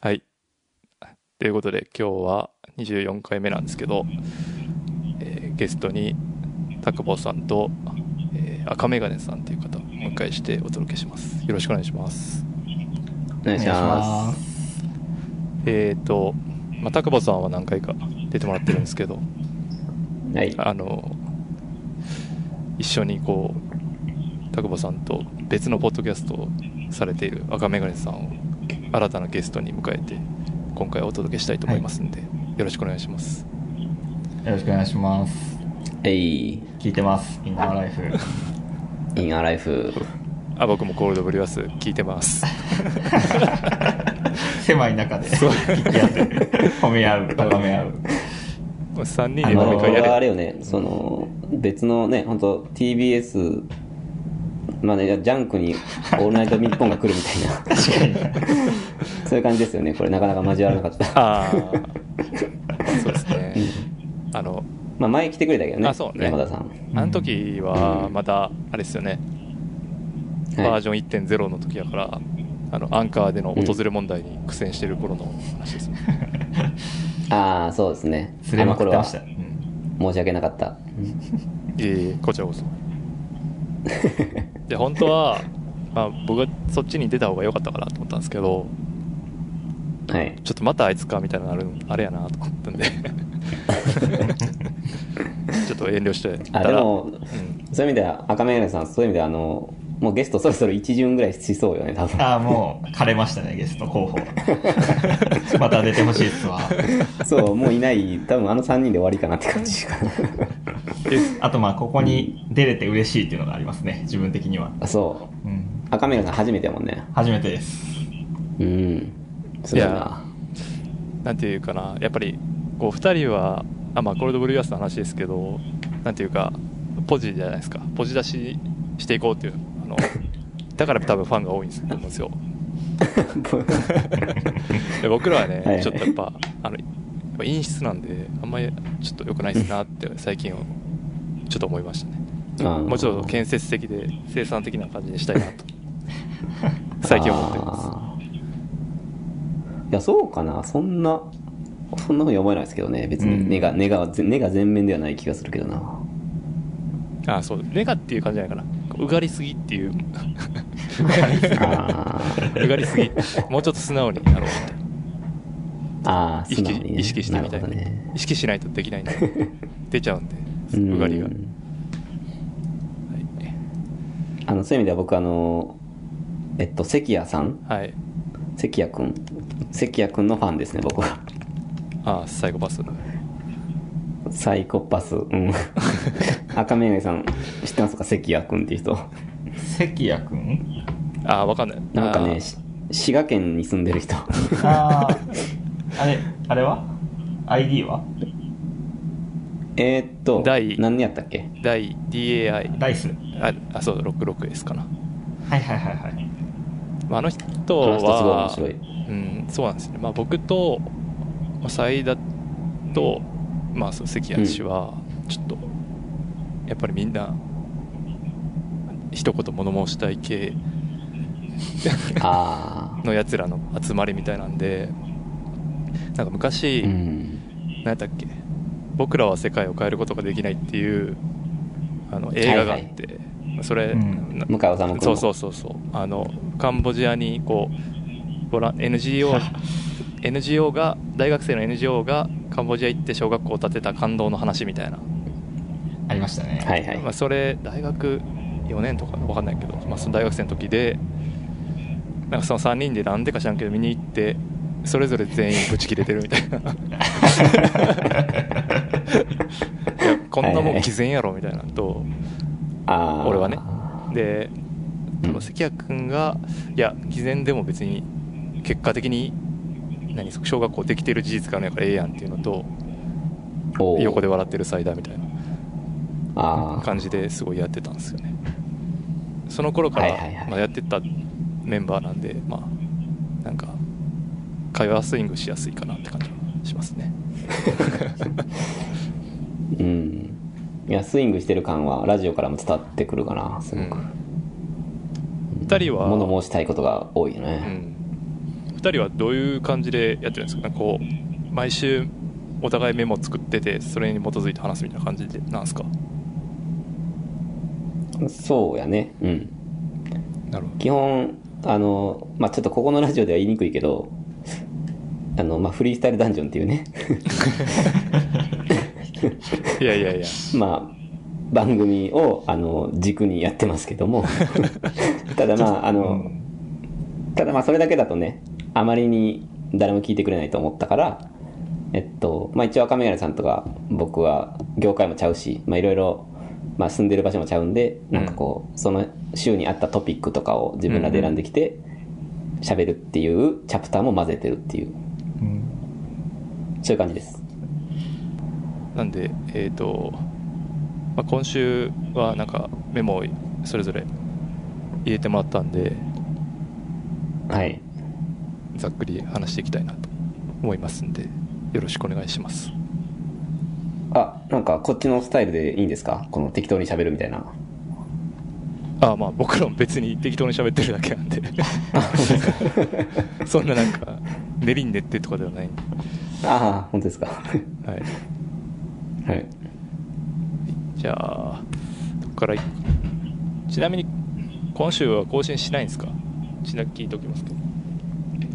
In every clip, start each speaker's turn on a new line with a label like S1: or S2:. S1: はい。ということで、今日は24回目なんですけど、えーゲストに、タクボさんと、えー赤メガネさんという方をお迎えしてお届けします。よろしくお願いします。
S2: お願いします。
S1: えっ、と、まあ、タクボさんは何回か出てもらってるんですけど、
S2: はい。
S1: あの、一緒にこう、田久保さんと別のポッドキャストをされている赤メガネさんを新たなゲストに迎えて、今回お届けしたいと思いますんで、よろしくお願いします。
S3: よろしくお願いします。
S2: えい、
S3: 聞いてます。インナーライ フ。
S2: インアライフ。
S1: あ、僕もコールドブリュアス聞いてます。
S3: 狭い中で、聞き合 って、褒め合う、高め合う。
S1: 3人
S2: あ
S1: で飲み
S2: の、
S1: 会
S2: 僕はあ
S1: や
S2: れ
S1: れ。
S2: よね、その、別のね、本当 TBS、まあね、ジャンクにオールナイトニッポンが来るみたいな、
S3: 確かに。
S2: そういう感じですよね。これなかなか交わらなかった。
S1: ああ、そうですね。あの、
S2: まあ前来てくれたけどね、
S1: あそうね
S2: 山田さん。
S1: あの時はまた、あれですよね、バー
S2: はい。
S1: ジョン1.0の時だから、あの、アンカーでの訪れ問題に苦戦してる頃の話ですね。
S2: ああ、そうですね。
S3: 釣れまくってまし
S2: あ
S3: た。う
S2: の
S3: ん
S2: 頃は申し訳なかった。
S1: いえいえこちらこそで本当は、 まあ、僕はそっちに出た方が良かったかなと思ったんですけど
S2: はい。
S1: ちょっとまたあいつかみたいなのあるあれやなと思ったんでちょっと遠慮してた
S2: あ、
S1: ら
S2: でも、
S1: うん、
S2: そういう意味では、赤目ガネさん、そういう意味では、あの、もうゲストそろそろ一巡ぐらいしそうよね、多分。
S3: ああ、もう、枯れましたね、ゲスト候 補。また出てほしいっすわ。
S2: そう、もういない、多分あの3人で終わりかなって感じしかない。
S3: あと、まあ、ここに出れて嬉しいっていうのがありますね、自分的には。
S2: あ、そう。
S3: うん。
S2: 赤目がさん初めてやもんね
S3: 初めてです。
S2: うんすごい
S1: いや
S2: な
S1: なんていうかなやっぱりこう2人はあ、まあ、コールドブリュアスの話ですけどなんていうかポジじゃないですかポジ出ししていこうっていうあのだから多分ファンが多いんです と思うんですよで僕らはね、
S2: はい
S1: ちょっとやっぱあのやっぱ陰湿なんであんまりちょっと良くないですなって最近はちょっと思いましたねもうちょっと建設的で生産的な感じにしたいな と最近思ってます
S2: いやそうかなそんなそんなふうに思えないですけどね別
S3: う
S2: に
S3: ん
S2: 根が根が根が全面ではない気がするけどな
S1: すあそうネガっていう感じじゃないかなうがりすぎっていう
S2: あー
S1: うがりすぎもうちょっと素直になろうって
S2: あー
S1: 意
S2: 素
S1: 識,、
S2: 直にね
S1: 意識してみたい
S2: な
S1: な、
S2: るほどね
S1: 意識しないとできないん で出ちゃうんで
S2: ん
S1: うがりが、はい
S2: あのそういう意味では僕あのえっと関谷さん
S1: はい、
S2: 関谷君関谷君のファンですね僕は
S1: あサイコパス
S2: サイコパスうん 赤目ガネさん知ってますか関谷君っていう人
S3: 関谷くん
S1: あわかんない
S2: なんか
S1: あ
S2: ね、し滋賀県に住んで る人。
S3: ああ、あれ、あれは ?ID は
S2: えーっと、
S1: 第
S2: 何やったっけ
S1: 第 DAI
S3: ダイス。は
S1: ああそう66 s かな、
S3: いはいはいはい。
S1: まあ、あの人
S2: この人すごい
S1: は
S2: 面白い。
S1: うん、そうなんですよね、まあ、僕とまあ斉田と、まあ、そう関谷氏はちょっと、やっぱりみんな一言物申したい系
S2: あ
S1: のやつらの集まりみたいなんでなんか昔、
S2: ー。うん。
S1: 何やったっけ僕らは世界を変えることができないっていうあの映画があって、それ、
S3: うん
S1: な
S2: 向井治君の。
S1: そうそうそうそうあのカンボジアにこうボラ NGO, NGO が大学生の NGO がカンボジア行って小学校を建てた感動の話みたいな、
S3: ありましたね。
S2: はいはい。
S1: まあ、それ大学4年とか分かんないけど、まあ、その大学生の時でなんかその3人でなんでか知らんけど見に行ってそれぞれ全員ブチ切れてるみたいないやこんなもん偽善やろみたいなのと
S2: あー
S1: 俺はねで多分関谷君が、いや偽善でも別に結果的に何小学校できてる事実があるんやからええやんっていうのと
S2: おー
S1: 横で笑ってるサイダーみたいな
S2: あー
S1: 感じですごいやってたんですよねその頃から、
S2: はいはいはい
S1: まあ、やってたメンバーなんでまあなんか会話スイングしやすいかなって感じはしますね
S2: うん。いや、スイングしてる感は、ラジオからも伝わってくるかな、すごく。
S1: 2人は
S2: 物申したいことが多いよ
S1: う
S2: ね。
S1: ん、2 2人はどういう感じでやってるんですかなんかこう毎週お互いメモ作っててそれに基づいて話すみたいな感じでなんですか
S2: そうやね。うん。
S1: なるほ
S2: 基本、あの、まあ、ちょっとここのラジオでは言いにくいけど、あの、まあ、フリースタイルダンジョンっていうね、
S1: どいやいやいや
S2: まあ、番組を、あの、軸にやってますけど も、ただまあ、あの、ただまあそれだけだとねあまりに誰も聞いてくれないと思ったからえっとまあ一応赤眼鏡さんとか僕は業界もちゃうしまあいろいろまあ住んでる場所もちゃうんでなんかこうその週にあったトピックとかを自分らで選んできて喋るっていうチャプターも混ぜてるっていう
S3: うん
S2: そういう感じです
S1: なんで、えーとまあ、今週はなんかメモをそれぞれ入れてもらったんで
S2: はい
S1: ざっくり話していきたいなと思いますんでよろしくお願いします
S2: あなんかこっちのスタイルでいいんですかこの適当に喋るみたいな
S1: あまあ僕らも別に適当に喋ってるだけなん でそんななんか練りに練ってとかではないんで、
S2: ああ本当ですかは
S1: はい、
S2: い
S1: じゃあどこからいちなみに今週は更新しないんですかちな聞いておきますけど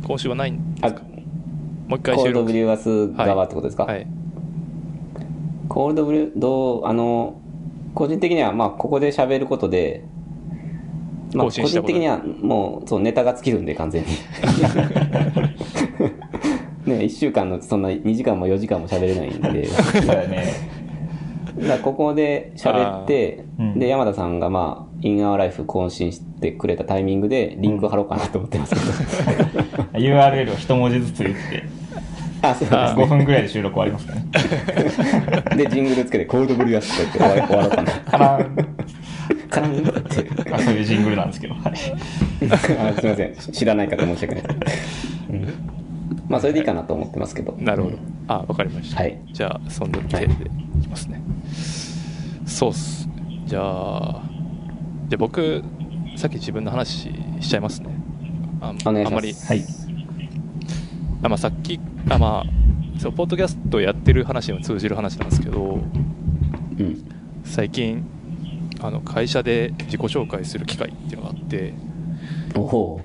S1: 今週はないん
S2: あ
S1: もう一回
S2: コー
S1: 収
S2: ルド
S1: 録
S2: ブリュワス側ってことですか、
S1: はい
S2: コールドブリューどうあの個人的にはまあここで喋ることで、
S1: 更
S2: まあ、個
S1: 新した
S2: 人
S1: こと
S2: 的にはもうそうネタが尽きるんで完全 にね1週間のうちそんな2時間も4時間も喋れないん で
S3: そうだね。
S2: だからここで喋って、
S3: あーうん
S2: で山田さんがまあ「インアワーライフ更新してくれたタイミングでリンク貼ろうかなと思ってますけど、
S3: URL を一文字ずつ言って、
S2: あそうで
S3: 5分ぐらいで収録終わりますかね。
S2: す ねでジングルつけて「コールドブリュワス」とか言って終わろうかな
S3: カラン
S2: カランって
S3: あそういうジングルなんですけど、はい。
S2: あすみません知らない方申し訳ないです、うんまあそれでいいかなと思ってますけど
S1: なるほど。あ、わかりました。
S2: はい
S1: じゃあ、そんな手でいきますね。そうっす。じゃあ、じゃあ僕、さっき自分の話しちゃいますね。あ
S2: お願い
S1: あ
S2: し
S1: ん
S2: ま
S1: まり、
S2: す
S3: はい。
S1: あまあ、さっき、あまあ、そう、ポッドキャストやってる話にも通じる話なんですけど、
S2: うん
S1: 最近、あの会社で自己紹介する機会っていうのがあって、
S2: おほ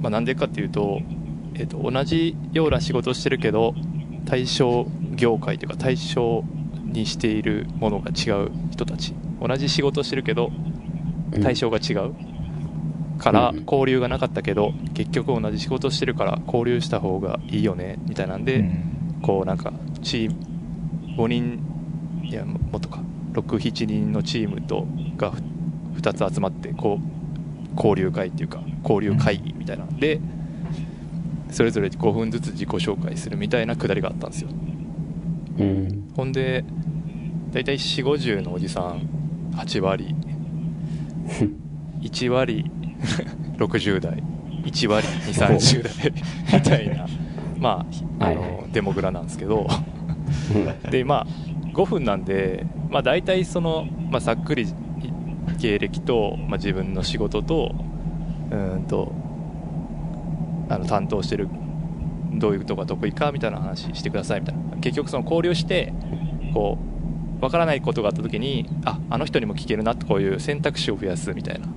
S1: まあ、なんでかっていうと,、えっと同じような仕事してるけど対象業界というか対象にしているものが違う人たち同じ仕事してるけど
S2: うん
S1: 対象が違う、から
S2: うん
S1: 交流がなかったけど結局同じ仕事してるから交流した方がいいよねみたいなんで、
S3: うん
S1: こうなんかチーム5人いやももっとか67人のチームとが2つ集まってこう交流会っていうか交流会議みたいなんでそれぞれ5分ずつ自己紹介するみたいなくだりがあったんですよ
S2: ううん
S1: ほんで大体4 5 0のおじさん8割1割 60代1割230代 みたいなまああ
S2: はいは
S1: のデモグラなんですけどでまあ5分なんで、まあ、大体その、まあ、さっくり経歴と、まあ、自分の仕事とうーんとあの担当してるどういうとこが得意かみたいな話してくださいみたいな結局その交流してこうわからないことがあった時にああの人にも聞けるなってこういう選択肢を増やすみたいな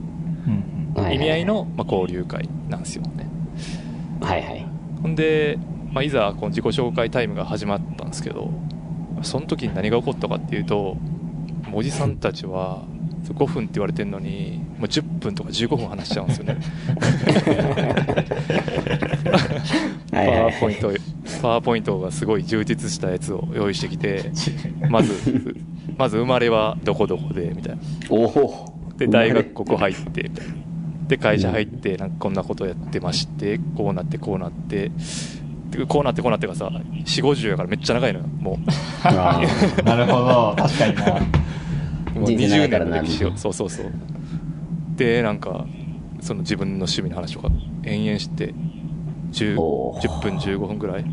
S3: う
S2: は
S3: ん
S2: いはい
S1: 意味合いの、まあ、交流会なんですよね。
S2: はいはい
S1: ほんで、まあ、いざこの自己紹介タイムが始まったんですけどその時に何が起こったかっていうともうおじさんたちはそう5分って言われてるのにもう10分とか15分話しちゃうんですよねパ
S2: はいはい
S1: ワーポイントパワーポイントがすごい充実したやつを用意してきてまずまず生まれはどこどこでみたいな
S2: おほ
S1: で大学ここ入ってみたいなで会社入ってなんかこんなことやってましてこうなってこうなってでこうなってこうなってがさ4 5 0やからめっちゃ長いのよも
S2: あー
S3: なるほど、確かにな。
S1: う もう
S2: 人生長
S1: 20
S2: いから
S1: 年
S2: な
S1: の歴史をそうそうそうでなんかその自分の趣味の話とか延々して 10,
S2: おー
S1: 10分15分ぐらい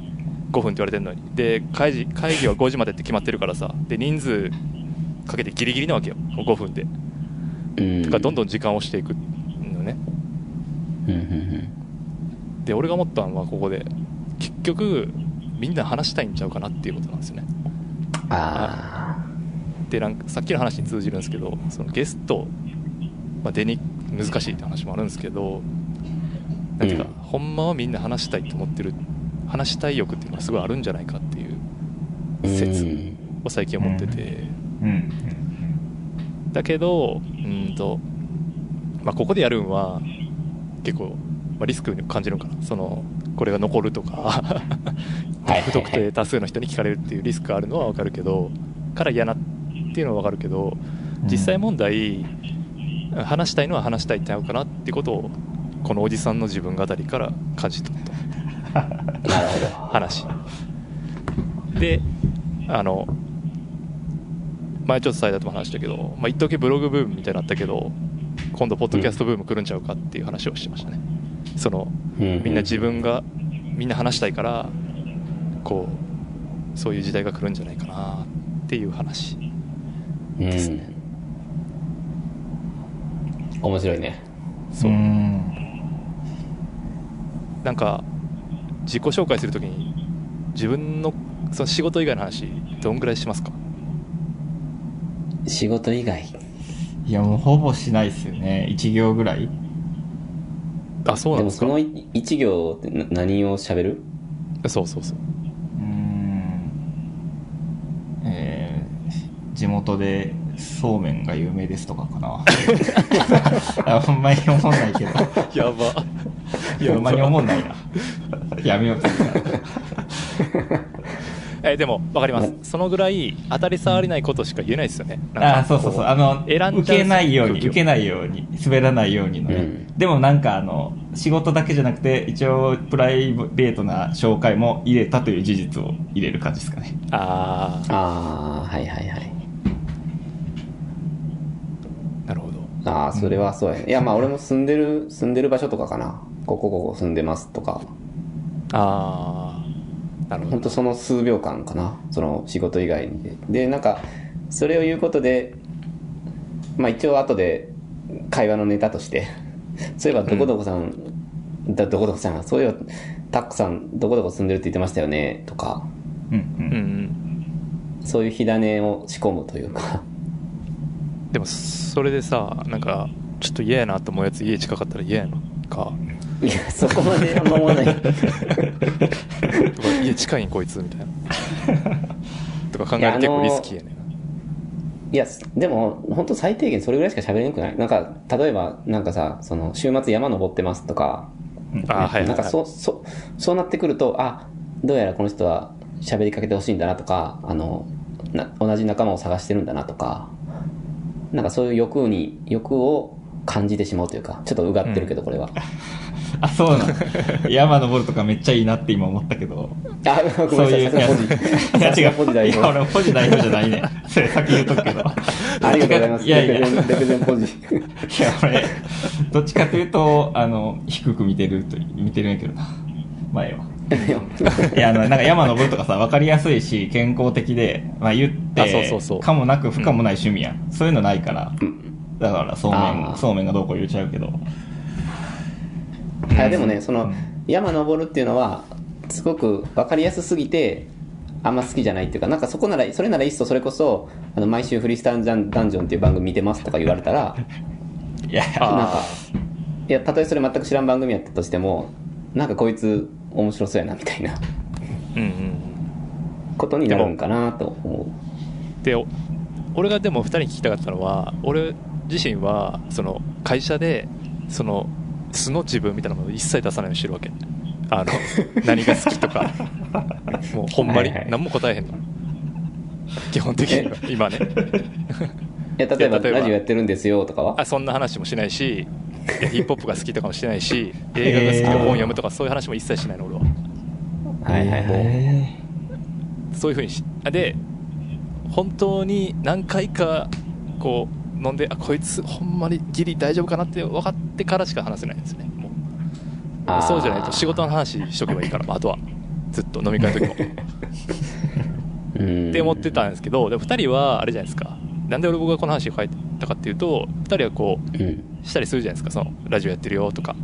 S1: 5分って言われてるのにで会議会議は5時までって決まってるからさで人数かけてギリギリなわけよもう5分で
S2: うん
S1: だからどんどん時間を押していくのね
S2: うんうん
S1: で俺が思ったのはここで結局みんな話したいんちゃうかなっていうことなんですよね
S2: あ
S1: でなんかさっきの話に通じるんですけどそのゲスト、まあ、出に難しいって話もあるんですけどなんていうか、
S2: うん
S1: ほんまはみんな話したいと思ってる話したい欲っていうのがすごいあるんじゃないかっていう
S2: あ。
S1: 説
S2: うん
S1: を最近思ってて、
S3: うん。
S1: だけどうんと、まあ、ここでやるんは結構、まあ、リスクに感じるんかなそのこれが残るとか
S2: はいはいはい
S1: 不特定多数の人に聞かれるっていうリスクがあるのは分かるけどから嫌なっていうのは分かるけど実際 問題話したいのは話したいってなるかなってことをこのおじさんの自分語りから感じ取った
S2: なるほど。
S1: 話であの前ちょっと最大とも話したけど、まあ、一時ブログブームみたいになったけど今度ポッドキャストブーム来るんちゃうかっていう話をしてましたねその
S2: うん
S1: みんな自分がみんな話したいからこうそういう時代が来るんじゃないかなっていう話ですね
S2: うん、面白いね。
S1: そう
S3: うん。
S1: なんか自己紹介するときに自分のその仕事以外の話どんぐらいしますか
S2: 仕事以外。
S3: いや、もうほぼしないですよね。1行ぐらい
S1: あそうな
S2: で
S1: ん
S2: も
S1: です
S2: そ
S1: か
S2: の一一行ってな何を喋る
S1: そうそうそう
S3: うん。えー、地元でそうめんが有名ですとかか な。あほんまに思んないけど。
S1: やば
S3: ほんまに思んないな。やめようと思った
S1: えでも分かりますそのぐらい当たり障りないことしか言えないですよね
S3: ああーそうそうそうあの
S1: 選んじゃうんです
S3: 受けないように
S1: 空気を
S3: 受けないように滑らないようにのね、
S2: うん
S3: でもなんかあの仕事だけじゃなくて一応プライベートな紹介も入れたという事実を入れる感じですかね
S1: ああ
S2: ああ、はいはいはい。
S1: なるほど
S2: ああ、それはそうやね。いや、まあ俺も住んでる、住んでる場所とかかな。ここここ住んでますとか。
S1: ああなるほ
S2: ほん
S1: ど
S2: とその数秒間かな。その仕事以外で。で、なんか、それを言うことで、まあ一応後で会話のネタとして、 そういえばどこどこさん、だどこどこさん、そういえばタックさん、どこどこ住んでるって言ってましたよね、とか、
S3: うん
S1: うんうん
S2: そういう火種を仕込むという か。
S1: でもそれでさなんかちょっと嫌やなと思うやつ家近かったら嫌やなか
S2: いや、そこまであんま思わない。
S1: とか家近いんこいつみたいなとか考えると結構リスキーやね
S2: いや、でも、本当最低限それぐらいしか喋れなくないなんか、例えば、なんかさ、その、週末山登ってますとか、
S1: あーはいはいはい
S2: なんか、そう、そう、そうなってくると、あ、どうやらこの人は喋りかけてほしいんだなとか、あの、な同じ仲間を探してるんだなとか、なんかそういう欲に、欲を感じてしまうというか、ちょっとうがってるけど、これは。
S3: あそうなの山登るとかめっちゃいいなって今思ったけど
S2: あ、ごめんなさい、さすがポジ。
S3: いや
S2: さす
S3: 違
S2: が
S3: う
S2: ポジ代
S3: いや俺
S2: 表。
S3: ポジ代表じゃないねそれ先言うとくけど
S2: ありがとうございます。
S3: いやい
S2: レ
S3: や
S2: ペゼンレペゼンポジ。
S3: いや俺どっちかというとあの低く見てると見てるんやけどな 前はいやあのなんか山登るとかさ分かりやすいし健康的で、まあ、言って
S1: あそうそうそう
S3: かもなく不可もない趣味やん、そういうのないから、だからそうめ
S2: あー
S3: んそうめんがどうこう言っちゃうけど
S2: あでもねその、
S3: うん
S2: 山登るっていうのはすごく分かりやすすぎてあんま好きじゃないっていうかなんかそこならそれならいっそそれこそあの毎週「フリースタイルダンダンジョン」っていう番組見てますとか言われたら
S3: いや
S1: あー
S2: なんかいやたとえそれ全く知らん番組やったとしてもなんかこいつ面白そうやなみたいな
S1: うんうん
S2: ことになるんかなと思
S1: でお俺がでも2人に聞きたかったのは俺自身はその会社でその素の自分みたいなものを一切出さないようにしてるわけあ の何が好きとかもうほんまに
S2: はいはい
S1: 何も答えへんの、基本的には今ね
S2: ういや例えば
S1: いや例えば
S2: ラジオやってるんですよとかは
S1: あそんな話もしないしいやヒップホップが好きとかもしないし映画が好きとか本読むとかそういう話も一切しないの俺は
S2: はいはいはい
S3: え
S1: そういうふうにしあで本当に何回かこう飲んであこいつほんまにギリ大丈夫かなって分かってからしか話せないんですねもう
S2: あー
S1: そうじゃないと仕事の話しとけばいいから、 まあ、あとはずっと飲み会の時もっ
S2: うん
S1: て思ってたんですけどでも2人はあれじゃないですかなんで俺僕がこの話を書いたかっていうと2人はこう
S2: うん
S1: したりするじゃないですかそのラジオやってるよとか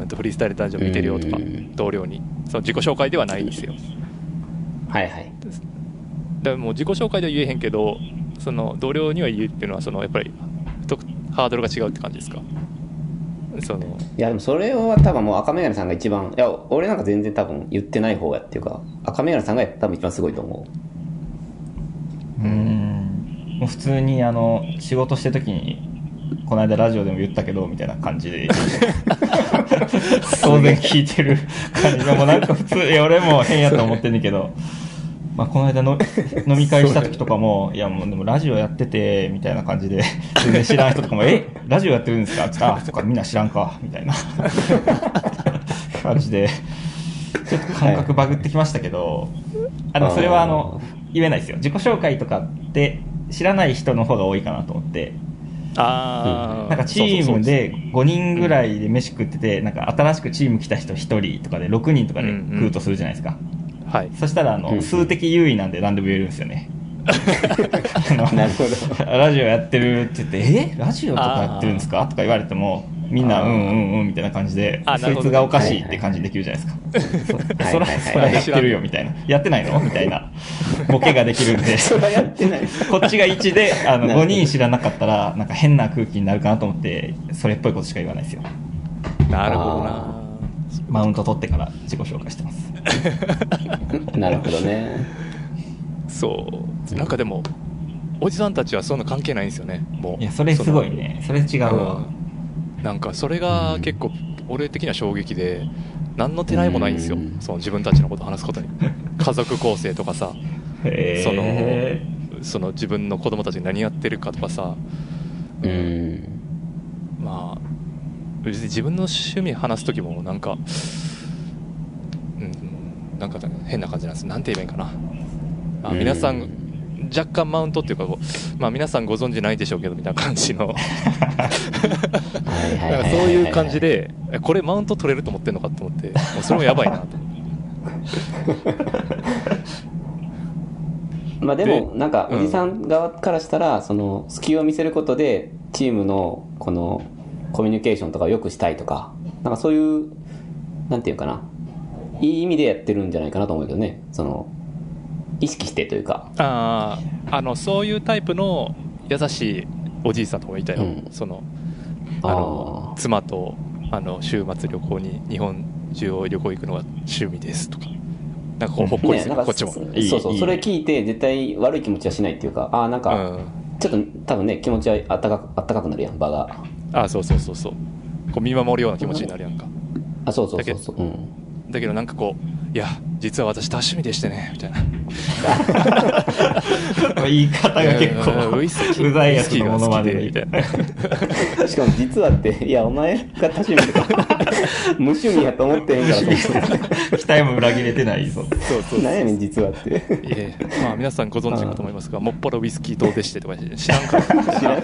S1: うんとフリースタイルダンジョン見てるよとか
S2: うん
S1: 同僚にその自己紹介ではないんですよ
S2: はいはい。
S1: だからもう自己紹介では言えへんけどその同僚には言うっていうのはそのやっぱりとハードルが違うって感じですかその
S2: いやでもそれは多分もう赤眼鏡さんが一番いや俺なんか全然多分言ってない方やっていうか赤眼鏡さんが多分一番すごいと思
S3: うんもう普通にあの仕事してる時にこの間ラジオでも言ったけどみたいな感じで当然聞いてる感じがもうなんか普通いや俺も変やと思ってんねんけど、まあ、この間の飲み会した時とかも「いやもうでもラジオやってて」みたいな感じで全然知らん人とかも「えラジオやってるんですか?」って言ってあそっかみんな知らんか」みたいな感じでちょっと感覚バグってきましたけど、あのそれはあの言えないですよ自己紹介とかって知らない人の方が多いかなと思って
S1: ああ、
S3: なんかチームで5人ぐらいで飯食っててなんか新しくチーム来た人1人とかで6人とかで
S1: うんうん
S3: 食うとするじゃないですか、
S1: はい
S3: そしたらあ
S2: うんう
S3: の
S2: ん
S3: 数的優位なんで何でも言えるんですよねあの
S2: う なるほど
S3: ラジオやってるって言って「えラジオとかやってるんですか?」とか言われてもみんな「
S2: あ
S3: う
S2: ー
S3: んうんうん」みたいな感じで
S1: あな
S3: そ
S1: る
S3: い
S1: ほど
S3: つがおかしいって感じできるじゃないですか「
S2: はい
S3: そら
S2: はいはい
S3: そらやってるよ」みたいな「やってないの?」みたいなボケができるんで
S2: それはやってない
S3: こっちが1であの
S2: なるほど
S3: 5人知らなかったらなんか変な空気になるかなと思ってそれっぽいことしか言わないですよ
S1: なるほど
S2: あ
S1: な
S3: マウント取ってから自己紹介してます
S2: なるほどね
S1: そうなんかでもおじさんたちはそんな関係ないんですよねもう
S3: い
S1: い
S3: やそれすごいねそれ違うわ
S1: なんかそれが結構俺的には衝撃で何の手ないもないんですよ
S2: うん
S1: その自分たちのことを話すことに家族構成とかさ
S3: へ
S1: そのその自分の子供たちに何やってるかとかさ
S2: うん
S1: まあ別に自分の趣味話す時もなんかうんなんか変な感じなんですなんて言えばいいんかなあ皆さ
S2: うん
S1: 若干マウントっていうかこう、まあ、皆さんご存知ないでしょうけどみたいな感じの
S2: はいは
S1: ないん
S2: は
S1: か
S2: い
S1: そういう感じでえこれマウント取れると思ってんのかと思ってもうそれもやばいなと思って
S2: まあでも
S1: で
S2: なんか
S1: うん
S2: おじさん側からしたらその隙を見せることでチームのこのコミュニケーションとかを良くしたいとかなんかそういうなんていうかないい意味でやってるんじゃないかなと思うけどねその意識してというか
S1: あーあのそういうタイプの優しいおじいさんとかもいたよ、
S2: うん
S1: そのあの
S2: あー
S1: 妻とあの週末旅行に日本中を旅行行くのが趣味ですとかなんかこうほっこり
S2: ね
S1: す
S2: な
S1: る、
S2: んか
S1: こっちも
S2: そ
S3: いい
S2: そうそ
S3: いうい
S2: それ聞いて絶対悪い気持ちはしないっていうかああなん
S1: う
S2: か
S1: ん
S2: ちょっと多分ね気持ちはあったかくあったかくなるやん場が
S1: あそうそうそうそうこう見守るような気持ちになるやんか
S2: あそうそうそうそううん
S1: だけどなんかこういや実は私多趣味でしてねみたいな
S3: 言い方が結
S1: うん
S3: 構
S1: ウイスキー
S3: うざいやつのものま
S1: ウイ
S3: で
S1: スキーが好きでみたいな
S2: しかも実はっていやお前が多趣味とか 無趣味やと思ってへんから
S3: 期待も裏切れてないぞ
S1: そうそう
S2: 何やねん実はって
S1: いえまあ皆さんご存知かと思いますがもっぱらウイスキーどうでしてとか知らんから
S2: 知 らん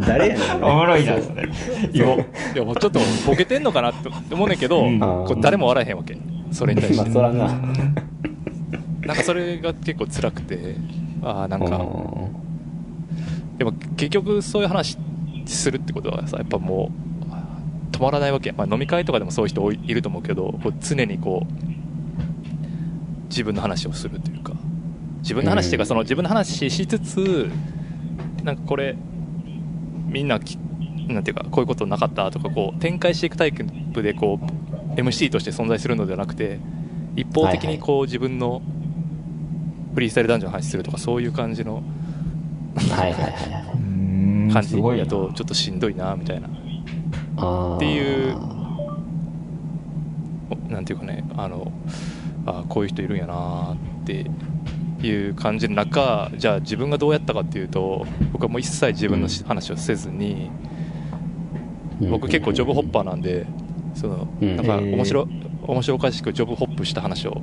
S2: 誰やねん
S3: お
S2: お前
S3: もろいなそれ言おう
S1: いやもうちょっとボケてんのかなって思うねんけど、
S3: うん
S1: こう誰も笑えへんわけそれに対し
S2: まあ
S1: て
S2: そらな
S1: なんかそれが結構辛くてああなんか
S2: う
S1: でも結局そういう話するってことはさやっぱもう止まらないわけや、まあ、飲み会とかでもそういう人多いいると思うけどこう常にこう自分の話をするというか自分の話っていうか
S2: うん
S1: その自分の話しつつなんかこれみんなきなんていうかこういうことなかったとかこう展開していくタイプでこう MC として存在するのではなくて一方的にこう自分のフリースタイルダンジョンの話するとかそういう感じの
S2: はいはいはいはい
S1: 感
S3: 感
S1: じやとちょっとしんどいなみたいな
S2: あー
S1: っていうおなんていうかねあのあこういう人いるんやなっていう感じの中じゃあ自分がどうやったかっていうと僕はもう一切自分のし話をせずに、僕結構ジョブホッパーなんでその
S2: うん
S1: なんか
S3: へー
S1: 面白面白おかしくジョブホップした話を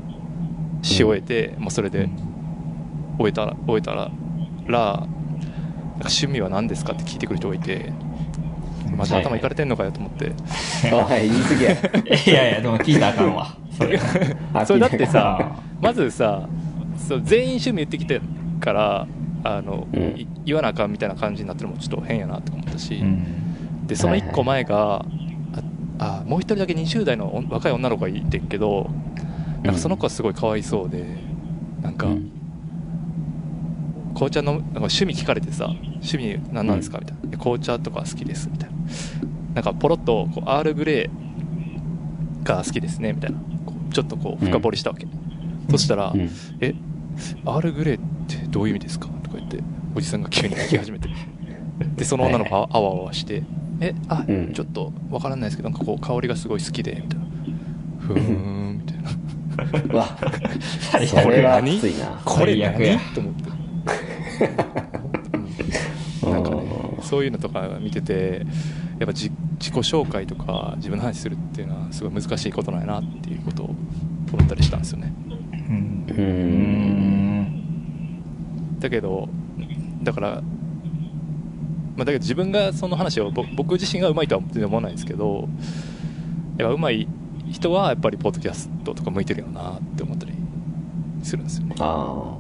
S1: し終えて、もうそれで終えたら終えたららなんか趣味は何ですかって聞いてくる人がいてマジで頭いかれてんのかよと思って。
S2: おい言い過ぎや
S3: いやいやでも聞いたらあかんわそれ
S2: あ
S1: それだって
S3: あ
S1: さまずさそう全員趣味言ってきてからあの、
S2: うん
S1: い言わなあかんみたいな感じになってるのもちょっと変やなとか思ったし、
S3: うん
S1: でその1個前が、ああもう一人だけ20代の若い女の子がいてんけどなんかその子はすごいかわいそうでなんか、
S2: うん
S1: 紅茶のなんか趣味聞かれてさ趣味何なんですかみたいなで紅茶とか好きですみたいななんかポロッとこうアールグレーが好きですねみたいなこうちょっとこう深掘りしたわけ、そしたら、
S2: うん
S1: えアールグレーってどういう意味ですかとか言っておじさんが急に聞き始めてでその女の子はあわあわして「えあ、
S2: うん
S1: ちょっとわからないですけどなんかこう香りがすごい好きで」みたいな「ふーん」みたいな
S2: う わ、
S3: 最
S2: それは
S1: 何
S2: きついな。
S1: 「これ
S3: 最悪
S1: 何
S3: や?」
S1: と思ってなんかねそういうのとか見ててやっぱじ自己紹介とか自分の話するっていうのはすごい難しいことなんやなっていうことを思ったりしたんですよね
S3: うん
S2: う。
S3: うんん
S1: だけどだから、まあ、だけど自分がその話をぼ僕自身がうまいとは全然思わないですけどやっぱうまい人はやっぱりポッドキャストとか向いてるよなって思ったりするんですよね
S2: あ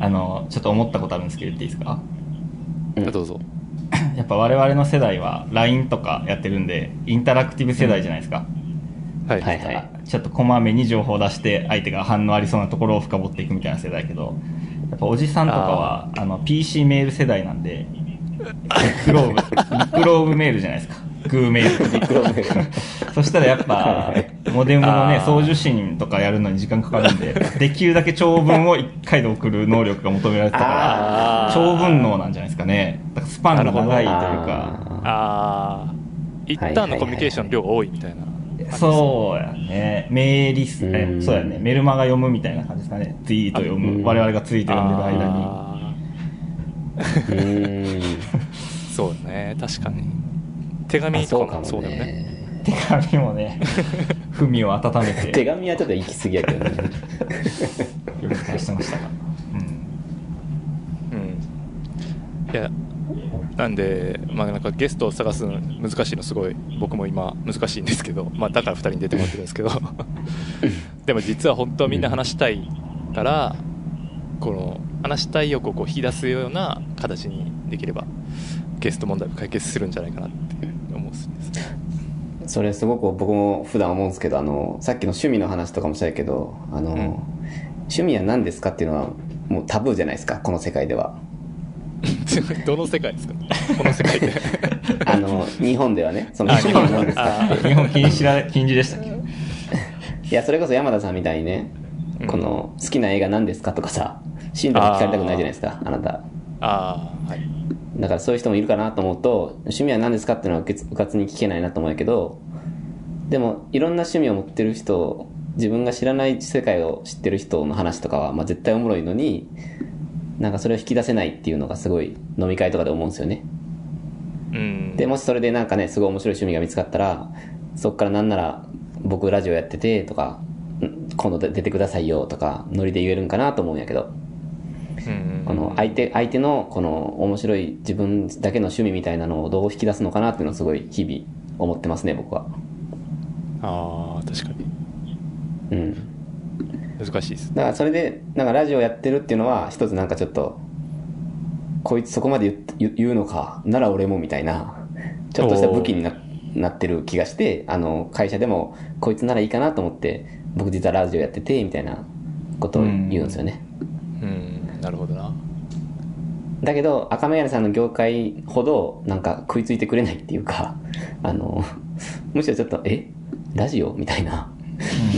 S3: あのちょっと思ったことあるんですけど言っていいです か
S2: あ。
S1: あどうぞ
S3: やっぱ我々の世代は LINE とかやってるんでインタラクティブ世代じゃないですか、
S1: はい、
S2: はいはい
S3: あちょっとこまめに情報を出して相手が反応ありそうなところを深掘っていくみたいな世代だけどやっぱおじさんとかはあの PC メール世代なんでビッグローブビッグローブメールじゃないですかグーメール
S2: ビッグローブメー
S3: そしたらやっ
S2: は
S3: ぱ
S2: いはい
S3: モデムの
S1: あ
S3: ね
S1: ー
S3: 送受信とかやるのに時間かか るんでできるだけ長文を1回で送る能力が求められてたから
S1: あー
S3: 長文能なんじゃないですかねだからスパンが長いというか
S2: あ
S1: ああ一旦のコミュニケーションの量が多いみたいな、
S3: そうやね。メーリス、え
S2: うん
S3: そうやね。メルマガ読むみたいな感じですかね。ツイート読
S2: うん
S3: む。我々がツイート読んでる間に。
S1: あ
S2: ーうん。
S1: ーそうだね確かに手紙
S2: あ
S1: と
S2: そ
S1: か
S2: うか
S1: も
S2: も
S1: そうだよね
S2: ね。
S3: 手紙 もね、文を温めて
S2: 手紙はちょっと行き過ぎやけどね。
S3: 読み返してましたから。うん。
S1: うんいやなんで、まあ、なんかゲストを探すの難しいのすごい僕も今難しいんですけど、まあ、だから2人に出てもらってるんです けどでも実は本当はみんな話したいからこの話したい欲をこう引き出すような形にできればゲスト問題を解決するんじゃないかなって思うんですね。
S2: それすごく僕も普段思うんですけどあのさっきの趣味の話とかもしたいけどあの、
S1: うん
S2: 趣味は何ですかっていうのはもうタブーじゃないですかこの世界では
S1: どの世界ですかこの世界 で
S2: あの日本ではねその
S1: あ
S2: 趣味は何ですかって
S3: 日本禁止ら、禁止でしたっけ
S2: いやそれこそ山田さんみたいにね、
S1: うん
S2: この好きな映画何ですかとかさ死んだら聞かれたくないじゃないですかあなた
S1: ああはい
S2: だからそういう人もいるかなと思うと趣味は何ですかっていうのはうけつうかつに聞けないなと思うけどでもいろんな趣味を持ってる人自分が知らない世界を知ってる人の話とかは、まあ、絶対おもろいのになんかそれを引き出せないっていうのがすごい飲み会とかで思うんですよね
S1: うん
S2: でもしそれでなんかねすごい面白い趣味が見つかったらそっからなんなら僕ラジオやっててとかん今度で出てくださいよとかノリで言えるんかなと思うんやけど
S1: うん
S2: この相手相手のこの面白い自分だけの趣味みたいなのをどう引き出すのかなっていうのをすごい日々思ってますね僕は
S1: ああ確かに
S2: うん
S1: 難しいです
S2: だからそれでなんかラジオやってるっていうのは一つなんかちょっとこいつそこまで言って言言うのかなら俺もみたいなちょっとした武器にななってる気がしてあの会社でもこいつならいいかなと思って僕実はラジオやっててみたいなことを言うんですよね、
S1: うんなるほどな
S2: だけど赤眼鏡さんの業界ほどなんか食いついてくれないっていうかあの むしろちょっと「えラジオ?」みたいな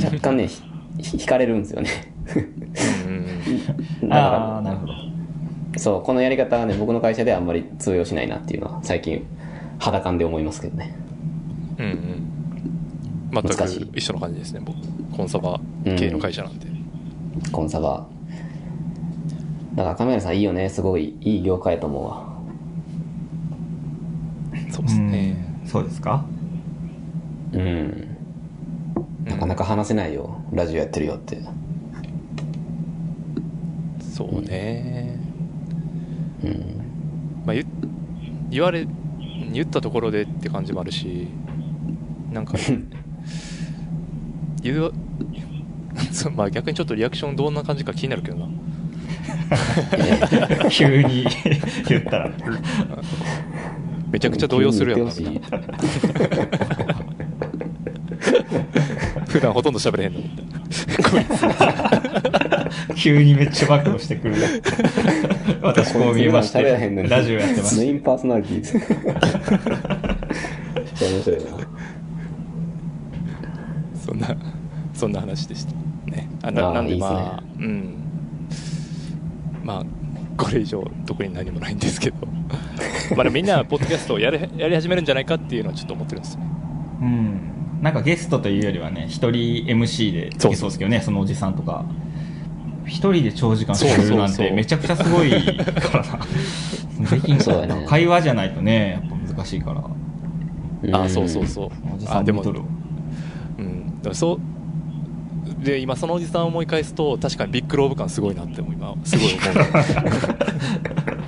S2: 若干ねひひ惹かれるんですよね
S1: うん
S2: だか
S3: ああ、
S2: ら
S3: なるほど。
S2: そうこのやり方はね僕の会社ではあんまり通用しないなっていうのは最近肌感で思いますけどね
S1: うんうん全
S2: 難しい
S1: く一緒の感じですね僕コンサバ系の会社なんで、
S2: コンサバだから赤眼鏡さんいいよねすごいいい業界やと思うわ
S1: そうですね、
S3: うんそうですか
S2: うんなかなか話せないよラジオやってるよって
S1: そうね、
S2: うん
S1: まあ、言言われ言ったところでって感じもあるしなんか言う そうまあ逆にちょっとリアクションどんな感じか気になるけどな
S3: 急に言ったら。
S1: めちゃくちゃ動揺するやんな
S2: 急に言ってほしい
S1: 普段ほとんど喋れへんのにこいつ
S3: 急にめっちゃ暴露してくる。 私こう見えまし
S2: こいつ普段喋らへんの
S3: て、
S2: に
S3: ラジオやってま
S2: メ
S3: し
S2: インパーソナリテ ィです。めっちゃ面白いな。
S1: そんなそんな話でしたねあな
S2: あー
S1: なんで
S2: いいっすね
S1: まあうんまあこれ以上特に何もないんです けどまあでもみんなポッドキャストをやれやり始めるんじゃないかっていうのはちょっと思ってるんですね
S3: た。うん。なんかゲストというよりはね、一人 MC で、
S1: そう
S3: そうですけどね、そのおじさんとか。一人で長時間
S1: そう
S3: 喋
S1: そうそう
S3: るなんてめちゃくちゃすごいからな。できん
S2: そう
S3: か
S2: やね
S3: 会話じゃないとね、やっぱ難しいから。
S1: あそうそうそう
S3: おじさ
S1: あ
S3: ん
S1: で
S3: 見
S1: も
S3: とる。
S1: うん、だからそうで今そのおじさんを思い返すと確かにビッグローブ感すごいなっても今すごい思 う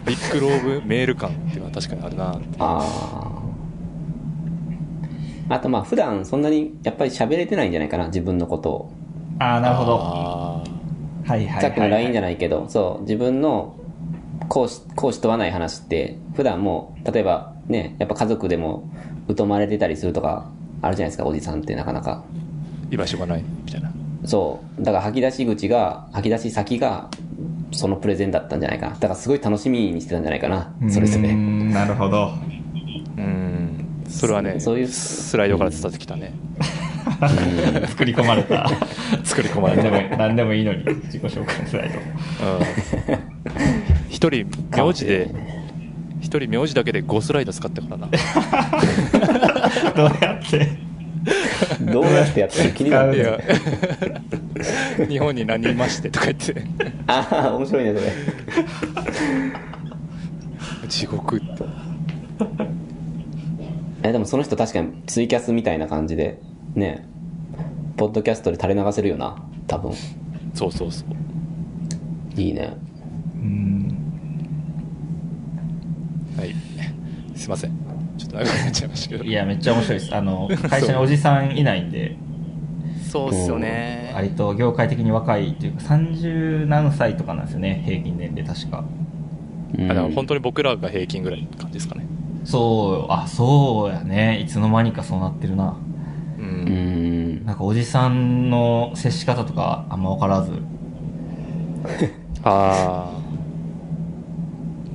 S1: ビッグローブメール感っていうのは確かにあるなって
S2: ああ。あとまあ普段そんなにやっぱり喋れてないんじゃないかな、自分のことを。
S3: ああ、なるほど。は
S1: あ
S3: いはいはい。
S2: さっきの LINE じゃ
S3: ない
S2: ないけど、そう、自分の講師、講師とはない話って、普段もう、例えばね、やっぱ家族でも疎まれてたりするとか、あるじゃないですか、おじさんってなかなか。
S1: ー居場所がないみたいな
S2: そう。だから吐き出し口が、吐き出し先が、そのプレゼンだったんじゃないかな。だからすごい楽しみにしてたんじゃないかな、それぞれ。
S3: なるほど。
S1: うんそれはね
S2: そういう
S1: スライドから伝わってきたね、
S3: 作り込まれ た。
S1: 作り込ま
S3: 何
S1: れてう
S3: でも
S1: ん
S3: いい、何でもいいのに、自己紹介スライド。
S1: 一人名字で一人名字だけで5スライド使ったからな
S3: どうやって
S2: どうやってやってる気になる
S1: いや 日本に何人いましてとか言って
S2: ああ、面白いね、それ。
S1: 地獄って
S2: えでもその人確かにツイキャスみたいな感じでねポッドキャストで垂れ流せるよな多分
S1: そうそうそう
S2: いいね
S3: うん。
S1: はい。すいません。ちょっと長くなっちゃいましたけど。
S3: いや、めっちゃ面白いです。あの、会社におじさんいないんで、
S1: そうっすよね。
S3: 割と業界的に若いというか、30何歳とかなんですよね、平均年齢確か。
S2: うん
S1: あ、だから本当に僕らが平均ぐらいの感じですかね。
S3: そう、あ、そうやね。いつの間にかそうなってるな。
S1: う。
S2: うんん
S3: なんかおじさんの接し方とかあんま分からず。
S1: ああ。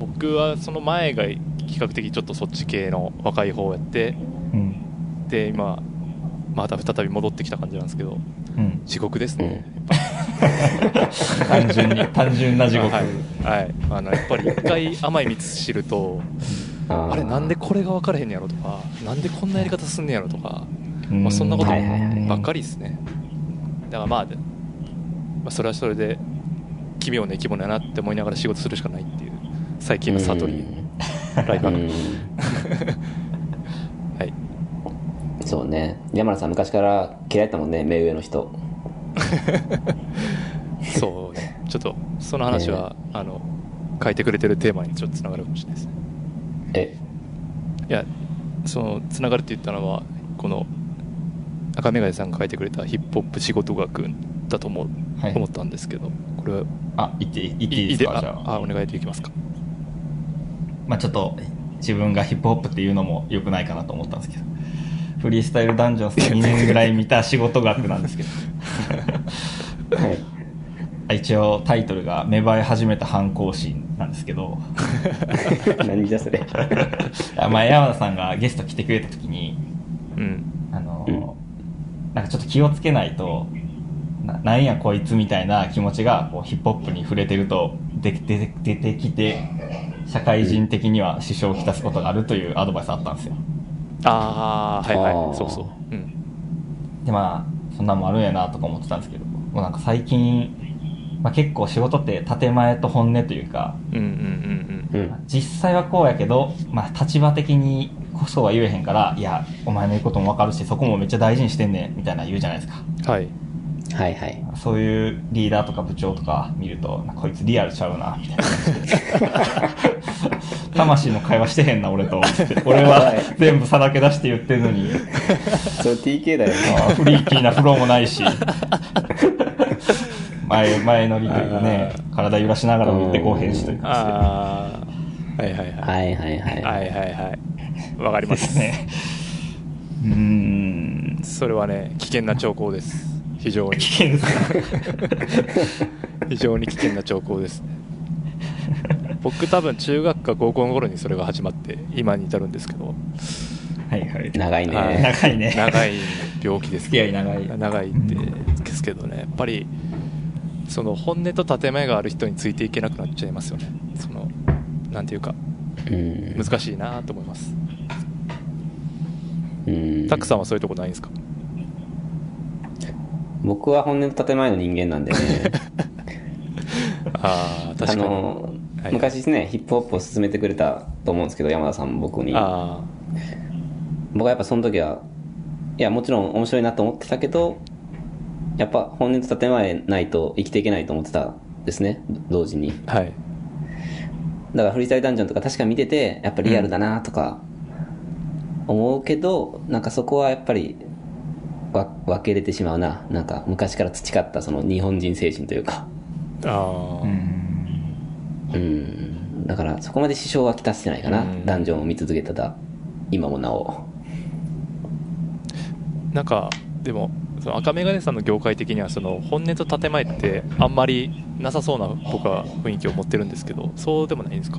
S1: 僕はその前が比較的ちょっとそっち系の若い方をやって、
S3: うん。
S1: で、今、また再び戻ってきた感じなんですけど、
S3: うん。
S1: 地獄ですね。
S3: 単 純に、単純な地獄。
S1: はい。はい。あの、やっぱり一回甘い蜜知ると、
S2: あ
S1: あれなん
S2: で
S1: でこれが分からへんねやろとか、なんでこんなやり方すんねやろとか、
S3: うん
S1: まあ、そんなこと
S2: はいはいはい
S1: ばっかりですね、だからまあ、でまあ、それはそれで奇妙な生き物やなって思いながら仕事するしかないっていう最近の悟り、ライフハックはい
S2: そうね山田さん昔から嫌いだったもんね目上の人
S1: そうねちょっとその話は、あの書いてくれてるテーマにちょっとつながるかもしれないですね
S2: え
S1: いやそのつながるって言ったのはこの赤眼鏡さんが書いてくれたヒップホップ仕事学だと思う、
S3: はい
S1: 思ったんですけどこれは
S3: あ、言っていい、言っていいです
S1: い
S3: か、
S1: あ
S3: じゃあ。
S1: あお願いできますか
S3: まあ、ちょっと自分がヒップホップっていうのも良くないかなと思ったんですけどフリースタイルダンジョンス2年ぐらい見た仕事学なんですけ ど
S2: はい
S3: あ一応タイトルが「芽生え始めた反抗心」なんですけど
S2: 何じゃそれ
S3: あ前山田さんがゲスト来てくれた時に
S1: うん
S3: あの、
S2: う
S3: なんかちょっと気をつけないとななんやこいつみたいな気持ちがこうヒップホップに触れてるとで出て出てきて社会人的には支障をきたすことがあるというアドバイスあったんですよ
S1: ああはいはい
S2: あー
S1: そうそううん
S3: でまあそんなんもあるんやなとか思ってたんですけどもうなんか最近、まあ、結構仕事って建前と本音というか
S1: うんうんうん
S2: うん
S3: 実際はこうやけど、まあ、立場的にこそは言えへんからいやお前の言うことも分かるしそこもめっちゃ大事にしてんねんみたいな言うじゃないですか
S1: うんはい
S2: はいはい
S3: そういうリーダーとか部長とか見るとこいつリアルちゃうなみたいな魂の会話してへんな俺と俺は全部さらけ出して言ってんのに
S2: それ TK だよね
S3: あーフリーキーなフローもないし前前乗りというかね体揺らしながらも言ってこうへんしというか
S1: ああはいはいはい
S2: はいはいはい
S1: はいはいはいわかりま
S3: です
S1: す
S3: ね。うーん。
S1: それはね危険な兆候です非常に
S3: 危険ですね。
S1: 非常に危険な兆候ですね僕多分中学か高校の頃にそれが始まって今に至るんですけど
S3: はいはい。
S2: 長いね、
S1: はい
S3: 長いね。
S1: 長い病気です
S3: 付き合い長い。
S1: 長いってですけどねやっぱりその本音と建前がある人についていけなくなっちゃいますよねそのなんていうか
S2: うん
S1: 難しいなと思います
S2: うん
S1: タクさんはそういうとこないんですか
S2: 僕は本音と建前の人間なんでね
S1: ああ確か
S2: あ
S1: に
S2: の、
S1: はい
S2: 昔ですねヒップホップを勧めてくれたと思うんですけど山田さんも僕に
S1: あ
S2: 僕はやっぱその時はいやもちろん面白いなと思ってたけどやっぱ本音と建前ないと生きていけないと思ってたんですね同時に
S1: あはい
S2: だからフリースタイルダンジョンとか確か見ててやっぱリアルだなとか思うけど、なんかそこはやっぱりわ分けれてしまうななんか昔から培ったその日本人精神というか
S1: ああ、
S3: うん。
S2: うんだからそこまで支障はきたしてないかな、
S1: うん
S2: ダンジョンを見続けただ今もなお
S1: なんかでもその赤眼鏡さんの業界的にはその本音と建前ってあんまりなさそうな僕は雰囲気を持ってるんですけどそうでもないんですか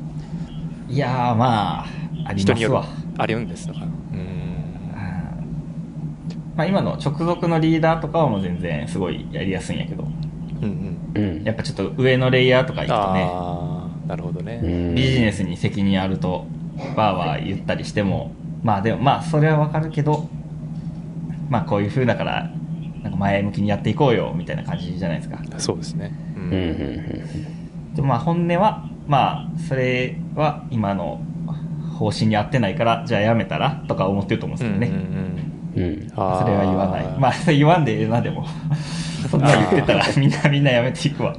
S3: いやー、まあ、あり
S1: 人
S3: ま
S1: に
S3: す
S1: よる
S3: わ。
S1: あるんですだからうん
S3: まあ今の直属のリーダーとかはもう全然すごいやりやすいんやけど、
S1: うんうん
S2: うん
S3: やっぱちょっと上のレイヤーとか行くとね、
S1: ああなるほどね、
S2: うん
S3: ビジネスに責任あるとバーバー言ったりしてもまあでもまあそれはわかるけどまあこういう風だからなんか前向きにやっていこうよみたいな感じじゃないですか
S1: そうですねう
S2: うんうん
S1: ん
S3: でもまあ本音はまあそれは今の方針に合ってないからじゃあやめたらとか思ってると思うんですけどね、
S2: うんうん
S1: あー
S3: それは言わないまあそれ言わんでええなで もそんなん言ってたらみんなみんなやめてい くわ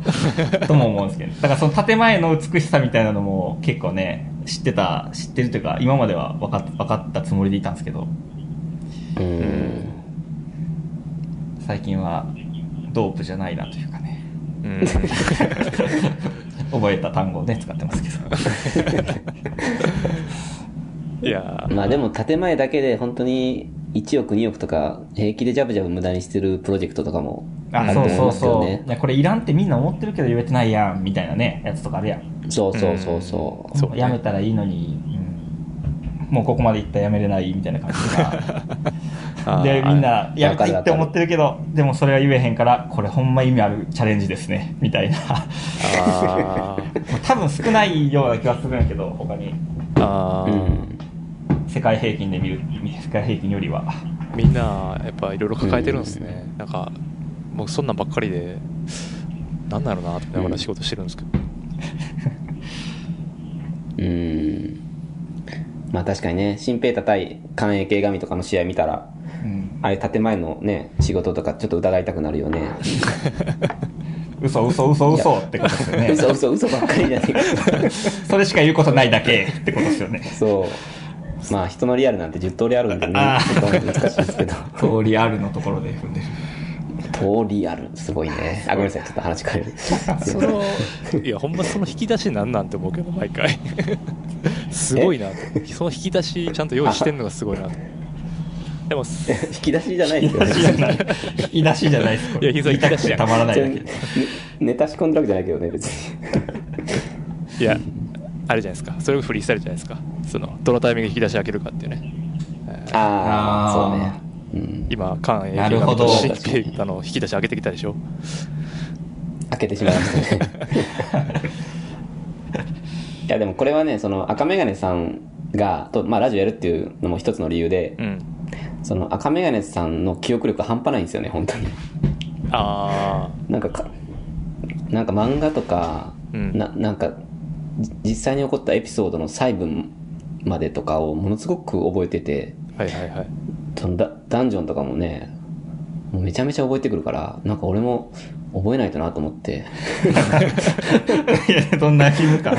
S3: とも思うんですけどだからその建前の美しさみたいなのも結構ね知ってた知ってるというか今までは分かっ分かったつもりでいたんですけど
S2: うん
S3: 最近はドープじゃないなというかね
S1: うん
S3: 覚えた単語をね使ってますけど
S1: いやー
S2: まあでも建前だけで本当に1億2億とか平気でジャブジャブ無駄にしてるプロジェクトとかもあ
S3: あ
S2: ると思
S3: そう
S2: い
S3: そ
S2: ま
S3: う
S2: すよ
S3: そう、
S2: ね
S3: いやこれいらんってみんな思ってるけど言えてないやんみたいなねやつとかあるやん
S2: そうそうそうそう
S1: そうね
S3: やめたらいいのに、うんもうここまでいったらやめれないみたいな感じ
S1: あ
S3: が
S1: ー
S3: でみんなやめていい
S2: わかるわ
S3: って
S2: かる
S3: 思ってるけどでもそれは言えへんからこれほんま意味あるチャレンジですねみたいな
S1: あー
S3: 多分少ないような気がするんやけど他に
S1: あ
S2: う
S1: ー、
S2: ん
S3: 世界平均で見る世界平均よりは
S1: みんなやっぱいろいろ抱えてるんですね、なんかもうそんなんばっかりでなんだろうなって思いながら仕事してるんですけど、
S2: うんまあ確かにね新平太対関営系神とかの試合見たら
S3: うん
S2: ああいう建前のね仕事とかちょっと疑いたくなるよね
S3: 嘘嘘嘘嘘ってことですよね
S2: 嘘嘘嘘ばっかりじゃねえか
S3: それしか言うことないだけってことですよね
S2: そうまあ人のリアルなんて10通りあるんでね
S3: あ
S2: ちょっと難しいですけど
S3: 通りあるのところで踏んでる
S2: 通りあるすごいねあごめんなさいちょっと話変える
S1: そのいやほんまその引き出しなんなんて思うけど毎回 すごいなとその引き出しちゃんと用意してんのがすごいなとでもす
S2: 引き出しじゃないですよね
S3: 引き出しじゃない引き出しじゃないです
S1: いや引き出し
S3: たくてたまらないだけ
S2: ねネタ仕込んだわけじゃないけどね別に
S1: いやあれじゃないですかそれがフリースタイルじゃないですかそのどのタイミングで引き出し開けるかっていうね
S2: ああそう
S3: あ
S2: ねうん
S1: 今関営
S3: なる
S1: 業
S3: ほ
S1: の
S3: ど
S1: 新規データの引き出し開けてきたでしょ
S2: 開けてしまいましたね いやでもこれはねその赤眼鏡さんがと、まあ、ラジオやるっていうのも一つの理由で
S1: う、ん
S2: その赤眼鏡さんの記憶力半端ないんですよね本当に
S1: ああ
S2: なんかかなんか漫画とか、
S1: うん
S2: ななんかじ実際に起こったエピソードの細部までとかをものすごく覚えてて
S1: はいはいはい
S2: そのダダンジョンとかもねもうめちゃめちゃ覚えてくるからなんか俺も覚えないとなと思って
S3: いや、どんな義務感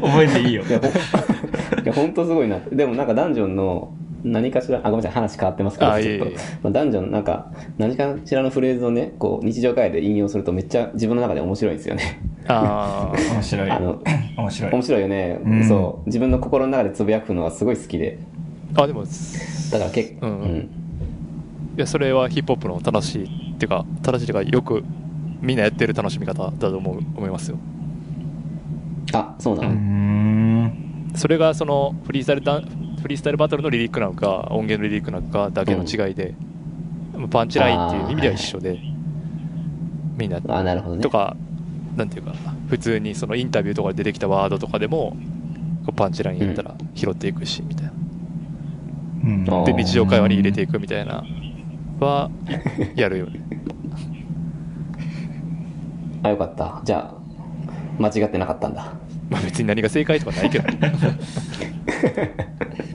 S3: 覚えていいよ。
S2: いやほんいや本当すごいなでもなんかダンジョンの何かしらあごめんなさい話変わってますけど
S1: あいえ
S2: ち
S1: いえ
S2: ょっと、まあ、ダンジョンなんか何かしらのフレーズをねこう日常会話で引用するとめっちゃ自分の中で面白いんですよね
S1: あー
S3: 面白い
S2: あの。
S3: 面白い
S2: 面。白いよね、
S3: うん
S2: そう自分の心の中でつぶやくのがすごい好きで
S1: あでも
S2: だから結構、
S1: うん
S2: う
S1: うん
S2: ん、
S1: いやそれはヒップホップの正しいっていうか正しいっていうかよくみんなやってる楽しみ方だと思う思いますよ
S2: あそうなの、
S1: う
S3: うん。
S1: それがそのフリースタイルダンフリースタイルバトルのリリックなのか音源のリリックなのかだけの違いで、パンチラインっていう意味では一緒で、みんな
S2: あなるほどね
S1: とか、なんていうか普通にそのインタビューとかで出てきたワードとかでもこうパンチラインやったら拾っていくし、みたいな
S3: うん
S2: あー
S1: で日常会話に入れていくみたいなはやるよね
S2: あよかったじゃあ間違ってなかったんだ
S1: まあ別に何が正解とかないけどね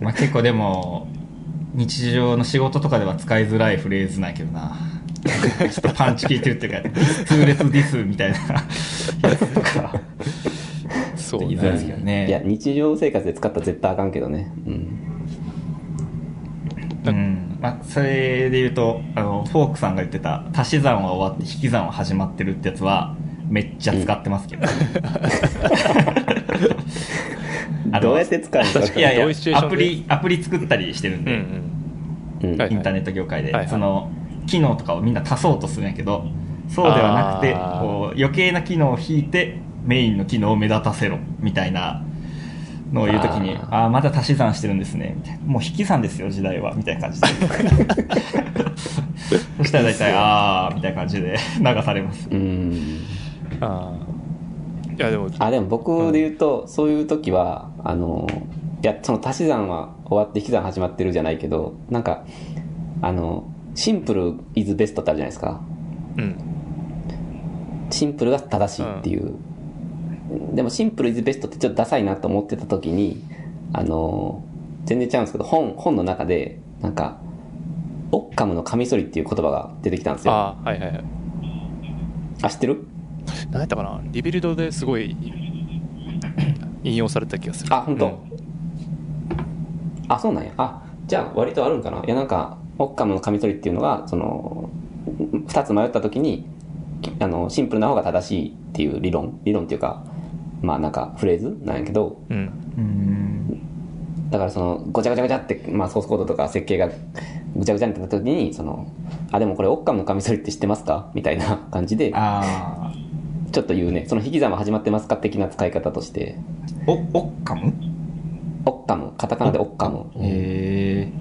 S3: まあ、結構でも日常の仕事とかでは使いづらいフレーズなんやけどなちょっとパンチ効いてるっていうか痛烈ディスみたいなやつとか
S1: そう
S3: 言いづ
S1: ね
S3: らいですけど
S2: いや
S3: ね
S2: 日常生活で使ったら絶対あかんけどねうん
S3: うんまあ、それで言うとあのフォークさんが言ってた足し算は終わって引き算は始まってるってやつはめっちゃ使ってますけど、あの
S2: どうやって使うんですか
S3: いや
S1: どういうシチ
S3: い
S1: ュエーシ
S3: や
S1: ョ
S3: ア
S1: ンで
S3: プリアプリ作ったりしてるん
S1: うん
S3: で、
S2: うん
S1: はい
S3: インターネット業界で、
S1: はいはい
S3: その機能とかをみんな足そうとするんやけどそうではなくて
S1: あー
S3: こう余計な機能を引いてメインの機能を目立たせろみたいなのを言うときに
S2: あー
S3: ああーまだ足し算してるんですねみたいなもう引き算ですよ時代はみたいな感 じでそしたら大体ああみたいな感じで流されます
S2: うん
S1: うんあーいやでも
S2: あでも僕で言うと、そういう時はあのいやその足し算は終わって引き算始まってるじゃないけどなんかあのシンプルイズベストってあるじゃないですか
S1: うん
S2: シンプルが正しいっていう、でもシンプルイズベストってちょっとダサいなと思ってた時にあの全然違うんですけど本本の中でなんか「オッカムのカミソリ」っていう言葉が出てきたんですよあ
S1: ああはいはいはい
S2: 知ってる
S1: 何やったかなリビルドですご い引用された気がする
S2: あ本当、
S1: うん
S2: あそうなんやあじゃあ割とあるんかないやなんかオッカムのカミソリっていうのがその2つ迷った時にあのシンプルな方が正しいっていう理論理論っていうかまあなんかフレーズなんやけど
S1: うん
S3: うん
S2: だからそのごちゃごちゃごちゃって、まあ、ソースコードとか設計がぐちゃぐちゃになった時にそのあでもこれオッカムのカミソリって知ってますかみたいな感じで
S3: ああ
S2: ちょっと言うねその引き算は始まってますか的な使い方として
S3: おオッカム
S2: オッカムカタカナでオッカム
S3: へえ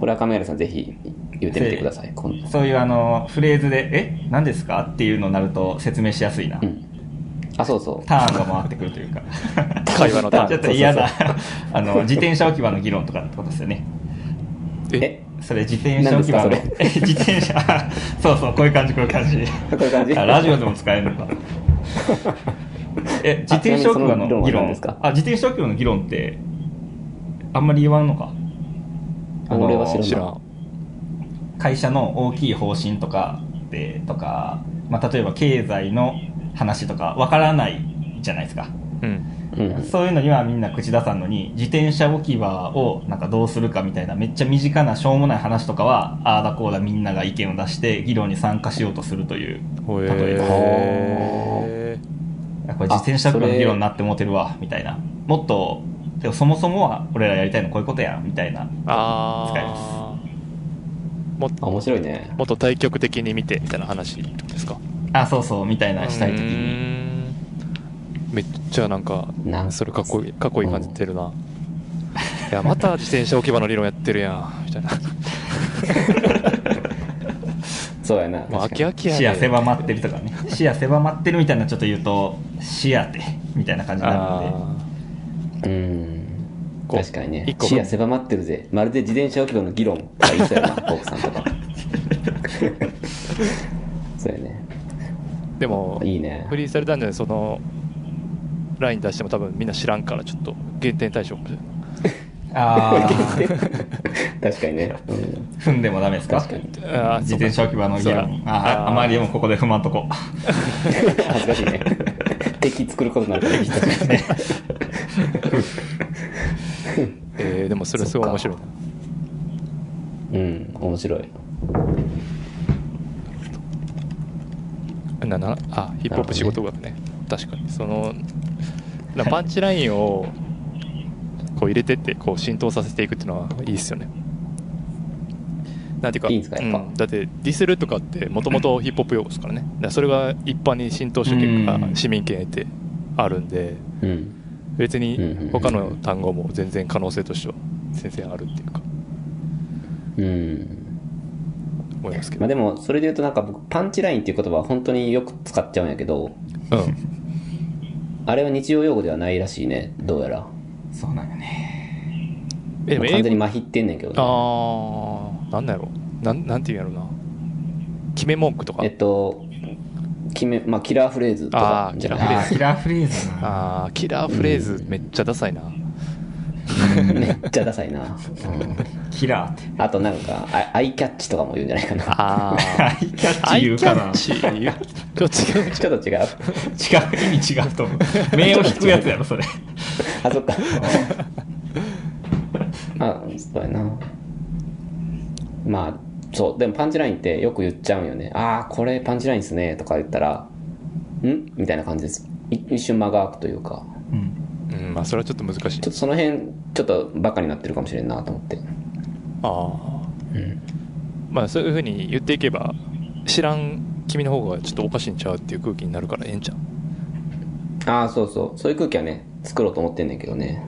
S2: これは亀原さんぜひ言ってみてください今度
S3: そういうあのフレーズで「え何ですか?」っていうのになると説明しやすいな、
S2: うんあそうそう
S3: ターンが回ってくるというか
S1: 会話のターン
S3: ちょっと嫌なあの自転車置き場の議論とかってことですよね
S2: え
S3: それ自転車置き場の
S2: 何です
S3: え 自転車そうそうこういう感じこういう感 じ
S2: こういう感じ
S3: あラジオでも使えるのかえ自転車置き場の
S2: あちなみにその
S3: 議
S2: 議論は何
S3: 論
S2: ですか
S3: あ自転車置き場の議論ってあんまり言わんのかあの
S2: 俺は知らん
S1: 知らん
S3: 会社の大きい方針とかでとか、まあ、例えば経済の話とかわからないじゃないですか
S1: うん
S2: うん
S3: そういうのにはみんな口出さんのに自転車置き場をなんかどうするかみたいなめっちゃ身近なしょうもない話とかはああだこうだみんなが意見を出して議論に参加しようとするという
S1: ほえ
S3: 例えば
S1: へ
S3: あこれ自転車置き場の議論になってもうてるわみたいなもっとでもそもそもは俺らやりたいのこういうことやんみたいな
S1: ーあ
S3: 使い
S1: あも
S2: あ面白いね
S1: もっと対極的に見てみたいな話ですか
S3: あそうそうみたいなしたい時
S1: う
S3: に
S1: ーんめっちゃなんか
S2: なんか
S1: それかっこいいかっこいい感じてるな、いやまた自転車置き場の理論やってるやんみたいな
S2: そうやな
S1: もう飽き飽きや
S3: 視
S1: ね
S3: 野狭まってるとかね視野狭まってるみたいなちょっと言うと視野てみたいな感じになるん
S1: あ
S3: で
S2: うん
S1: こう
S2: 確かにね
S1: 一個
S2: 視野狭まってるぜまるで自転車置き場の議論とか言いそうやなコークさんとか そうやね
S1: ーでも
S2: いいね
S1: フリースタイルダンジョンでそのライン出しても多分みんな知らんからちょっと減点対象かもしれない
S3: あ ー
S2: 確かにね、うん
S3: 踏んでもダメですか
S2: 確かに
S1: あー
S3: 自転車置き場の議
S1: そう
S3: 論
S1: だ
S3: あ
S1: あー
S3: あまりでもここで踏ま んとこ
S2: 恥ずかしいね 敵作ることになるから人たちね
S1: えーでもそれすごい面白いな
S2: うん面白い
S1: ななあヒップホップ仕事学ね確かにそのなパンチラインをこう入れてってこう浸透させていくっていうのはいいっすよねなんていうか
S2: いいんですかやっぱ
S1: うん、だってディスルとかってもともとヒップホップ用語ですからねだからそれが一般に浸透した結
S3: う
S1: 果
S3: ん
S1: 市民権得てあるんで
S2: うん。
S1: 別
S2: うんうんう
S1: に
S2: ん
S1: 他の単語も全然可能性としては全然あるっていうか
S2: うん。
S1: 思いますけ
S2: ま
S1: ど、
S2: あでも、それで言うとなんか僕、パンチラインっていう言葉は本当によく使っちゃうんやけど、
S1: うん、
S2: あれは日常用語ではないらしいね、どうやら。
S3: そうなんよね。
S1: えでも
S2: まあ
S1: 英
S2: 完
S1: 語
S2: 全に麻痺ってんねんけどね、
S1: ああなんだろうなんなんていうんやろうな決め文句とか
S2: えっと、決め、まあ、キラーフレーズとか
S1: あー
S2: じゃない
S3: あーキラーフレーズな。
S1: ああキラーフレーズめっちゃダサいな、
S2: めっちゃダサいな。
S3: キラーって。
S2: あとなんか、あアイキャッチとかも言うんじゃないかな。
S1: あ
S3: ア
S1: あ
S3: イキャッ
S1: ア
S3: チ言
S1: イ
S3: う
S1: キ
S3: か
S1: ャ
S3: な
S1: ッ。チ言うちょっと違 う
S2: ちょっと違う。
S3: 違う、意味違うと思 う。目を引くやつやろ、それ。
S2: あ、そっか。あ、そうやな。まあ、そう。でもパンチラインってよく言っちゃうんよね。ああ、これパンチラインっすね。とか言ったら、んみたいな感じです。い一瞬間が空くというか。
S3: うん。
S1: うんまあそれはちょっと難しい
S2: ちょっとその辺、ちょっとバカになってるかもしれんなと思って。
S1: ああ
S2: うん。
S1: まあそういうふうに言っていけば知らん君の方がちょっとおかしいんちゃうっていう空気になるからええんちゃう
S2: ああ、そうそう。そういう空気はね、作ろうと思ってんねんけどね。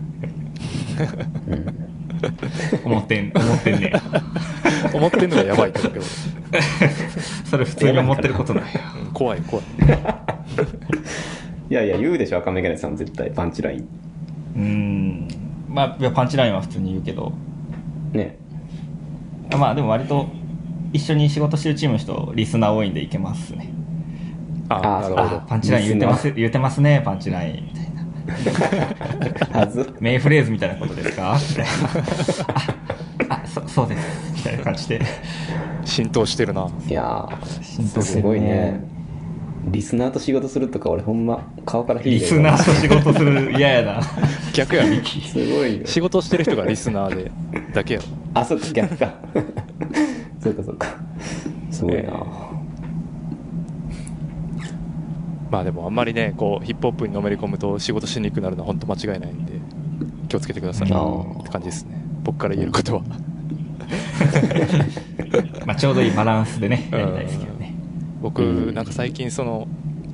S3: 思ってん、思ってんね や。
S1: 思ってんのがやばいと 思うけど、
S3: それ普通に思ってることないよ。
S1: うん怖い怖い
S2: いやいや、言うでしょ、赤目ガネさん絶対、パンチライン。
S3: うーん。まあ、いやパンチラインは普通に言うけど。
S2: ね。
S3: まあ、でも割と、一緒に仕事してるチームの人、リスナー多いんでいけますね。
S1: ああ
S2: あ
S1: な
S2: ー
S1: るほ
S3: あ
S1: ど
S3: パンチライン言ってます、言ってますね、パンチライン。みたいな。
S2: はず
S3: 名フレーズみたいなことです かみたいな。あ、あそそうです。みたいな感じで。
S1: 浸透してるない
S2: や
S3: 浸
S2: ー、
S3: 透し
S2: す
S3: てるね
S2: ごいね。リスナーと仕事するとか、俺ほんま、顔から火
S3: リ
S2: 出
S3: ス
S2: るわ
S3: ナーと仕事する、嫌やな。
S1: 逆 やろ
S2: すごいよ。
S1: 仕事してる人がリスナーでだけやろ
S2: あ、そっか、逆 か。そうか、そうか。すごいな。
S1: まあでもあんまりねこうヒップホップにのめり込むと仕事しにくくなるのは本当間違いないんで気をつけてください
S2: あ
S1: っ
S2: ー
S1: て感じですね僕から言えることは
S3: まあ、ちょうどいいバランスでね、やりたいですけどね。
S1: 僕
S2: うん
S1: なんか最近その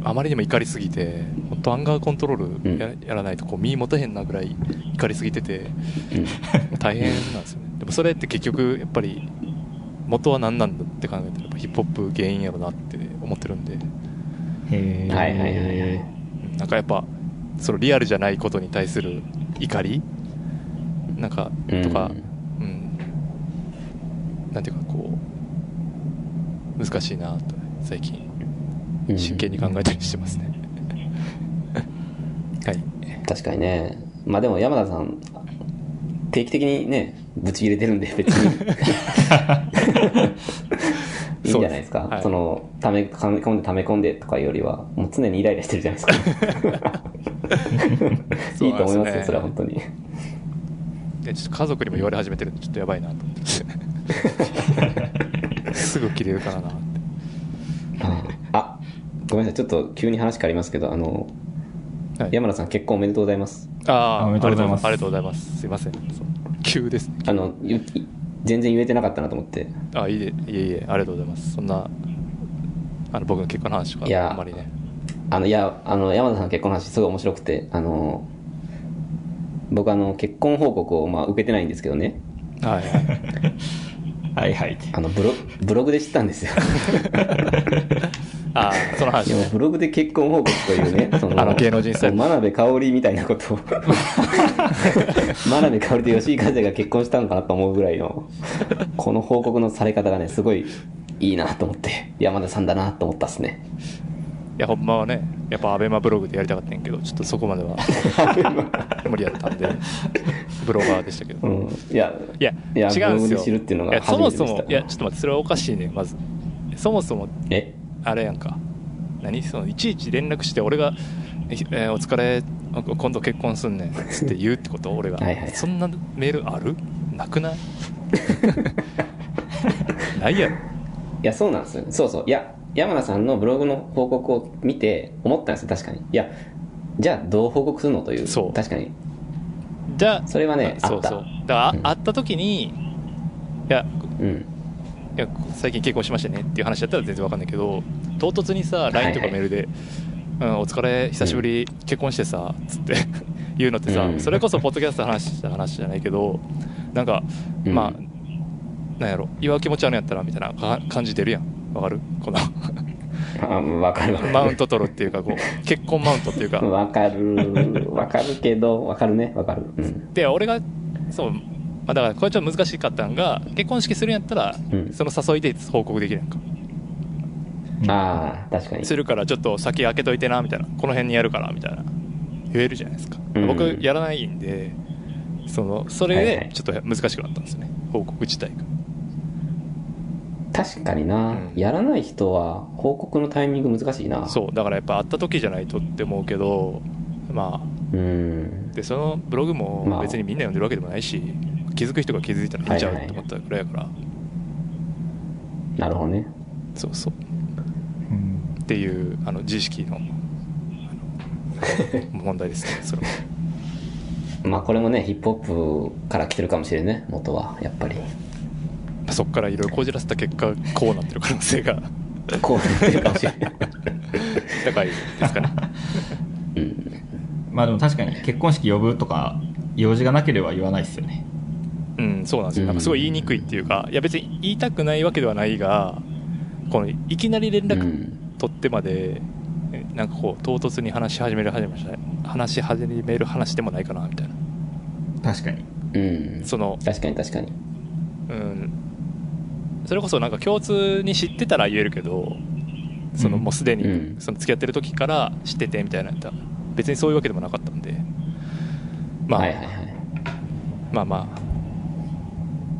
S1: あまりにも怒りすぎて本当アンガーコントロールや,、
S2: う
S1: やらないとこう身持てへんなぐらい怒りすぎてて
S2: うん
S1: 大変なんですよねでもそれって結局やっぱり元は何なんだって考えたらやっぱヒップホップ原因やろなって思ってるんで
S3: へー
S2: はいはいはいはい
S1: なんかやっぱそのリアルじゃないことに対する怒りなんか
S2: うん
S1: とか、うんなんていうかこう難しいなと最近
S2: うん
S1: 真剣に考えたりしてます ね、はい
S2: 確かにね。まあでも、山田さん、定期的にね、ぶち切れてるんで、別 に。いいんじゃないですか。
S1: そう
S2: そ,、
S1: ですはい
S2: の、ため、溜め込んで、溜め込んでとかよりは、もう常にイライラしてるじゃない ですか。いいと思いますよ、それは本当に。
S1: でちょっと家族にも言われ始めてるんでちょっとやばいなと思って すぐ切れるからなって
S2: あ、ごめんなさい、ちょっと急に話変わりますけど、あの、
S1: はい
S2: 山田さん結婚おめでとうございます。
S1: あー
S3: おめでとうございます
S1: ありがとうございますすいませんそう急ですね
S2: あの、ゆ全然言えてなかったなと思って。
S1: あいいえいえいえありがとうございますそんなあの僕の結婚の話と
S2: いや
S1: かあんまりね
S2: あの、いや、あの、山田さんの結婚の話すごい面白くて、あの、僕あの、結婚報告をまあ受けてないんですけどね、
S1: はいはい
S3: はいはいって。
S2: あの、ブロブログで知ったんですよ。
S1: あーその話
S2: でも
S1: ね
S2: ブログで結婚報告という ね、その、
S1: あの芸能人スタイル
S2: 真鍋かおりみたいなこ とを、真鍋かおりと吉井風が結婚したのかなと思うぐらいの、この報告のされ方がね、すごいいいなと思って、山田さんだなと思ったっすね。
S1: いやほんまはねやっぱアベマブログでやりたかったんやけどちょっとそこまで は無理やったんでブロガーでしたけど、
S2: う
S1: い
S2: ん。いや、
S1: や
S2: いや
S1: 違うん
S2: ブログ
S1: で
S2: です知
S1: よ
S2: るっていうのが
S1: いやそもそ
S2: 初め
S1: もい
S2: てでした
S1: やちょっと待ってそれはおかしいねまずそもそも
S2: え
S1: あれやんか何そのいちいち連絡して俺が「ええーお疲れ今度結婚すんねん」つって言うってこと 俺が
S2: はいはい
S1: そんなメールあるなくない ないやろ
S2: いや、そうなんですよ。そうそう。いや、山田さんのブログの報告を見て思ったんですよ、確かに。いや、じゃあどう報告するのという。
S1: そう
S2: 確かに。
S1: じゃあ
S2: それはね
S1: あそうそう
S2: あっ
S1: だから、あ
S2: うん
S1: 会った時にいや
S2: うん。
S1: いや最近結婚しましたねっていう話だったら全然わかんないけど唐突にさ LINE とか
S2: はいはい
S1: メールで「うん、お疲れ久しぶり、結婚してさ」っつって 言うのってさ、
S2: うん
S1: それこそポッドキャストの話した話じゃないけどなんか、
S2: うん
S1: まあなんやろ祝う気持ちあるんやったらみたいなか感じ出るやんわかるこ の
S2: あわかるわかる。
S1: マウント取るっていうかこう結婚マウントっていうか
S2: わかる。わかるけど、わかるね。わかる。うん。
S1: で俺がそう、まあ、だからこれちょっと難しかったんが結婚式するんやったら、
S2: うん
S1: その誘いで報告できるやんか
S2: ああ、確かに。
S1: するからちょっと先開けといてなみたいなこの辺にやるからみたいな言えるじゃないですか、
S2: うん
S1: 僕やらないんでそのそれ
S2: はいは
S1: で
S2: い
S1: ちょっと難しくなったんですよね報告自体が
S2: 確かにな、
S1: うん
S2: やらない人は報告のタイミング難しいな。
S1: そうだからやっぱ会った時じゃないとって思うけどまあ
S2: う。ん。
S1: でそのブログも別にみんな読んでるわけでもないし、気づく人が気づいたら見ちゃうと思ったぐらいやから、
S2: なるほどね。
S1: そうそう
S3: うん
S1: っていうあの自意識のあの問題ですねそれも
S2: まあこれもね、ヒップホップから来てるかもしれんね、元は。やっ ぱり。
S1: そこからいろいろこじらせた結果こうなってる可能性が
S2: こうなってるかもし れない。
S1: 高いですかね
S2: うん。
S3: まあでも確かに結婚式呼ぶとか用事がなければ言わないですよね
S1: うんそうなんですよなんかすごい言いにくいっていうかいや別に言いたくないわけではないがこのいきなり連
S2: う
S1: 絡
S2: ん。
S1: 取ってまで、えなんかこう唐突に話し始める始め話し始める話でもないかなみたいな
S3: 確かに
S2: うん。
S1: その
S2: 確かに確かに。
S1: うん、それこそなんか共通に知ってたら言えるけどその
S3: うん
S1: もうすで
S2: う
S1: に
S2: ん
S1: その付き合ってる時から知っててみたいなやったら別にそういうわけでもなかったんで、まあ
S2: はいはいはい。
S1: まあまあ、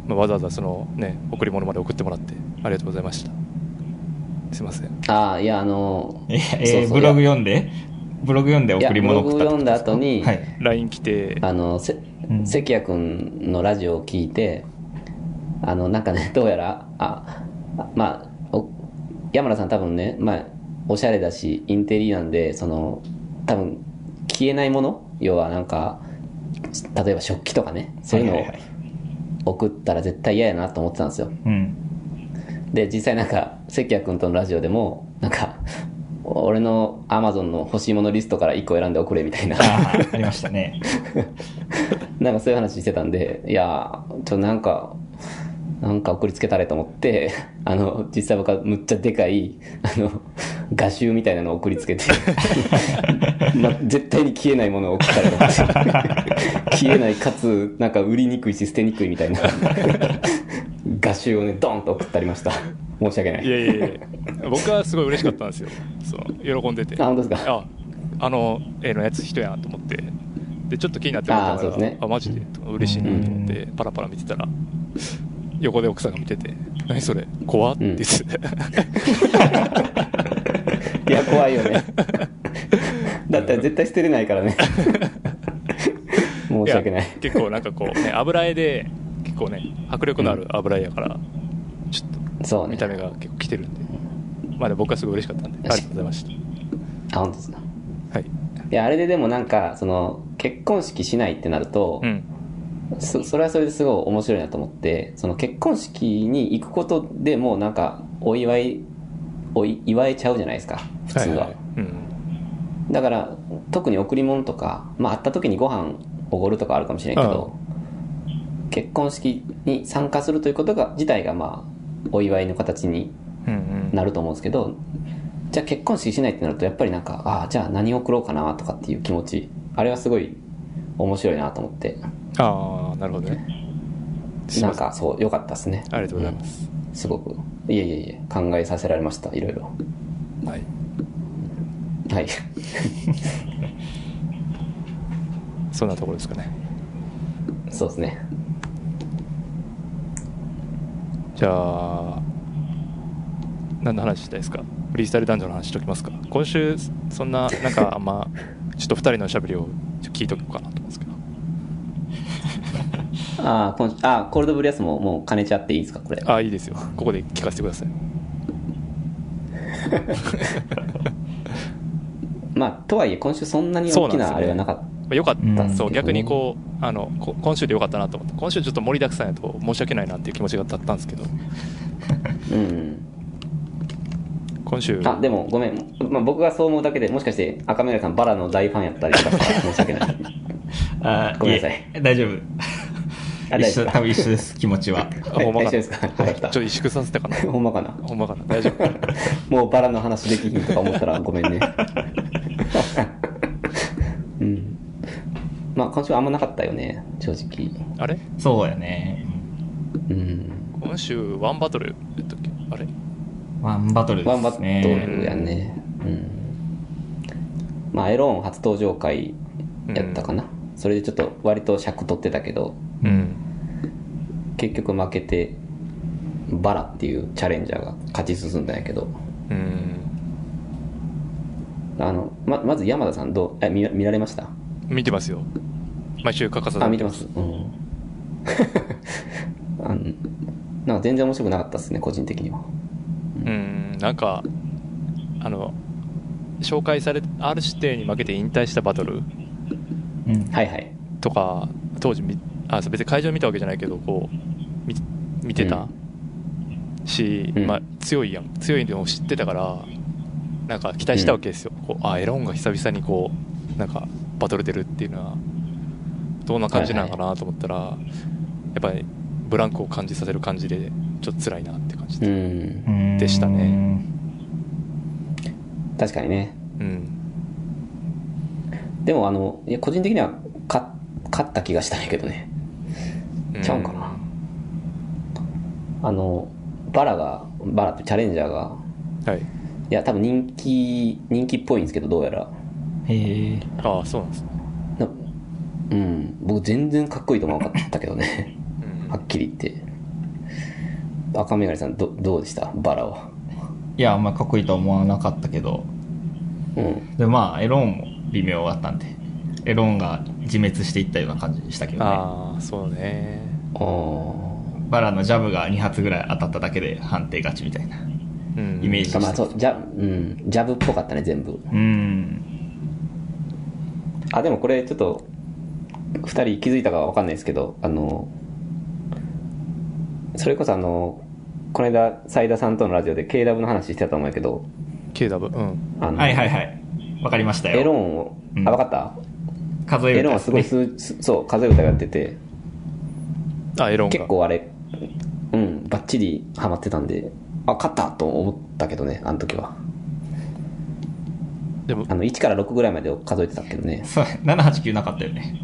S1: まあわざわざその、ね、贈り物まで送ってもらってありがとうございましたすいません
S2: ああ、いや、あの、
S3: え
S2: そう
S3: え
S2: そう
S3: ブログ読んでブログ読んで
S2: いや
S3: 贈り物を送った
S2: ブログ読んだ後に
S3: はい
S1: LINE 来て
S2: あの、せ
S3: うん
S2: 関谷くんのラジオを聞いて、あの、なんかね、 どうやら、あ、あまあ、お山田さん多分ね、まあ、おしゃれだし、インテリなんで、その、多分、消えないもの要はなんか、例えば食器とかね、そういうの
S3: は
S2: を
S3: ははい
S2: 送ったら絶対嫌やなと思ってたんですよ。
S3: うん
S2: で、実際なんか、関谷くんとのラジオでも、なんか、俺のアマゾンの欲しいものリストから1個選んで送れみたいな。
S3: ああありました ね
S2: なんかそういう話してたんで、いやー、ちょっとなんか、なんか送りつけたれと思って、あの、実際僕はむっちゃでかい、あの、画集みたいなのを送りつけて、 ま、絶対に消えないものを送ったれと思って、消えないかつ、なんか売りにくいし捨てにくいみたいな、画集をね、ドーンと送ったりました。申し訳ないい。
S1: やいやいや僕はすごい嬉しかったんですよその喜んでて
S2: あ、本当ですか。
S1: ああの絵のやつ人やなと思ってでちょっと気になってた
S2: あー
S1: か
S2: そう
S1: ら
S2: ですね
S1: あマジで嬉しいなと思ってパラパラ見てたら横で奥さんが見てて「何それ怖っ」って言ってて、
S2: いや、怖いよ ね。だったら絶対捨てれないからね。 申し訳ない
S1: や。結構なんかこうね油絵で結構ね迫力のある油絵やから、ちょっと
S2: そうね。
S1: 見た目が結構来てるんでまあで僕はすごい嬉しかったんでありがとうございました
S2: あ、本当ですか。
S1: はい
S2: いや、あれででもなんか、その、結婚式しないってなると
S1: う、ん
S2: そそれはそれですごい面白いなと思って、その結婚式に行くことでもうなんか、お祝い、おい祝えちゃうじゃないですか、普通は。
S1: いいうん
S2: だから、特に贈り物とか、まあ会った時にご飯おごるとかあるかもしれんけど、結婚式に参加するということが、自体がまあ、お祝いの形に
S1: うんうん
S2: なると思うんですけど、じゃあ結婚式しないってなると、やっぱりなんか、ああ、じゃあ何送ろうかなとかっていう気持ち、あれはすごい面白いなと思って、
S1: ああなるほどねすい
S2: な
S1: ま
S2: ん
S1: せん
S2: かそう、良かったですね。
S1: ありがとうございます、
S2: すごく。いえいえいえ、考えさせられました、いろいろ。
S1: はい
S2: はい。
S1: そんなところですかね
S2: そうですね。
S1: じゃあ、何の話したいですかフリースタイル男女の話しときますか今週、そんな、なんかあんま、ちょっと2人のおしゃべりをちょっと聞いとこうかなと思うんですけど。
S2: ああ、今週ああ、コールドブリアスももう兼ねちゃっていいですか、これ。
S1: ああ、いいですよ。ここで聞かせてください。
S2: まあ、とはいえ、今週そんなに
S1: そう
S2: 大
S1: なんですよね
S2: きなあれはなかっ
S1: まあ、よかった、
S3: うん
S1: そう逆にこうあのこ今週でよかったなと思って今週ちょっと盛りだくさんやと申し訳ないなっていう気持ちが立ったんですけど
S2: うん。
S1: 今週
S2: あ、でもごめん。まあ、僕がそう思うだけで、もしかして赤目さんバラの大ファンやったりとかしたら申し訳ない。
S3: あー
S2: ごめんなさい
S3: え大丈夫。
S2: あ大
S3: 一
S2: 丈夫
S3: 緒、
S2: か
S3: 多分一緒です、気持ちは。
S1: あほんまかな
S2: はい大丈夫ですかよかった
S1: ちょっと萎縮させたかな
S2: ほんまかな。
S1: ほんまかな大丈夫
S2: もうバラの話できひんとか思ったらごめんね。 うん。まあ今週はあんまなかったよね、正直。
S1: あれ
S3: そうやね。
S2: うん。
S1: 今週ワンバトルやったっけあれ
S3: ワンバトルで
S2: ワンバ
S3: す
S2: ト
S3: ね。
S2: ルやね。うん。まあエローン初登場会やったかな。それでちょっと割と尺取ってたけど、
S1: うん
S2: 結局負けて、バラっていうチャレンジャーが勝ち進んだんやけど、
S1: うん
S2: あの、ま、まず山田さんどう、え、見見られました
S1: 見てますよ毎週欠かさず
S2: あ、見てます。うん。 あのなんか全然面白くなかったですね、個人的には。
S1: うんなんかあの紹介され R 指定に負けて引退したバトル
S3: うん。
S2: はいはい。
S1: とか当時みあそう別に会場見たわけじゃないけどこう見見てたし、
S2: うん
S1: まあ、強いやん強いのを知ってたからなんか期待したわけですよ、こうあエロンが久々にこうなんかバトル出るっていうのはどんな感じなのかなと思ったら、やっぱりブランクを感じさせる感じでちょっと辛いなって感じ
S2: う
S1: で、
S2: ん。
S1: でしたね。
S2: 確かにね。
S1: うん、
S2: でも、あの、いや、個人的には、か、勝った気がしたんやけどね。ちゃうんかな。あの、バラが、バラってチャレンジャーが、
S1: はい
S2: いや、多分人気、人気っぽいんですけど、どうやら。
S3: へえ。
S1: ああそうなんですね、
S2: なうん。僕全然かっこいいと思わなかったけどね。
S1: うん
S2: はっきり言って。赤メガネさん、ど、どうでしたバラは。
S3: いや、あんまかっこいいとは思わなかったけど。
S2: うん。
S3: で、まあ、エロンも微妙だったんで。エロンが自滅していったような感じでしたけどね。
S1: ああそうね
S2: ああ。
S3: バラのジャブが2発ぐらい当たっただけで判定勝ちみたいな
S1: うん
S3: イメージで
S2: まあ
S3: した。
S2: そうジャ,、うん、ジャブっぽかったね全部
S3: うん。
S2: あでもこれちょっと2人気づいたかは分かんないですけどあのそれこそあのこの間斉田さんとのラジオで KW の話してたと思うんやけど
S1: KW うん
S2: あの、
S3: はいはいはい。わかりましたよ。
S2: エロンを、
S3: うん
S2: あ分かった
S3: 数える
S2: エロンはすごい数数そう数え歌やってて
S1: あエロンが
S2: 結構あれうんバッチリハマってたんであ勝ったと思ったけどねあの時は
S1: でも
S2: あの1から6ぐらいまでを数えてたけどね
S3: そう、789なかったよね。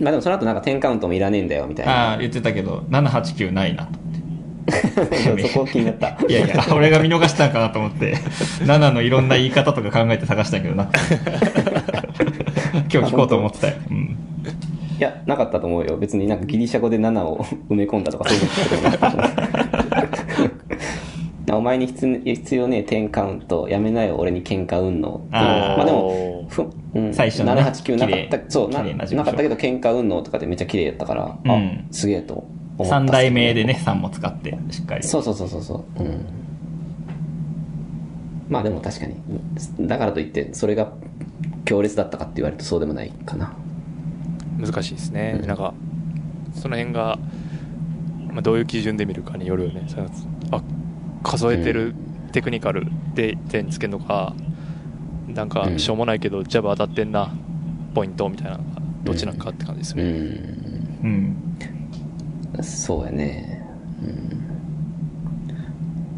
S2: まあでもその後なんか10カウントもいらねえんだよみたいな
S3: ああ、言ってたけど、789ないなと思
S2: そう そこ気になった
S3: って。いやいや、 俺が見逃したんかなと思って、7のいろんな言い方とか考えて探したけどな。今日聞こうと思ってたよ。うん。
S2: いや、なかったと思うよ。別になんかギリシャ語で7を 埋め込んだとかそういうことじゃなかったと思う お前に必要必要ねえ10カウント、やめなよ俺に喧嘩うんの。
S3: あー
S2: まあでも、ふうん、
S3: 最初のね
S2: 789なか
S3: 綺
S2: っ
S3: 麗
S2: た、そうな、
S3: 綺麗な
S2: な
S3: 事務所
S2: かったけど喧嘩うんのとかでめっちゃ綺麗やったから、あ
S3: うん
S2: すげえと思ったっすね
S3: 3代目で。ね、3も使って、しっかり。
S2: そうそうそうそうそう。うん。まあでも確かに、だからといって、それが強烈だったかって言われるとそうでもないかな。
S1: 難しいですね、
S2: うん
S1: なんかその辺が、まあ、どういう基準で見るかによるよねそのあ数えてるテクニカルで点つけるのかなんか
S2: うん
S1: しょうもないけどジャブ当たってんなポイントみたいなのがどっちなんかって感じです
S2: う
S1: ね、
S2: ん。
S3: うん。
S2: そうやね、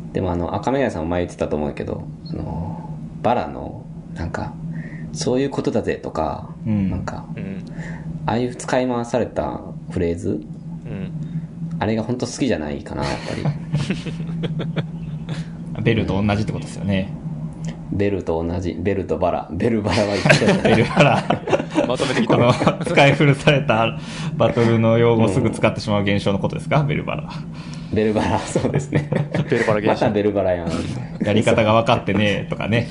S2: うん、でもあの赤目さんも前言ってたと思うけどあのバラのなんかそういうことだぜとか、
S3: うん
S2: なんか
S1: うん
S2: ああいう使い回されたフレーズ
S1: うん
S2: あれが本当好きじゃないかなやっぱ り
S3: ベルと同じってことですよね。
S2: ベルと同じベルとバラベルバラは一緒だ
S3: ベ
S2: ね
S3: ルから、
S1: まとめてき
S3: こ
S1: た
S3: の、使い古されたバトルの用語をすぐ使ってしまう現象のことですかベルバラ。
S2: ベルバラそうですね
S1: ベルバラ現象
S2: またベルバラやん
S3: やり方が分かってねとかね。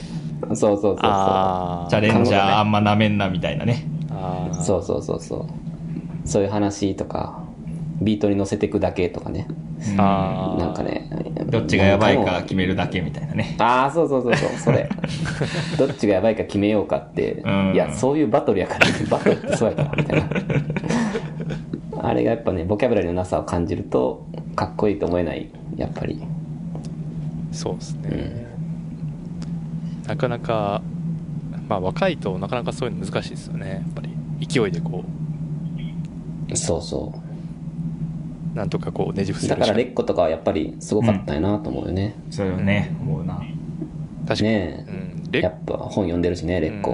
S2: そうそうそうそう
S1: あ
S3: チャ
S1: ー
S3: レンジャーあんまなめんなみたいなね。
S1: あー
S2: そうそうそうそうそういう話とかビートに乗せていくだけとかね。
S3: うん
S1: あー
S2: なんかね。
S3: どっちがやばい
S2: な
S3: か
S2: んも
S3: 決めるだけみたいなね。
S2: ああ、そうそうそうそう、それ。どっちがやばいか決めようかって、
S3: うん
S2: いや、そういうバトルやから、バトルってそうやから、みたいな。あれがやっぱね、ボキャブラリーのなさを感じると、かっこいいと思えない、やっぱり。
S1: そうです
S2: う
S1: ね、
S2: ん。
S1: なかなか、まあ、若いとなかなかそういうの難しいですよね、やっぱり勢いでこ
S2: そうそう。
S1: う、なんとかこうねじ伏せ
S2: だ
S1: る
S2: か
S1: し
S2: ら
S1: か
S2: レッコとかはやっぱりすごかったんやなと思うよね、
S3: それはね、思うな。
S1: 確かに、
S2: ね
S1: う
S2: え
S1: ん、レ
S2: やっぱ本読んでるしねレッコ、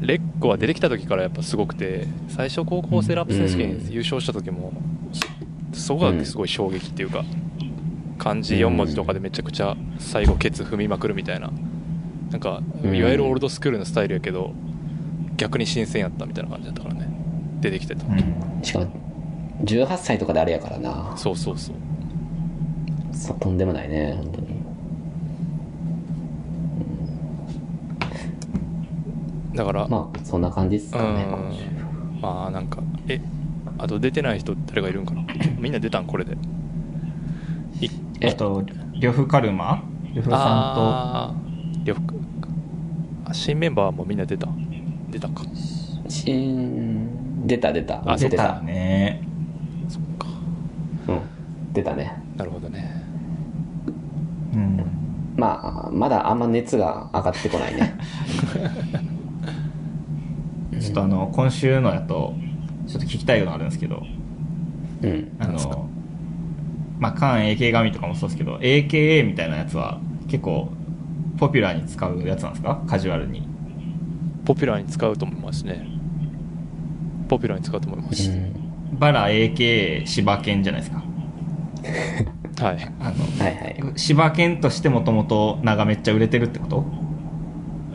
S1: うんレッコは出てきた時からやっぱすごくて最初高校生ラップ選手権
S2: うん
S1: 優勝した時もそそこがすごい衝撃っていうか漢字4文字とかでめちゃくちゃ最後ケツ踏みまくるみたいななんかい
S2: うん
S1: わゆるオールドスクールのスタイルやけど逆に新鮮やったみたいな感じだったからね出てきてた
S3: うん。
S2: しかも18歳とかであれやからな
S1: そうそうそう
S2: そうとんでもないね本当に
S1: だから
S2: まあそんな感じっすかね
S1: うんまあなんかえあと出てない人誰がいるんかなみんな出たんこれでい
S2: え
S3: あと、呂布カルマ呂布さ
S1: あー呂布かあ新メンバーはもうみんな出た出たか
S2: 新出た出た
S1: あ
S3: んと出たね。
S1: そっか
S2: うん出たね
S1: なるほどね
S3: うん。
S2: まあまだあんま熱が上がってこないね
S3: ちょっとあの、今週のやと、ちょっと聞きたいのあるんですけど、
S2: うん
S3: あ
S1: 何ですか
S3: の、まあ、缶 AK 神とかもそうですけど、AKA みたいなやつは結構ポピュラーに使うやつなんですかカジュアルに。
S1: ポピュラーに使うと思いますねポピュラーに使うと思います、
S2: うん
S3: バラ AKA 柴犬じゃないですか。
S1: はい
S3: あの、
S2: はいはい
S3: 柴犬としてもともと名がめっちゃ売れてるってこと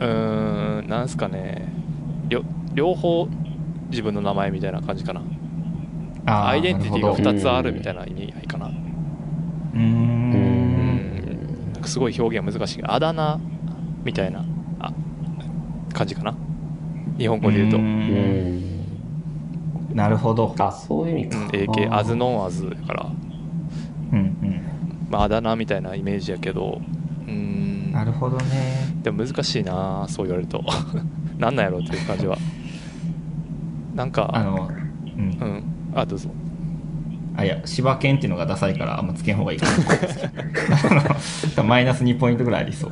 S1: うーんなんすかねりょ両方自分の名前みたいな感じかな
S3: あー
S1: アイデンティティ
S3: な
S1: が
S3: るほど
S1: 2つあるみたいな意味合いかな
S3: う
S1: う
S3: ー。
S1: んんなんかすごい表現難しいあだ名みたいなあ感じかな日本語で言うと
S2: うん
S3: なるほど。
S2: あそういう意味
S1: うん
S2: か、
S1: AK
S3: あー
S1: アズノンアズだから、
S3: うん
S1: まあ、あだ名みたいなイメージやけどうー
S3: うんん。なるほどね。
S1: でも難しいなそう言われると なんなんやろうっていう感じはなんか
S3: あの、うん
S1: う。んあ どうぞ
S3: あ、いや、柴犬っていうのがダサいからあんまつけん方がいい かなと思うんですけどあのマイナス2ポイントぐらいあり そう。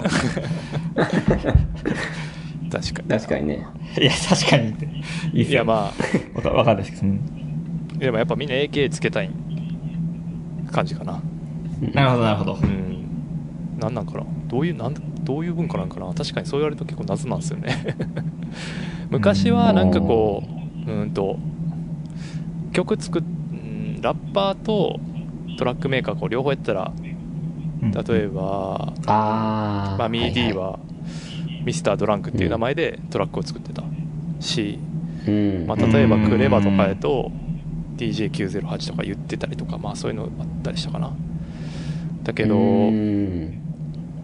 S1: 確かに
S2: 確かにね
S3: いや、確かにって。いいっす
S1: いや
S3: よ。
S1: ま
S3: わかわかんないですけど。うん
S1: あでもやっぱみんな AK つけたい感じかな
S3: なるほど、なるほど
S1: う。んなんなんかなどういうなんどういう文化なんかな確かにそう言われると結構謎なんですよね 昔はなんかこううんと曲作っうんラッパーとトラックメーカーこう両方やったら
S3: うん
S1: 例えば、
S2: ああ
S1: まあ、ミー D
S2: い
S1: はミスタードランクっていう名前でトラックを作ってたし、
S2: いうん
S1: まあ、例えばクレバとかやと DJ908 とか言ってたりとか、まあ、そういうのあったりしたかなだけど、
S2: うん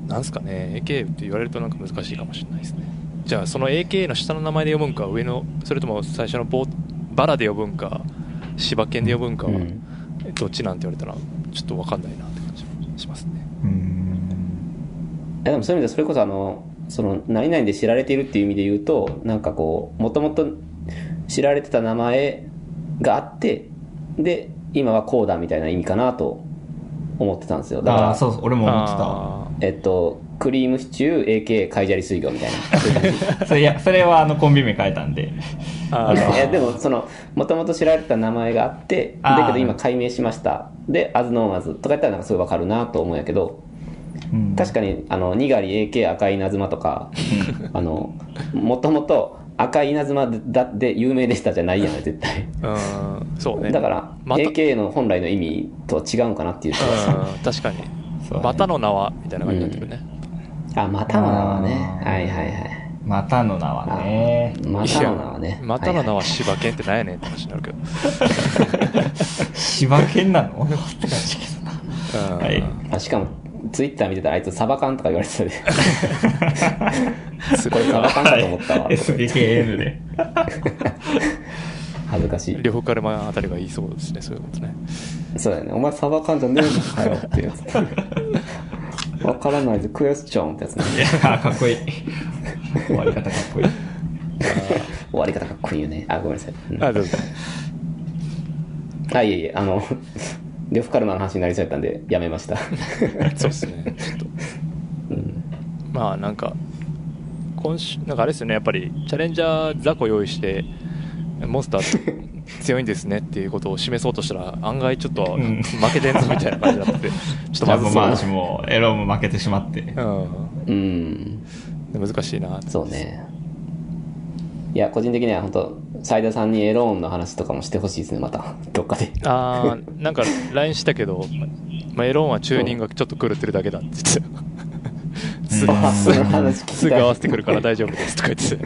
S1: なんすかね AK って言われるとなんか難しいかもしれないですねじゃあその AK の下の名前で呼ぶんか上のそれとも最初のボバラで呼ぶんか柴犬で呼ぶんかは、
S2: うん
S1: どっちなんて言われたらちょっと分かんないなって感じはしますね
S3: うん。
S2: いやでもそういう意味でそれこそあのその何々で知られているっていう意味で言うとなんかこうもともと知られてた名前があってで今はこうだみたいな意味かなと思ってたんですよだか
S3: ああ、
S2: ら
S3: そうそう、俺も思ってたわ。
S1: あ
S2: えっとクリームシチュー AK カイジャリ水魚みたいなそういう感じ
S3: それいやそれはあのコンビ名変えたんで
S1: ーあ
S2: い
S1: ー
S2: やでもそのもともと知られてた名前があって
S3: あー
S2: だけど今改名しましたでアズノンアズとかやったらなんかすごいわかるなと思うんやけど確かにあのにがり AK 赤い稲妻とかあのもともと赤い稲妻だって有名でしたじゃないやん絶対
S1: うんそうね
S2: だから、
S1: また
S2: AK の本来の意味とは違うんかなっていう気がする
S1: うん確かに
S3: そうね
S1: またの名はみたいな感じになってるね、
S2: あまたの名はね
S3: あー
S2: はいはいはい
S3: またの名はね
S2: またの名はね
S1: いやまたの名
S2: は
S1: は柴犬ってなんやねんって話になるけど、
S3: 柴犬なのって感じけどな
S1: うん
S3: はい
S2: いはいあしかもツイッター見てたらあいつサバ缶とか言われてたで
S1: つ
S2: これサバ缶かと思ったわ
S3: SBKN で
S2: 恥ずかしい
S1: 両方からまああたりがいいそうですねそういうことね
S2: そうだよねお前サバ缶じゃねえのかよってや つわからないでクエスチョンってやつね
S3: いやーかっこ いい。終わり方かっこいい。
S2: 終わり方かっこいいよねあごめんなさい、うん
S1: あどうぞ
S2: あいえいえあの呂布カルマの話になりそうやったんでやめました
S1: そうですねちょっと
S2: うん
S1: まあなんか今週なんかあれですよねやっぱりチャレンジャー雑魚用意してモンスター 強いんですねっていうことを示そうとしたら案外ちょっと
S3: うん
S1: 負けてんぞみたいな感じにな っててちょっと
S3: ま
S1: ま
S3: ず
S1: ず
S3: も
S1: そうう
S3: 私もエロも負けてしまって。
S2: うん
S1: うん、難しいなって
S2: そうねいや個人的には本当斉田さんにエローンの話とかもしてほしいですねまたどっかで
S1: あーなんか LINE したけど、まあ、エロンはチューニングがちょっと狂ってるだけだって言ってたよすぐ
S3: あ
S2: その話聞きたい
S1: すぐ合わせてくるから大丈夫ですとか言って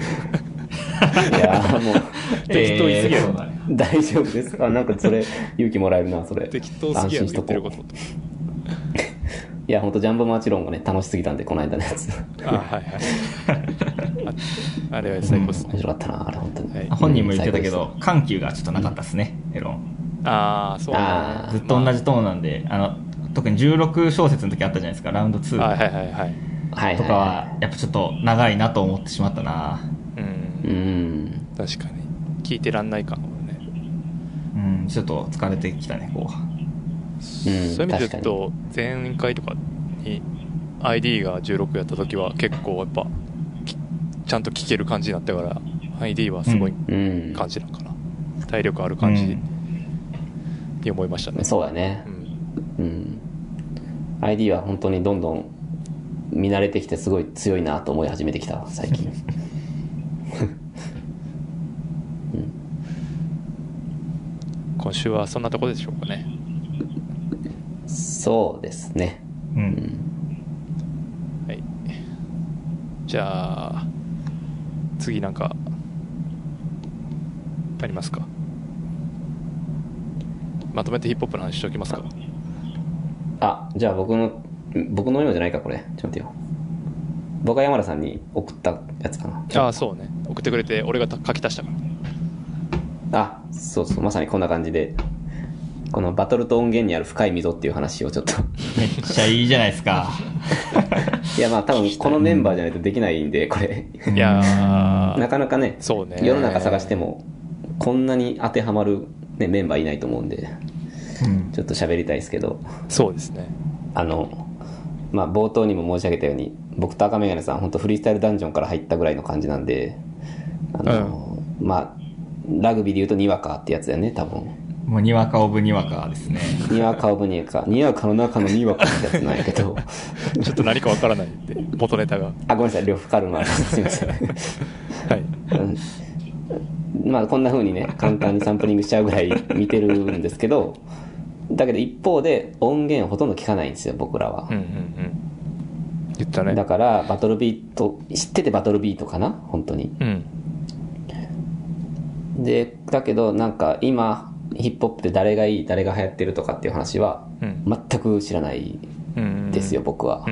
S1: て
S2: いやーもう
S1: 適当すぎる
S3: えーそうだね
S2: 大丈夫ですあなんかそれ勇気もらえるなそれ
S1: 適当すぎやろ
S2: 安心し
S1: 言
S2: と
S1: ってるこ
S2: ことういや本当ジャンボマーチロンがね楽しすぎたんでこの間のやつ
S1: あーはいはいああれは最高ですね、
S2: 面白かったなあれ本当に、
S1: はい
S3: 本人も言ってたけど、緩急がちょっとなかったですね、エロン。
S1: ああそう
S2: あー
S1: ね
S3: ずっと同じトーンなんで、あの、特に16小節の時あったじゃないですか、ラウンド2。
S1: まあはいはいはいはい
S2: はいはい
S3: とかは、やっぱちょっと長いなと思ってしまったな
S1: う
S2: うんん
S1: 確かに聞いてらんない感はね、
S3: うん、ちょっと疲れてきたね、こ
S1: そういう意味で言うと前回とかに ID が16やった時は結構やっぱきちゃんと聞ける感じになったから ID はすごい
S2: うん
S1: 感じなんかな、体力ある
S3: う。
S1: 感じ
S3: うん
S1: に思いましたね、
S2: そうだね
S1: うん
S2: うん ID は本当にどんどん見慣れてきてすごい強いなと思い始めてきた最近
S1: 今週はそんなとこでしょうかね
S2: そうですね
S3: うん。
S1: はいじゃあ次なんかありますかまとめてヒップホップの話しておきますか
S2: あじゃあ僕の僕のメモじゃないかこれちょっと待ってよ僕は山田さんに送ったやつかな
S1: ああそうね送ってくれて俺がた書き足したから
S2: あそうそうまさにこんな感じでこのバトルと音源にある深い溝っていう話をちょっと
S3: めっちゃいいじゃないです か。
S2: いやまあ多分このメンバーじゃないとできないんでこれ
S1: いやー
S2: なかなかね
S1: そうね
S2: 世の中探してもこんなに当てはまる、ね、メンバーいないと思うんで
S3: うん
S2: ちょっと喋りたいですけど
S1: そうですね
S2: あのまあ冒頭にも申し上げたように僕と赤眼鏡さん本当フリースタイルダンジョンから入ったぐらいの感じなんであの、まあラグビーで言うとにわかってやつだよね多分
S3: もうにわかオブにわかですね。
S2: にわかオブにわか。にわかの中のにわかってやつなんやけど。
S1: ちょっと何かわからないっ て元ネタが
S2: あ、ごめんなさい、呂布カルマです。すいません。
S1: はい
S2: うんまあ、こんな風にね、簡単にサンプリングしちゃうぐらい見てるんですけど、だけど一方で音源をほとんど聞かないんですよ、僕らは
S1: うんう。んうん言ったね
S2: だから、バトルビート、知っててバトルビートかな本当に。
S1: うん
S2: で、だけどなんか今、ヒップホップで誰がいい、誰が流行ってるとかっていう話は、
S1: うん
S2: 全く知らない
S1: うん
S2: ですよ、僕は
S1: う。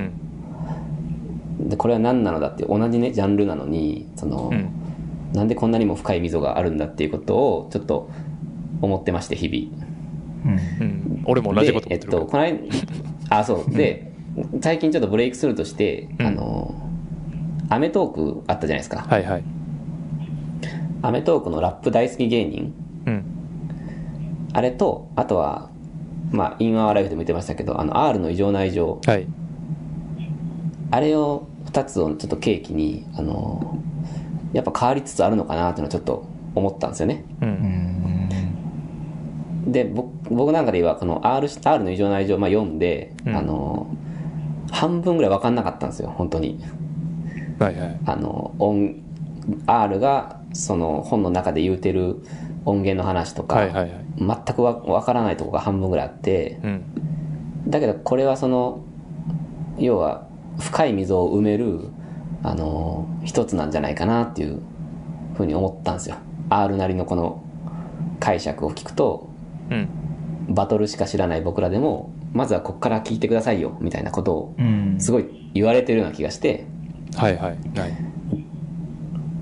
S1: ん
S2: でこれは何なのだって同じねジャンルなのにその、
S1: うん
S2: なんでこんなにも深い溝があるんだっていうことをちょっと思ってまして日々
S3: うん。
S1: うん俺も同じこと
S2: でえ
S1: 思っるけど
S2: ってとこの間あそうで最近ちょっとブレイクスルーとして、
S1: うん
S2: あのアメトークあったじゃないですか、
S1: はいはい
S2: アメトークのラップ大好き芸人
S1: うん
S2: あれとあとはまあインアワーライフでも言ってましたけどあの R の異常な異常
S1: はい
S2: あれを2つをちょっと契機にあのやっぱ変わりつつあるのかなっていうのをちょっと思ったんですよね
S1: う
S3: うんん。
S2: で僕僕なんかではこの R, R の異常な異常、まあ、読んで、
S1: うん
S2: あの半分ぐらい分かんなかったんですよ本当に
S1: はいはい
S2: あの音 R がその本の中で言うてる音源の話とか、
S1: はいはいはい
S2: 全くわ分からないとこが半分ぐらいあって
S1: うん
S2: だけどこれはその要は深い溝を埋めるあの一つなんじゃないかなっていうふうに思ったんですよ R なりのこの解釈を聞くと
S1: うん
S2: バトルしか知らない僕らでもまずはこっから聞いてくださいよみたいなことを
S3: うん。
S2: すごい言われてるような気がして
S1: はいはいはい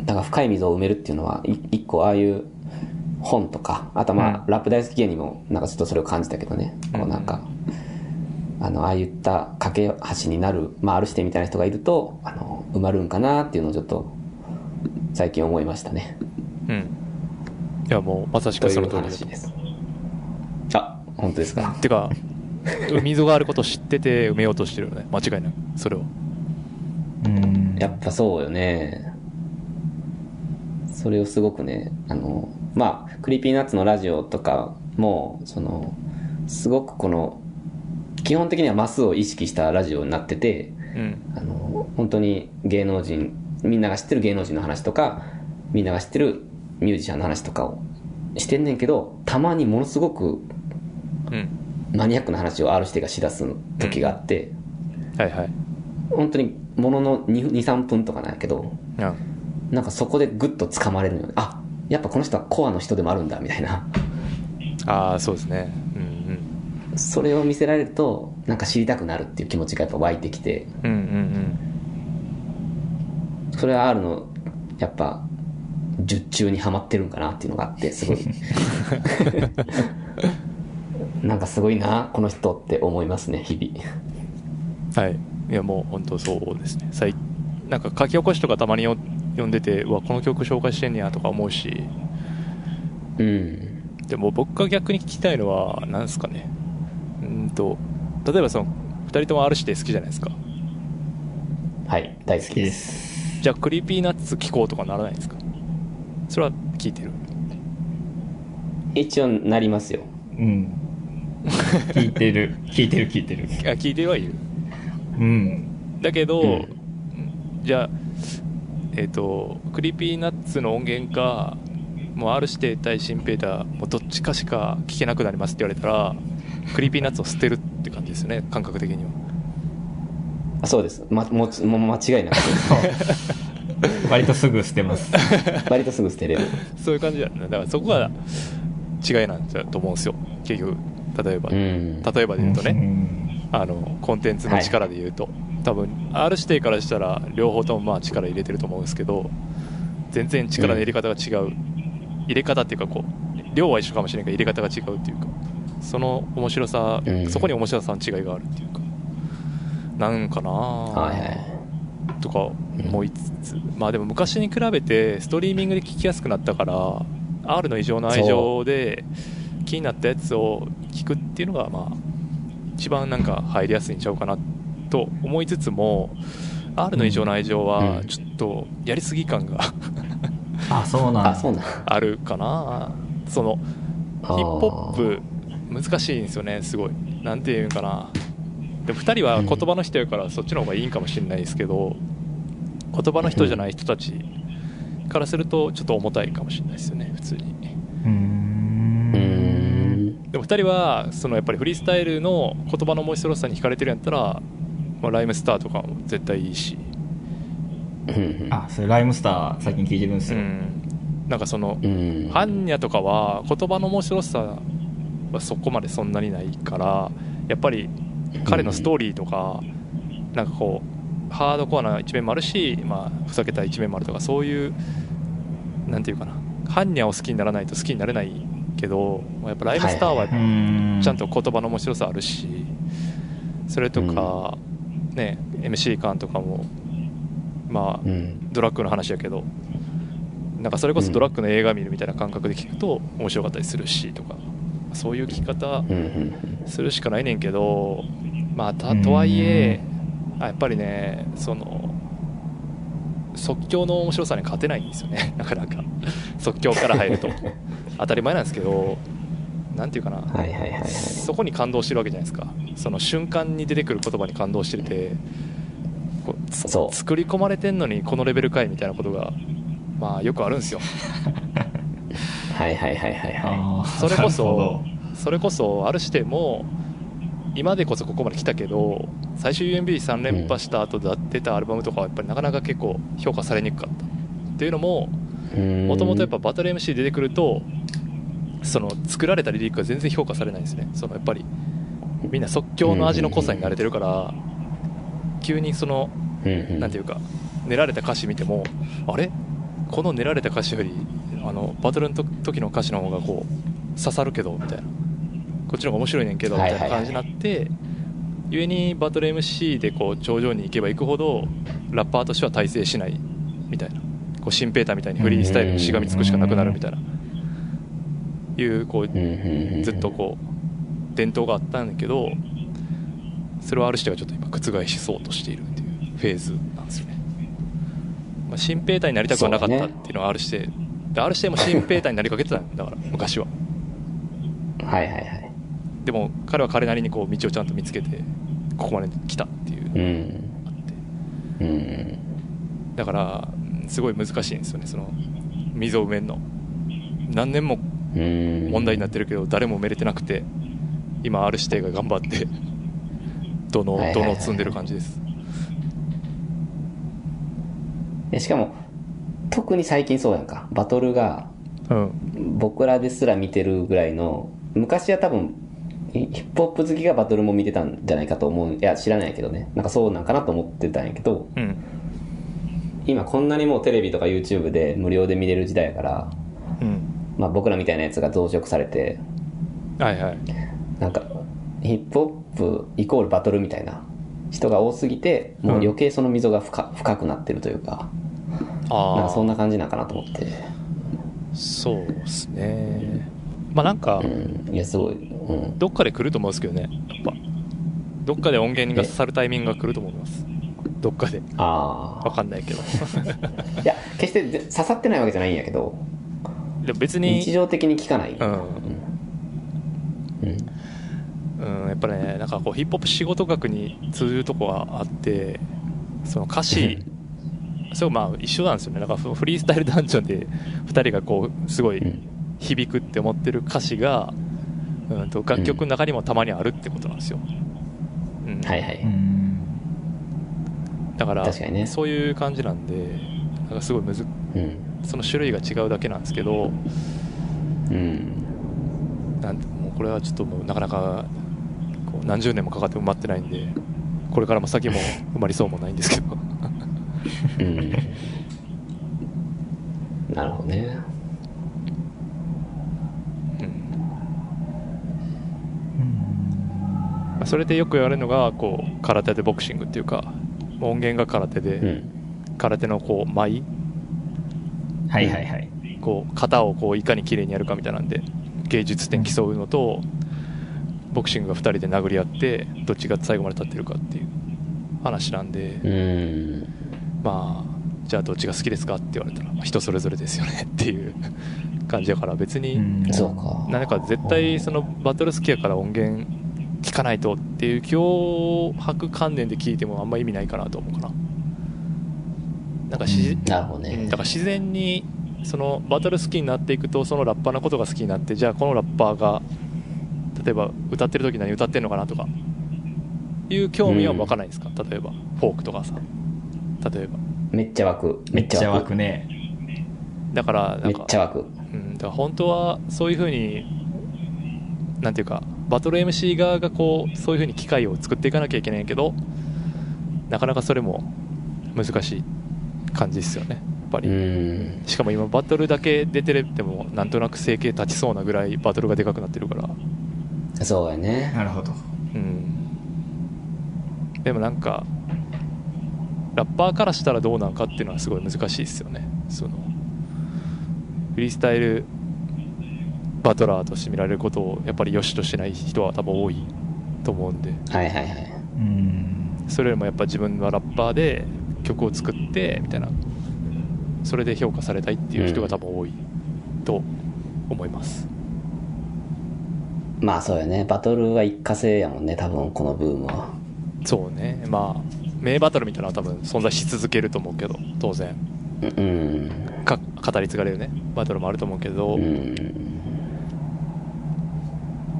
S2: だから深い溝を埋めるっていうのはい一個ああいう本とか、あとまあ、
S1: うん
S2: ラップ大好き芸にも、なんかちょっとそれを感じたけどね。こうなんか、あの、ああいった架け橋になる、まあ、ある視点みたいな人がいると、あの、埋まるんかなっていうのをちょっと、最近思いましたね。
S1: うん。いや、もう、まさし
S2: と
S1: く
S2: い
S1: その
S2: う
S1: 通りだと
S2: 話です。あ、本当ですか。
S1: てか、海溝があることを知ってて埋めようとしてるよね。間違いない。それは。
S3: うん
S2: やっぱそうよね。それをすごくね、あの、まあ、クリーピーナッツのラジオとかも、その、すごくこの、基本的にはマスを意識したラジオになってて、
S1: うん。
S2: あの、本当に芸能人、みんなが知ってる芸能人の話とか、みんなが知ってるミュージシャンの話とかをしてんねんけど、たまにものすごく
S1: うん。
S2: マニアックな話を R 指定がしだす時があって、
S1: はいはい。
S2: 本当にものの2、2 3分とかなんやけど、
S1: うん
S2: なんかそこでグッと掴まれるのよねあやっぱこの人はコアの人でもあるんだみたいな
S1: ああ、そうですね。うん
S2: それを見せられるとなんか知りたくなるっていう気持ちがやっぱ湧いてきて
S1: うん。うんうん
S2: それは R のやっぱ術中にはまってるんかなっていうのがあってすごい なんかすごいなこの人って思いますね日々
S1: うん。はい。いや、もう本当そうですね。最なんか書き起こしとかたまによ読んでて、うわ、この曲紹介してんねやとか思うし、
S2: うん
S1: でも僕が逆に聞きたいのは、なんですかね。うーんと、例えばその、2人とも R 指定好きじゃないですか。
S2: はい大好
S3: 好
S2: き
S3: き
S2: で
S3: ですす
S1: じゃあ、クリーピーナッツ聞こうとかならないんですかそれは聞いてる。
S2: 一応なりますよ
S3: うん聞いてる聞いてる聞いてる
S1: あ聞いてはいる。
S3: うん
S1: だけど、
S2: うん
S1: うんじゃあ、えっ、と、クリーピーナッツの音源か、もう R 指定対シンペーター、もうどっちかしか聞けなくなりますって言われたら、クリーピーナッツを捨てるって感じですよね、感覚的には。
S2: あそうです、ま、もちもう間違 いなくそうです
S3: 割とすぐ捨てます
S2: 割とすぐ捨てれる
S1: そういう感じだよね。だからそこが違いなんだと思うんですよ。結局、例えば、
S2: うん
S1: 例えばで言うとね、
S3: ね
S1: あの、コンテンツの力で言うと、多分、R 指定からしたら、両方ともまあ力入れてると思うんですけど、全然力の入れ方が違う。入れ方っていうか、こう、量は一緒かもしれないけど、入れ方が違うっていうか、その面白さ、
S2: うん
S1: そこに面白さの違いがあるっていうか、なんかな
S2: はいは
S1: ぁ、
S2: い
S1: とか思いつつ、まあでも昔に比べて、ストリーミングで聴きやすくなったから、R の異常な愛情で、気になったやつを聞くっていうのが、まあ、一番なんか入りやすいんちゃうかなと思いつつも R の異常な愛情
S2: う
S1: は
S2: ん
S1: ちょっとやりすぎ感が
S3: あそうなんだ
S2: あそうなん
S1: あるかなそのヒップホップ難しいんですよねすごいなんていうんかなでも2人は言葉の人やからそっちの方がいいんかもしれないですけど言葉の人じゃない人たちからするとちょっと重たいかもしれないですよね普通に
S3: うー
S2: うー
S3: ん
S2: ん
S1: でも2人はそのやっぱりフリースタイルの言葉の面白さに惹かれてるんやったら、まあ、ライムスターとかも絶対いいし
S2: うん
S3: あそれライムスター最近聞いてるんです
S1: う
S3: よ、
S1: ん、なんかその
S2: うん
S1: 般若とかは言葉の面白さはそこまでそんなにないからやっぱり彼のストーリーとかなんかこうハードコアな一面もあるし、まあ、ふざけた一面もあるとかそういうなんていうかな般若を好きにならないと好きになれないけどまあやっぱライブスターは
S2: はいは
S3: うーん
S1: ちゃんと言葉の面白さあるしそれとか、ね MC 感とかもまあ
S2: うん
S1: ドラッグの話やけどなんかそれこそドラッグの映画見るみたいな感覚で聞くと面白かったりするしとかそういう聞き方
S2: うんうん
S1: するしかないねんけどまあたとはいえあやっぱりねその即興の面白さに勝てないんですよね なかなか即興から入ると当たり前なんですけどなんていうかな
S2: はいはいはいはい
S1: そこに感動してるわけじゃないですかその瞬間に出てくる言葉に感動しててこうつ
S2: そう
S1: 作り込まれてんのにこのレベルかいみたいなことがまあよくあるんですよ
S2: はいはいはいはいは
S3: あー
S1: それこ
S3: なるほ
S1: そ
S3: ど
S1: それこそある視点も今でこそここまで来たけど最終 UMB3 連覇した後だ出たアルバムとかはやっぱりなかなか結構評価されにくかったっていうのも
S2: い
S1: もともとやっぱバトル MC 出てくるとその作られたリリックが全然評価されないんですねそのやっぱりみんな即興の味の濃さに慣れてるから急にその
S2: うんうん
S1: なんていうか練られた歌詞見てもあれこの練られた歌詞よりあのバトルのと時の歌詞の方がこう刺さるけどみたいなこっちの方が面白いねんけどみたいな感じになって故にバトル MC でこう頂上に行けば行くほどラッパーとしては大成しないみたいなこうシンペーターみたいにフリースタイルにしがみつくしかなくなるみたいないうこう
S2: うんうんうん
S1: ずっとこう伝統があったんだけどそれをある人がちょっと今覆しそうとしているっていうフェーズなんですよね、まあ、新兵隊になりたくはなかったっていうのはあるして、であるしても新兵隊になりかけてたんだから昔は
S2: はいはいはい
S1: でも彼は彼なりにこう道をちゃんと見つけてここまで来たっていう
S2: う
S1: の
S2: ん
S1: があって
S2: うん
S1: だからうんすごい難しいんですよねその溝を埋めるの何年も
S2: うん
S1: 問題になってるけど誰も埋めれてなくて今 R 指定が頑張って どの
S2: はいはい
S1: ど
S2: はい
S1: の積んでる感じです
S2: えしかも特に最近そうやんかバトルが
S1: うん
S2: 僕らですら見てるぐらいの昔は多分ヒヒップホップ好きがバトルも見てたんじゃないかと思ういや知らないけどねなんかそうなんかなと思ってたんやけど
S1: うん
S2: 今こんなにもうテレビとか YouTube で無料で見れる時代やから、
S1: うん
S2: まあ、僕らみたいなやつが増殖されて
S1: はいはい
S2: なんかヒップホップイコールバトルみたいな人が多すぎてもう余計その溝が深深くなってるというかなん
S1: あ
S2: か
S1: あ
S2: そんな感じなんかなと思って
S1: そうですねまあなんか
S2: うんいやすごいうん
S1: どっかで来ると思うんですけどねやっぱどっかで音源が去るタイミングが来ると思いますどっかで
S2: あ
S1: わかんないけど
S2: あいや決してぜ刺さってないわけじゃないんやけど
S1: でも別
S2: 日
S1: に
S2: 常的に聞かない、
S1: うん、
S2: うん
S1: うん、やっぱねなんかこうヒップホップ仕事学に通じるとこはあってその歌詞それもまあ一緒なんですよねなんかフフリースタイルダンジョンで2人がこうすごい
S2: うん
S1: 響くって思ってる歌詞が、うん、と楽曲の中にもたまにあるってことなんですよ、うん
S2: はいは
S3: う
S2: い
S3: ん
S1: だから
S2: 確かにね
S1: そういう感じなんでなんかすごいむず
S2: うん
S1: その種類が違うだけなんですけど
S2: うん
S1: なんもうこれはちょっともうなかなかこう何十年もかかって埋まってないんでこれからも 先も埋まりそうもないんですけど
S2: うんなるほどね
S1: うんまあそれでよく言われるのがこう空手でボクシングっていうか音源が空手
S2: う
S1: で
S2: ん
S1: 空手のこう舞
S3: はいはいはい。
S1: こう型をこういかに綺麗にやるかみたいなんで芸術点競うのとボクシングが2人で殴り合ってどっちが最後まで立ってるかっていう話なんで
S2: うん
S1: まあじゃあどっちが好きですかって言われたらまあ人それぞれですよねっていう感じだから別に
S3: うん
S2: そうか
S1: なんか絶対そのバトル好きやから音源聞かないとっていう脅迫観念で聞いてもあんま意味ないかなと思うかななんかし、
S3: うん
S2: なるほど
S1: うん
S2: ね
S1: だから自然にそのバトル好きになっていくとそのラッパーのことが好きになってじゃあこのラッパーが例えば歌ってる時何歌ってんのかなとかいう興味は湧かないですか、例えばフォークとかさ例えば
S2: めっちゃ湧く
S3: め
S2: め
S3: っ
S2: っ
S3: ち
S2: ち
S3: ゃ
S2: ゃ
S3: 湧
S2: 湧
S3: く
S2: く
S3: ね。
S1: だからな
S2: め
S1: ん
S2: っ
S1: か
S2: ちゃ湧く
S1: うん、だから本当はそういうふうになんていうかバトル MC 側がこうそういうふうに機会を作っていかなきゃいけないけどなかなかそれも難しい感じですよねやっぱり、
S2: うん
S1: しかも今バトルだけ出てれてもなんとなく生計立ちそうなぐらいバトルがでかくなってるから
S2: そうやね
S3: なるほど。
S1: うんでもなんかラッパーからしたらどうなんかっていうのはすごい難しいですよねそのフリースタイルバトラーとして見られることをやっぱり良しとしてない人は多分多いと思うんで
S2: はいはいはい
S3: うん。
S1: それよりもやっぱ自分はラッパーで曲を作ってみたいなそれで評価されたいっていう人が多分多いと思います、
S2: まあそうやねバトルは一過性やもんね多分このブームは
S1: そうねまあ名バトルみたいなのは多分存在し続けると思うけど当然
S2: うん
S1: か語り継がれるねバトルもあると思うけど、
S2: うん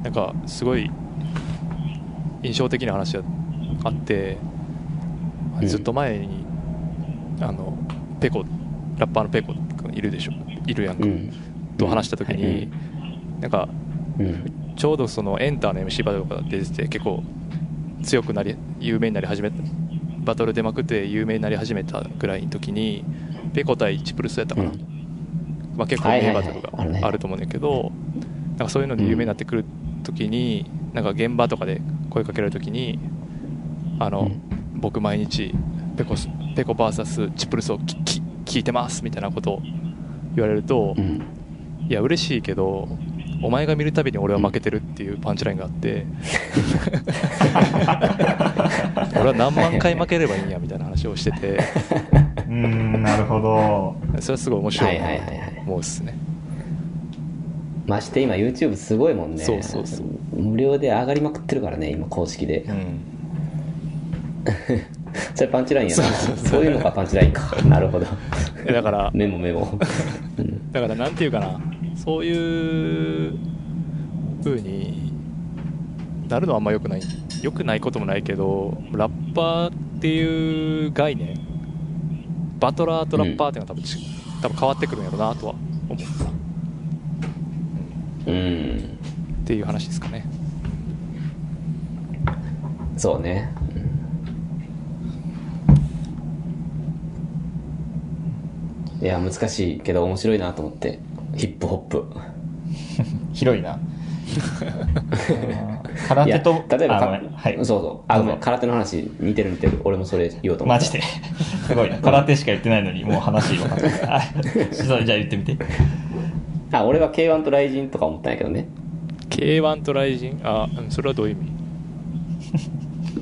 S1: なんかすごい印象的な話があって、
S2: うん
S1: ずっと前にあのペコラッパーのペコ君いるでしょいるやんか、
S2: うん
S1: と話した時に、なんか
S2: うん
S1: ちょうどそのエンターの MC バトルとか出てて結構強くなり有名になり始めたバトル出まくって有名になり始めたぐらいの時にペコ対チプルスやったかな、まあ、結構名バトル
S2: はいはいはいあるね
S1: があると思うんだけど、なんかそういうので有名になってくるときに、なんか現場とかで声かけられるときにあの、
S2: うん
S1: 僕毎日ペコスペコ VS チップルスをきき聞いてますみたいなことを言われると、
S2: うん。
S1: いや嬉しいけどお前が見るたびに俺は負けてるっていうパンチラインがあ って、俺は何万回負ければいいんやみたいな話をしてて
S3: うん、なるほど。
S1: それはすごい面白
S2: はい
S1: い
S2: はい
S1: な
S2: はいは
S1: と
S2: い。
S1: 思うっすね、
S2: まして今 YouTube すごいもんね。
S1: そうそうそう
S2: 無料で上がりまくってるからね、今公式で。
S1: うん、
S2: それパンチラインやな。
S1: そうそうそう
S2: そういうのがパンチラインか。なるほど。
S1: えだから
S2: メモメモ。うん
S1: だからなんていうかなそういう風になるのはあんま良くない良くないこともないけどラッパーっていう概念バトラーとラッパーっていうのは多分,、多分変わってくるんやろうなとは思った
S2: うん。
S1: っていう話ですかね
S2: そうね。いや、難しいけど面白いなと思って。ヒップホップ。
S3: 広いな。空手と、
S2: いや例えば
S3: あ
S2: か
S3: ごめんはい。
S2: そうそう。あ、ごめん。
S3: どうぞ
S2: 空手の話似てる似てる。俺もそれ言おうと思っ
S3: マ
S2: た。
S3: ジで。すごいな。空手しか言ってないのに、もう話よかった。あそうじゃあ言ってみて。
S2: あ、俺は K1 と雷神とか思ったんやけどね。
S1: K1 と雷神あうんそれはどういう意味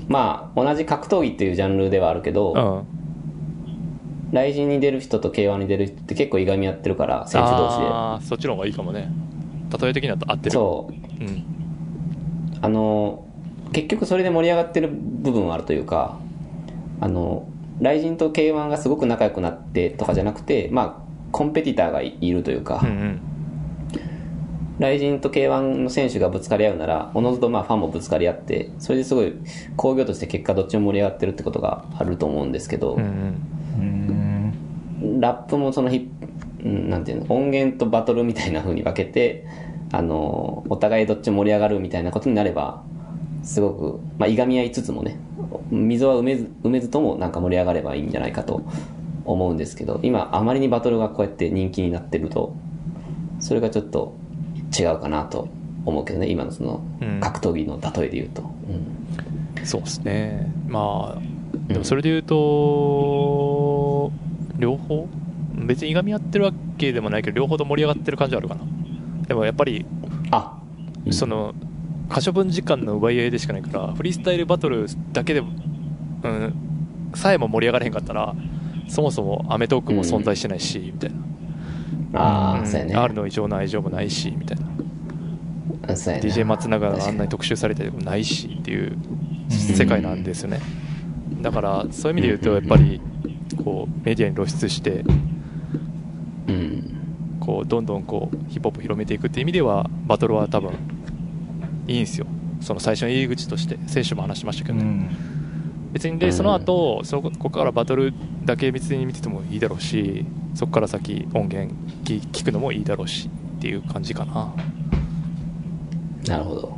S2: まあ、同じ格闘技っていうジャンルではあるけど、
S1: うん
S2: 雷神に出る人と K1 に出る人って結構いがみ合ってるから、選手同士で。
S1: あーそっちの方がいいかもね例え的には合ってる
S2: そう。
S1: う、ん、
S2: あの結局それで盛り上がってる部分はあるというかあの雷神と K1 がすごく仲良くなってとかじゃなくてまあコンペティターがいいるというか、
S1: うんうん
S2: 雷神と K1 の選手がぶつかり合うならおのずとまあファンもぶつかり合ってそれですごい興行として結果どっちも盛り上がってるってことがあると思うんですけど、
S1: うんうん
S3: うーん。
S2: ラップもそのヒップうんなんていうの音源とバトルみたいな風に分けてあのお互いどっちも盛り上がるみたいなことになればすごく、まあ、いがみ合いつつもね溝は埋めず埋めずともなんか盛り上がればいいんじゃないかと思うんですけど今あまりにバトルがこうやって人気になってるとそれがちょっと違うかなと思うけどね今のその
S1: うん
S2: 格闘技の例えで言うと、うん
S1: そうですねまあでもそれで言うと両方別にいがみ合ってるわけでもないけど両方と盛り上がってる感じはあるかなでもやっぱり
S2: あうん
S1: その可処分時間の奪い合いでしかないからフリースタイルバトルだけで、うん、さえも盛り上がれへんかったらそもそもアメトークも存在してないし、みたいな
S2: ああ、
S1: うん
S2: そうやね
S1: R の異常な愛情もないしみたいな
S2: そうやね
S1: DJ 松永の
S2: 確か
S1: あ
S2: に
S1: んなに特集されたりもないしっていう世界なんですよねだからそういう意味で言うとやっぱりこうメディアに露出して
S2: うん
S1: こうどんどんこうヒップホップ広めていくっていう意味ではバトルは多分いいんですよその最初の入り口として選手も話しましたけ
S3: う
S1: どね、
S3: ん。
S1: 別に
S2: う
S1: で
S2: ん
S1: その後そこここからバトルだけ別に見ててもいいだろうしそこから先音源き聞くのもいいだろうしっていう感じかな
S2: なるほど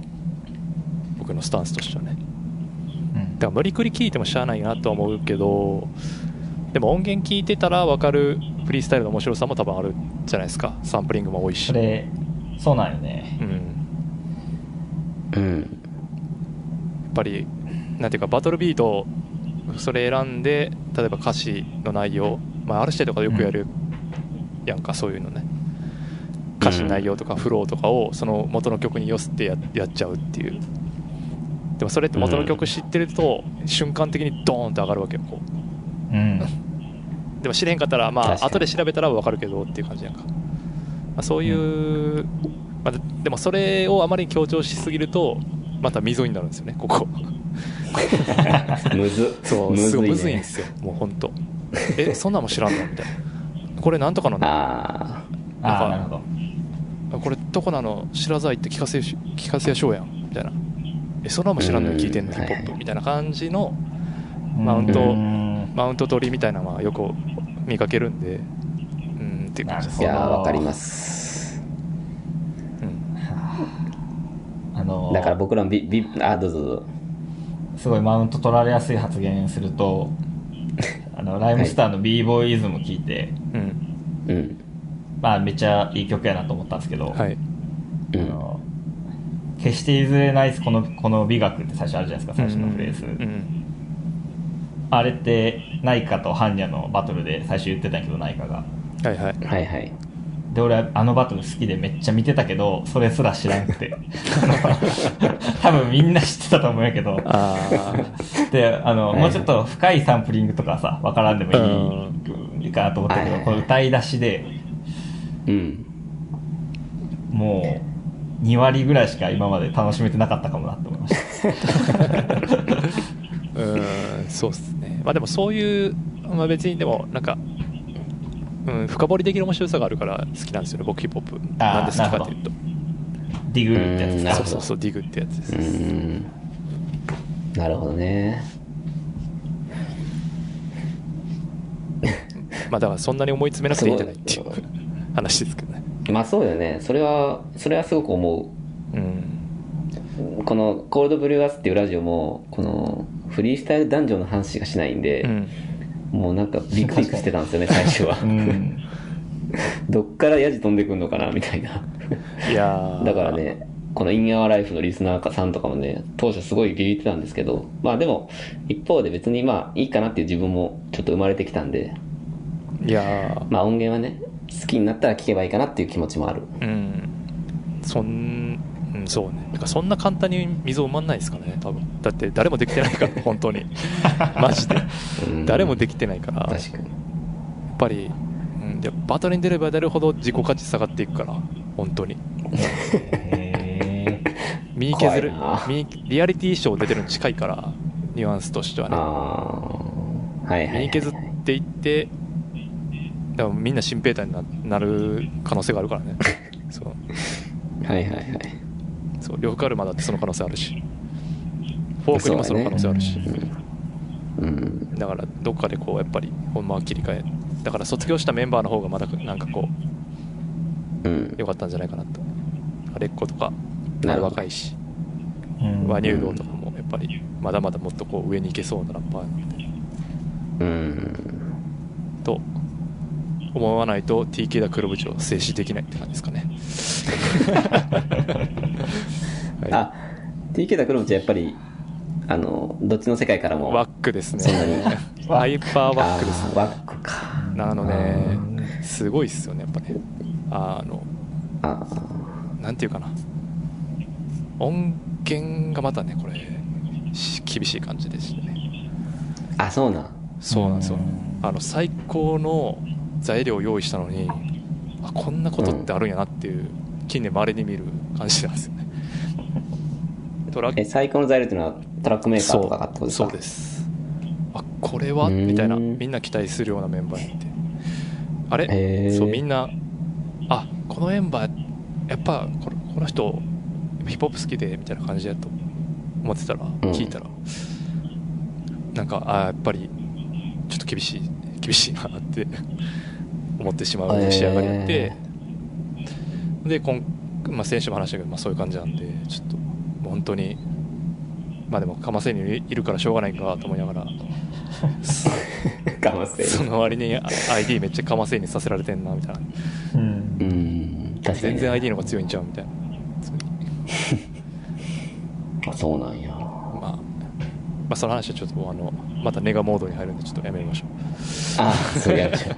S1: 僕のスタンスとしてはね
S3: う
S1: だ
S3: ん
S1: から無理くり聞いてもしゃあないなとは思うけどでも音源聞いてたら分かるフリースタイルの面白さも多分あるじゃないですかサンプリングも多いし
S3: それ、そうなんよね。
S1: うん、
S2: う
S1: や
S2: ん
S1: っぱりなんていうかバトルビートそれ選んで例えば歌詞の内容、まあ、ある程度がよくやるやんか、そういうのね歌詞の内容とかフローとかをその元の曲に寄せてややっちゃうっていうでもそれって元の曲知ってると瞬間的にドーンと上がるわけよこう
S3: うん。
S1: でも知れへんかったらま
S2: 確
S1: あ
S2: かに
S1: 後で調べたら分かるけどっていう感じやんか、まあ、そういう、まあ、ででもそれをあまりに強調しすぎるとまた溝になるんですよねここ
S2: むず
S1: そう、
S2: むずいね
S1: すごいむずいんですよ、もう本当。え、そんなんも知らんのみたいな。これなんとかなの
S2: あ
S3: あ
S1: な
S3: あ、
S1: んか
S3: なるほど。
S1: これどこなの知らざいって聞かせし、聞かせやしょうやん。みたいな。え、そんなんも知らんのに聞いてんの
S2: うん
S1: ヒップホ
S2: はい
S1: ッ
S2: は
S1: プみたいな感じのマウント
S3: ン
S1: マウント取りみたいなのはよく見かけるんで、うん、っていう感じです
S2: あい
S3: なる
S2: やー
S3: ほど
S2: わかります
S1: うん
S3: あのー
S2: だから僕らもビビあどうぞどうぞ
S3: すごいマウント取られやすい発言すると、あの、ライムスターの b ボーイズム聞いて、
S1: うん。
S2: うん
S3: まあめっちゃいい曲やなと思ったんですけど、
S1: はい。
S2: う
S3: あ
S2: ん。
S3: の決して譲れないですこのこの美学って最初あるじゃないですか最初のフレーズ、
S1: うん。
S3: あれってナイカとハンニャのバトルで最初言ってたんやけどナイカが
S1: はいはい。
S2: はいはい。
S3: で俺はあのバトル好きでめっちゃ見てたけどそれすら知らんくて 多分みんな知ってたと思うんやけど
S1: あ
S3: であの、
S2: はい
S3: もうちょっと深いサンプリングとかさ分からんでもいい,、かなと思ったけど、
S2: はい
S3: この歌い出しで
S2: うん。
S3: もう2割ぐらいしか今まで楽しめてなかったかもなと思いました
S1: ーうーん、そうっすね。まあでもそういう、まあ別にでもなんか、うん、深掘りできる面白さがあるから好きなんですよね、僕ヒップホップ。
S3: あー
S1: なんで好きかっていうと。
S3: ディグルってやつ
S2: うんな
S3: で
S2: る
S1: そう
S2: ほ
S3: す
S2: ど
S1: そうそう、ディグってやつです。
S2: うん。なるほどね。
S1: まあだからそんなに思い詰めなくていいんじゃないっていう話ですけどね。
S2: まあそうよね。それは、それはすごく思
S1: うん。
S2: う。この、コールドブリュアスっていうラジオも、この、フリースタイルダンジョンの話しかしないんで、
S1: うん。
S2: もうなんかビクビクしてたんですよね、最初は。
S3: うん
S2: どっからヤジ飛んでくんのかな、みたいな。
S1: いやー
S2: だから。ね、このインアワーライフのリスナーさんとかもね、当初すごいビビってたんですけど、まあでも、一方で別にまあいいかなっていう自分もちょっと生まれてきたんで、
S1: いやー
S2: まあ音源はね、好きになったら聴けばいいかなっていう気持ちもある。
S1: うん、そん、うん、そうね。なんかそんな簡単に溝埋まんないですかね、多分。だって誰もできてないから、本 当に。マジで。
S2: うん
S1: 誰もできてないから、や
S2: 確かに。
S1: っぱり、うん、でバトルに出れば出るほど自己価値下がっていくから、本当に。
S3: へー
S1: 身削る
S2: 怖いな、
S1: 身リアリティショー出てるの近いから、ニュアンスとしては
S2: あ
S1: ね。
S2: あ、はいはい、は
S1: 身
S2: い。
S1: 削っていって、だからみんな新兵隊にななる可能性がある からね。そう。
S2: はいはいはい。
S1: そう、呂布カルマだってその可能性あるし、フォークにもその可能性あるし、
S3: そうだね
S2: うん。
S1: だからどっかでこう、やっぱり、ほんまは切り替え、だから卒業したメンバーの方がまだなんかこ
S2: うん
S1: う、。良かったんじゃないかなと。アレッコとか、
S2: なるほど
S1: 若いし、
S3: うん
S1: ワニュードとかも、やっぱり、まだまだもっとこう上に行けそうなラッパーなんで、
S2: うん。
S1: と思わないと、TK だ黒部長、静止できないって感じですかね。
S2: あ、TK だ黒渕はやっぱり、あの、どっちの世界からも。
S1: ワックですね
S2: そんなに。
S1: ハイパーワックですね
S2: あーワックか。
S1: なの
S2: う
S1: で、すごいっすよね、やっぱね。あの、
S2: あ
S1: なんていうかな。音源がまたね、これ、し厳しい感じでしてね。
S2: ーあ、そうなん。
S1: そうなんですよ
S3: うん。
S1: あの、最高の材料を用意したのに、あ、こんなことってあるんやなっていう、近年稀に見る感じなんです よね。トラッ
S2: え、
S1: ク、
S2: 最高の材料っていうのはトラックメーカーとかがってことですか
S1: そうです。あ、これは
S2: うん
S1: みたいな、みんな期待するようなメンバーにいて。あれ
S2: へー
S1: そうみんなあこのメンバーやっぱこのこの人ヒップホップ好きでみたいな感じだと思ってたら聞いたら、なんかあやっぱりちょっと厳しい厳しいなって思ってしまう仕上がりやって、で今、まあ、先週も話したけど、まあ、そういう感じなんでちょっと本当にまあでもかませにいるからしょうがないかと思いなが ら
S2: かませ。
S1: その割にあ ID めっちゃかませにさせられてんなみたいな。
S3: うん
S2: うん。確かに、
S1: 全然 ID の方が強いんちゃうみたいな普通に
S2: あ、そうなんや。
S1: まあ、まあその話はちょっともうあのまたネガモードに入るんでちょっとやめま しょ
S2: あ、そうやっちゃう。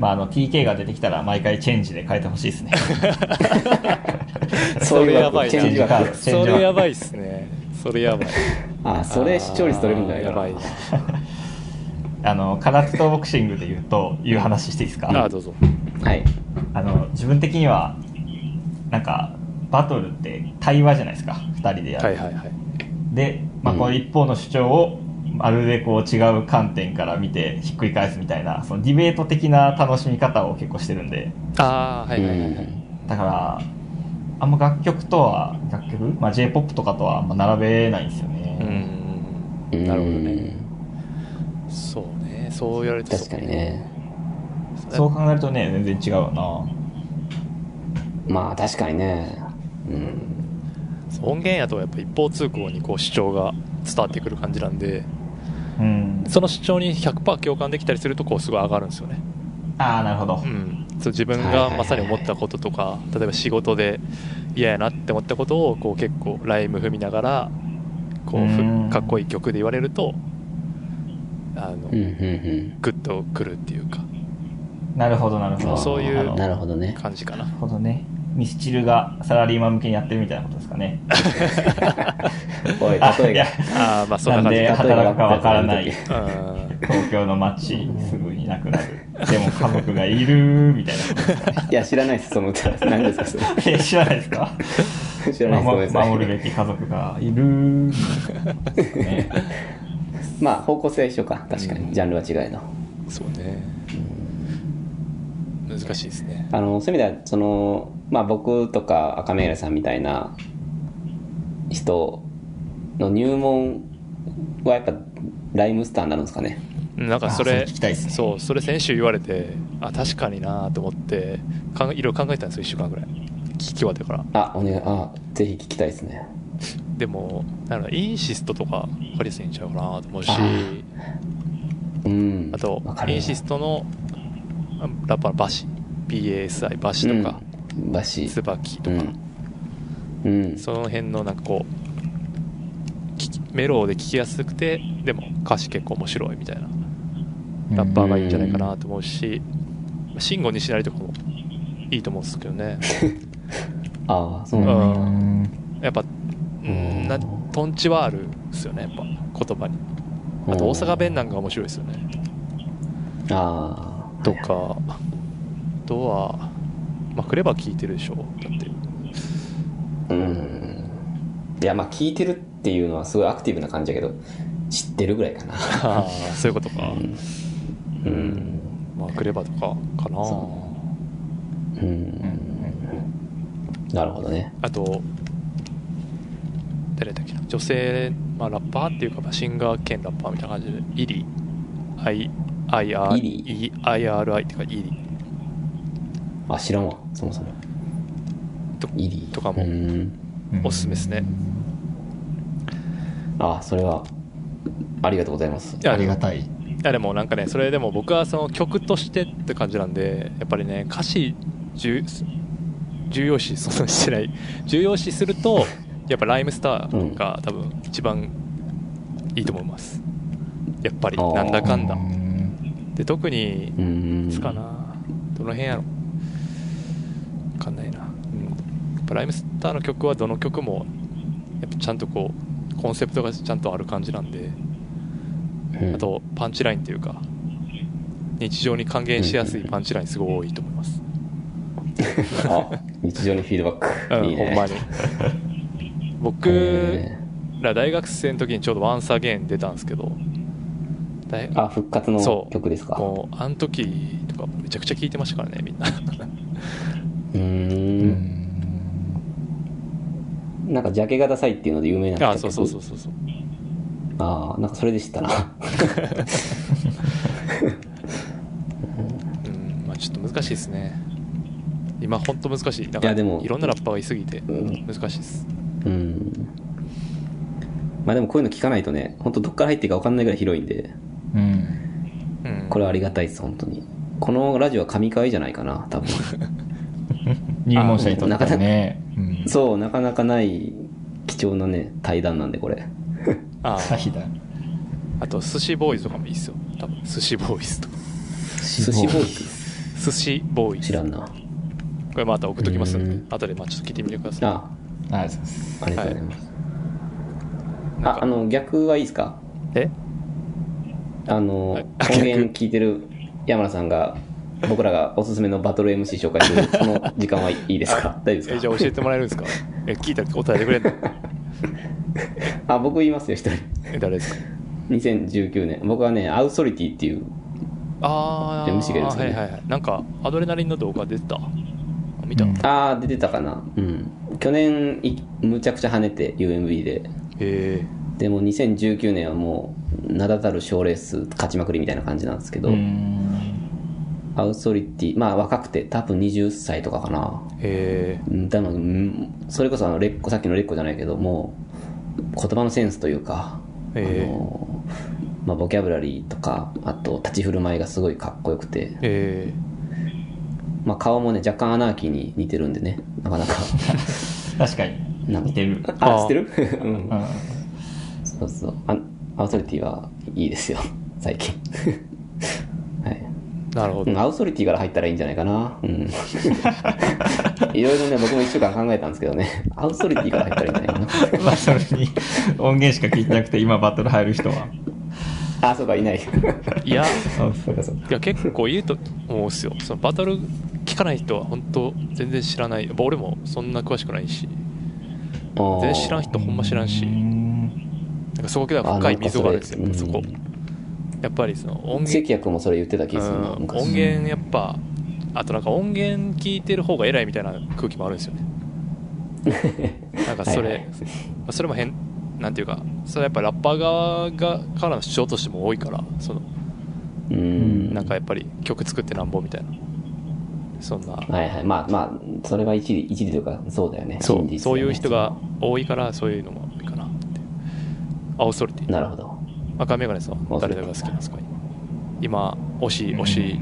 S3: まあ、あの TK が出てきたら毎回チェンジで変えてほしいです ね
S1: う
S2: そうい
S1: そ
S2: う
S1: れやばい
S2: 枠、
S1: な
S2: チェンジ
S3: チェンジ
S2: 枠
S3: 枠。
S1: それやばいっすねそれやばい
S2: あ、それ視聴率取れるんじゃないかな。
S1: あーやばい
S3: あの空手とボクシングで言うという話していいですか
S1: あーどうぞ
S2: はい。
S3: あの自分的にはなんかバトルって対話じゃないですか2人でやる、
S1: はいはいはい
S3: で、まあ、
S2: うん
S3: この一方の主張をまるでこう違う観点から見てひっくり返すみたいなそのディベート的な楽しみ方を結構してるんで
S1: ああはいはいは
S2: う
S1: い
S2: ん
S3: だからあんま楽曲とは楽曲、まあ、j p o p とかとはあんま並べないんですよね、
S1: う
S2: うんん
S1: なるほどね。そうねそう言われて
S2: 確かにね。
S3: そう考えるとね全然違うよ
S2: まあ、確かにね。うん。
S1: そう音源やとやっぱ一方通行にこう主張が伝わってくる感じなんで
S3: なうん
S1: その主張に100%共感できたりするとこうすごい上がるんですよね
S3: ああなるほど、
S1: うんそう自分
S2: はいはい
S1: が
S2: はい
S1: まさに思ったこととか例えば仕事で嫌やなって思ったことをこう結構ライム踏みながらこう
S3: うん
S1: ふかっこいい曲で言われるとあの、
S2: うんうん
S1: グッとくるっていうか
S3: なるほどなるほ
S2: う
S3: ど
S2: ん。
S1: そういう
S3: なる
S2: あ
S3: ほ
S2: ー
S3: どな
S2: なるほどね。
S3: る
S1: 感じかな
S3: ほどねミスチルがサラリーマン向けにやってるみたいなことですかね
S2: おい、
S3: あ
S2: 例え
S3: いや
S2: が。
S1: ああまあそんな
S3: な
S1: ん感じ
S3: で
S1: か
S3: 働くかわからな
S2: 例
S3: い
S2: え
S1: うん
S3: 東京の街すぐになくなるでも家族がいるみたいなことです かね
S2: いや、知らないです、その歌。何ですか、それ。
S3: え知らないですか
S2: 知らないです、ごめんなさい。
S3: 守るべき家族がいるみたいなことですかね
S2: まあ、方向性は一緒か。確かに。ジャンルは違いの。
S1: そうね難しいですね
S2: あのそういう意味ではその、まあ、僕とか赤目浦さんみたいな人の入門はやっぱライムスターになるんですかね
S1: なんか
S3: あ
S1: そ
S3: そ
S1: れ
S3: れ聞きたいっすね
S1: そうそれ先週言われてあ確かになと思ってかんいろいろ考えたんですよ1週間ぐらい聞き終わってから
S2: あお願いあぜひ聞きたいですね
S1: でもなんだろうインシストとか分かりやすいんちゃうかなと思うし
S2: あうん
S1: あと
S2: わかる
S1: インシストのあラッパーのバシ BASI バシとか、
S2: うんバシ
S1: 椿とか、
S2: うん、うん、
S1: その辺のなんかこう聞きメロで聞きやすくてでも歌詞結構面白いみたいなラッパーがいいんじゃないかなと思うし慎吾西成とかもいいと思うんですけどね
S2: ああそううなんだ、
S3: ん
S1: やっぱうんなトンチはあるですよねやっぱ言葉にあと大阪弁なんか面白いですよね
S2: ああ
S1: とかあとはまあクレバ聞いてるでしょだって
S2: うんいやまあ聞いてるっていうのはすごいアクティブな感じだけど知ってるぐらいかな
S1: ああ そういうことか
S2: うん
S1: まあクレバとかかな
S2: そうん、
S3: うん
S2: なるほどね
S1: あと誰だっけな女性、まあ、ラッパーっていうかまあシンガー兼ラッパーみたいな感じでイリ I- IR
S2: イリ
S1: IRI っていうかイリ
S2: あ知らんわそもそも
S1: と
S2: イリー
S1: とかも
S2: うん
S3: うん
S1: おすすめですね
S2: あそれはありがとうございます
S1: いや
S3: ありがたい
S1: いやでもなんかねそれでも僕はその曲としてって感じなんでやっぱりね歌詞重重要視そんなしてない 重要視するとやっぱライムスターが多分一番いいと思いますやっぱり
S2: あー
S1: なんだかんだ
S3: うん
S1: で特に
S2: うん
S1: いつかなどの辺やろ分かんないな、うん、やっぱライムスターの曲はどの曲もやっぱちゃんとこうコンセプトがちゃんとある感じなんで
S2: うん
S1: あとパンチラインというか日常に還元しやすいパンチラインすごい多いと思います、
S2: あ日常にフィードバッ
S1: う
S2: ク
S1: ん
S2: いいね
S1: ほんま に僕
S2: え
S1: ら大学生の時にちょうど「ワンサゲン出たんですけど大
S2: ーあ復活の
S1: そう
S2: 曲ですか
S1: もうあの時とかめちゃくちゃ聴いてましたからねみん な
S2: うー
S3: うんん
S2: なんかジャケがダサいっていうので有名な
S1: あそうそうそうそうそう
S2: ああなんかそれで知っ たな
S1: うんまあちょっと難しいですね今ほんと難しいだか
S2: い
S1: ら
S2: やでも
S1: いろんなラッパーがいすぎて
S2: ん
S1: 難しいです、
S2: うんまあでもこういうの聞かないとね本当どっから入っていいか分かんないぐらい広いんで
S3: うん
S1: うん、
S2: これはありがたいです本当にこのラジオは神回じゃないかな多分
S3: 入門者にとってはねうん
S2: そうなかなかない貴重なね対談なんでこれ
S1: あ
S3: 朝日だ
S1: あと寿司ボーイズとかもいいですよ多分寿司ボーイズとか
S2: 寿司ボー
S1: 寿司ボーイ
S2: イ
S1: ズ
S2: 知らんな
S1: これまた送っときますの
S2: う
S1: で
S2: ん、
S1: 後でまあちょっと聞いてみてください。
S2: あ
S3: ありがとうございます
S2: ありがとうございます、
S1: なん
S2: あ
S1: か
S2: あの逆はいいですか
S1: え
S2: あの
S1: あ
S2: 音源聞いてる山田さんが僕らがおすすめのバトル MC 紹介するその時間はいいです か大丈夫
S1: え
S2: です
S1: じゃ
S2: か
S1: あ教えてもらえるんです かえ聞いたら答えてくれんの
S2: あ僕言いますよ一人
S1: え誰ですか
S2: 2019年僕はねアウソリティっていう
S1: あー、
S2: MC がですね
S1: はいはいはい。なんか、アドレナリンの動画出てたあ見た、
S3: うん
S1: へ
S2: ああ出てたかなうん去年いむちゃくちゃ跳ねて UMB で
S1: え。
S2: でも2019年はもう名だたる賞レース勝ちまくりみたいな感じなんですけど、
S3: うん
S2: アウソリティまあ若くて多分20歳とかかな
S1: へ
S2: うんだのうんそれこそあのレッコさっきのレッコじゃないけどもう言葉のセンスというか、
S1: え。へ
S2: あのまあ、ボキャブラリーとかあと立ち振る舞いがすごいかっこよくて
S1: え。へえ。
S2: まあ、顔もね、若干アナーキーに似てるんでね、なかなか。
S3: 確かに。
S2: なんか
S3: 似てる。
S2: あ、
S1: あー
S2: 知ってる うん
S3: うん。
S2: そうそう。あアウソリティはいいですよ、 最近。はい。
S1: なるほ
S2: う
S1: ど。
S2: ん、アウソリティから入ったらいいんじゃないかな。うん。 いろいろね、僕も一週間考えたんですけどね、 アウソリティから入ったらいいんじゃない か
S3: まあ、それに音源しか聞いてなくて、今バトル入る人は。
S2: な。あ、そうか、いない。
S1: いや、
S3: あ
S2: そうか、そうか。
S1: いや結構いいと思うんですよ。そのバトル聞かない人は本当全然知らない。まあ俺もそんな詳しくないし、
S2: 全
S1: 全然知らん人ほんま知らんし、
S3: うー
S1: なんんかそこでは深い溝があるんですよ、そこ。やっぱりその音源
S2: 関谷君もそれ言ってた気がするな、
S1: うん
S2: 昔。
S1: 音源やっぱあとなんか音源聞いてる方が偉いみたいな空気もあるんですよね なんかそれ
S2: はいはい
S1: まあそれも変なんていうかそれはやっぱラッパー側がからの主張としても多いからその
S2: うん。
S1: なんかやっぱり曲作ってなんぼみたいなそんな
S2: はいはい。まあまあ、それは一理、一理というか、そうだよね。
S1: そう
S2: 真実だよね
S1: そういう人が多いからそういうのも多いかなって青ソリティ
S2: なるほど。
S1: 赤メガネさんは誰が好きなんですか今推し推し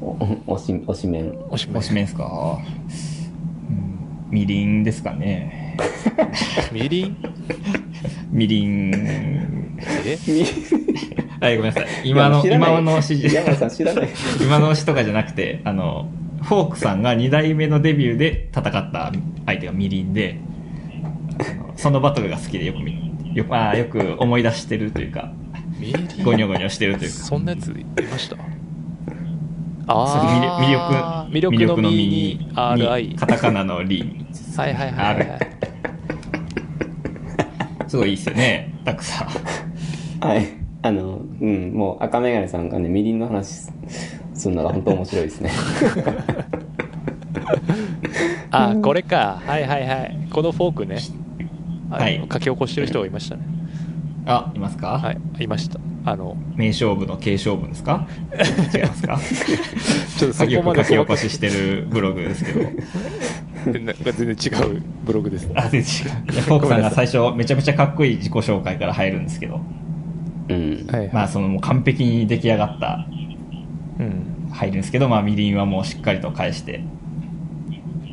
S2: おおし、おし めん。
S1: 推し
S3: おしめんすか、うんみりんですかね。
S1: みりん
S3: みりん。
S1: え
S3: はい、ごめんなさい。今の、
S2: いや知らない
S3: 今の指示。
S2: 山田さん知らない。
S3: 今の推しとかじゃなくて、あの、フォークさんが2代目のデビューで戦った相手がみりんで、あのそのバトルが好きでよく見よくあーよく思い出してるというか、
S1: みりん
S3: ゴニョゴニョしてるというか、
S1: そんなやついました
S3: あ
S1: ああ、
S3: 魅力
S1: 魅力の
S3: ミ
S1: ミ
S3: に
S1: に、
S3: に
S1: RI
S3: カ。タカナのリに
S1: はいはいはいはいはい。
S3: すごいいいっすよね、たくさん。
S2: はい。あの、うん、もう赤メガネさんがね、みりんの話するのが本当面白い ですね。
S1: あーこれか。はいはいはい。このフォークね。あの
S3: はい
S1: 書き起こしてる人がいましたね。
S3: あ、いますか、
S1: はい、いました。あの、
S3: 名勝負の継勝負ですか違いますか
S1: ちょっとそ
S3: 作業
S1: こま
S3: 書
S1: で
S3: き起こししてるブログですけど。
S1: なんか全然違うブログです。
S3: あ、全然違う。いやフォークさんが最初、めちゃめちゃかっこいい自己紹介から入るんですけど、
S2: うん。
S1: はい
S3: まあ、そのもう完璧に出来上がった、
S1: うん。
S3: 入るんですけど、まあ、みりんはもうしっかりと返して、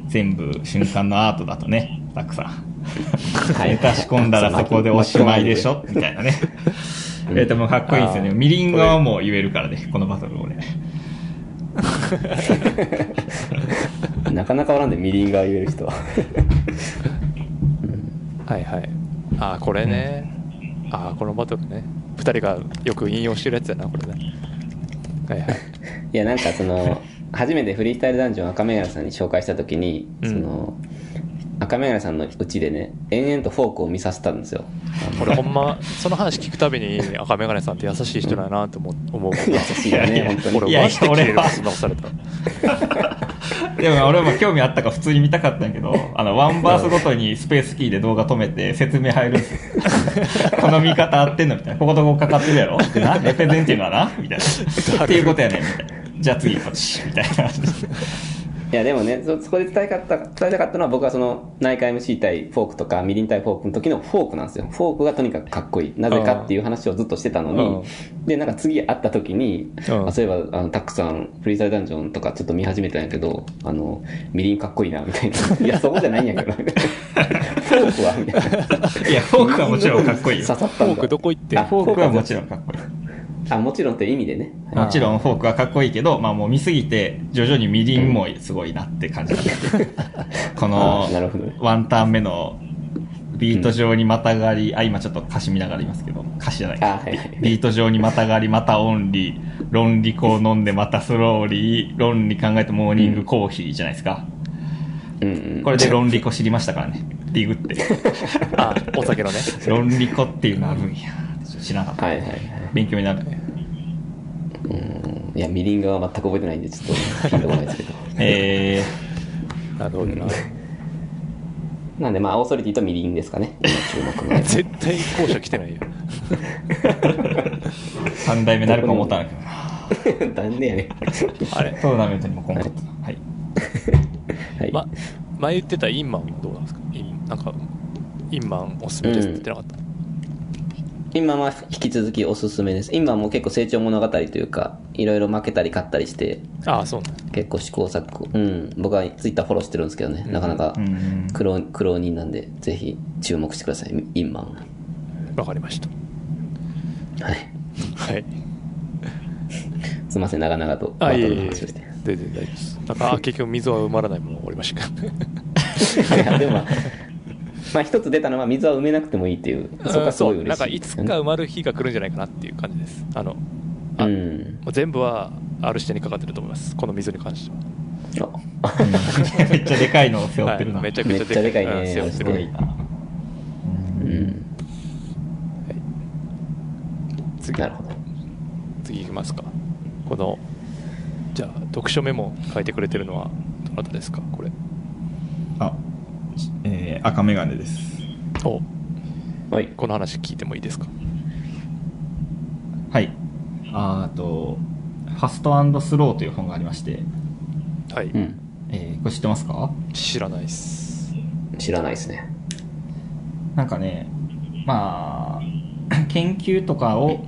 S3: 全部瞬間のアートだとね、たくさん。
S2: は
S3: ネタ仕込んだらそこでおしまいでしょみたいなね。
S2: うん
S3: えっと、もうかっこいいですよね。
S1: あー
S3: みりん側も言えるからね、このバトル俺。
S2: なかなかおらんで、みりんが言える人は。
S1: はいはい。あーこれね。あーこのバトルね。二人がよく引用してるやつやな、これね。はいはい。
S2: いや、なんかその、初めてフリースタイルダンジョン赤メガネさんに紹介したときに、
S1: うん
S2: その、赤メガネさんのうちでね、延々とフォークを見させたんですよ。あの
S1: 俺ほんまその話聞くたびに赤眼鏡さんって優しい人だなと思う思う
S2: 優しいよ
S3: いやい
S2: ね、
S3: や
S2: 本当に。
S1: 俺
S3: いや
S1: マジでキレる
S3: 俺は
S1: わそんな押されたら
S3: でも俺も興味あったから普通に見たかったんやけど、あの、ワンバースごとにスペースキーで動画止めて説明入るんですよ。 この見方合ってんのみたいな。こことここかかってるやろってな。レペゼンっていうのはなみたいな。っていうことやねん、みたいな。じゃあ次こっち、みたいな。
S2: いやでもねそそこで伝えたかった伝えたかったのは僕はその内科 MC 対フォークとかみりん対フォークの時のフォークなんですよフォークがとにかくかっこいいなぜかっていう話をずっとしてたのにでなんか次会った時に
S1: うん
S2: あそういえばあのたくさんフリースタイルダンジョンとかちょっと見始めたんやけどあのみりんかっこいいなみたいないやそこじゃないんやけどフォークはみたいない
S3: や、フォークはもちろんかっこいいよ。
S2: 刺さ
S3: フ
S2: った
S1: フ
S2: んだ
S1: ォークどこ行って
S2: あ
S1: ん
S3: ォークはもちろんかっこいい。
S2: あもちろんって意味でね
S1: あー
S3: もちろんフォークはかっこいいけど、まあもう見すぎて、徐々にみりんもすごいなって感じ だった。この
S2: あーなるほどね、
S3: ワンターン目のビート上にまたがり、あ、今ちょっと歌詞見ながら言いますけど、歌詞じゃない
S2: あはいはい
S3: ビート上にまたがり、またオンリー、論理こう飲んでまたスローリー、論理考えてモーニングコーヒーじゃないですか。
S2: うんうん
S3: これで論理こ知りましたからね。ディグ って。
S1: あお酒のね
S3: 論理こっていうのあるんや。知らなかった。
S2: はいはいはい
S3: 勉強になるね。
S2: うんいやみりんが全く覚えてないんでちょっとピンとこないですけど
S3: え
S1: なるほどな
S2: なんでまあオーソリティとみりんですかね今注目の
S1: 絶対校舎来てないよ
S3: ー、三代目なるか思ったんだけど。
S2: 残念やね
S1: あれ、
S3: トーナメントにも今回ったな。はい。
S2: はい、
S1: ま、前言ってたインマンはどうなんですかインなんかインマンおすすめですって言ってなかっ
S2: 今は引き続きおすすめです。今も結構成長物語というか、いろいろ負けたり勝ったりして、
S1: ああ、そうなん
S2: 結構試行錯誤。うん。僕はツイッターフォローしてるんですけどね、なかなか
S3: うん
S2: 苦労苦労人なんで、ぜひ注目してください、インマン。
S1: わかりました。
S2: はい。
S1: はい。
S2: すいません、長々と
S1: あ、
S2: バト
S1: いえい
S2: ル
S1: え
S2: の
S1: いえ。
S2: 話をして。
S1: 全然大丈夫です。なんか、あ結局水は埋まらないもの終わりましたけど
S2: いやでもまあ、まあ一つ出たのは水は埋めなくてもいいっていう、そこ
S1: うん
S2: はすごい
S1: なん
S2: 嬉
S1: か
S2: しい
S1: い
S2: で
S1: つ
S2: す
S1: か
S2: よね、
S1: 埋まる日が来るんじゃないかなっていう感じです。あの、あ
S2: うん。
S1: もう全部は R 視点にかかってると思います。この水に関しては。
S2: あ
S3: めっちゃでかいのを背負って
S1: は
S3: るな。
S1: いめちゃ
S2: め
S1: く
S2: っ
S1: ち
S2: ち
S1: ゃ
S2: ゃで
S1: で
S2: か
S1: かい。
S2: い
S1: うん
S2: ね、
S1: 背負ってる
S2: あれすごいな うん。
S1: 次
S2: なるほど。
S1: 次いきますかこのじゃあ読書メモ書いてくれてるのはどなたですかこれ
S3: あ、えー、赤眼鏡です。
S1: お
S2: はい。
S1: この話聞いてもいいですか
S3: はい。あーあと、ファストスローという本がありまして、
S1: はい、
S2: うん。
S3: えーこれ知ってますか
S1: 知らないっす
S2: 知らないですね。
S3: なんかね、まあ、 研究とかを、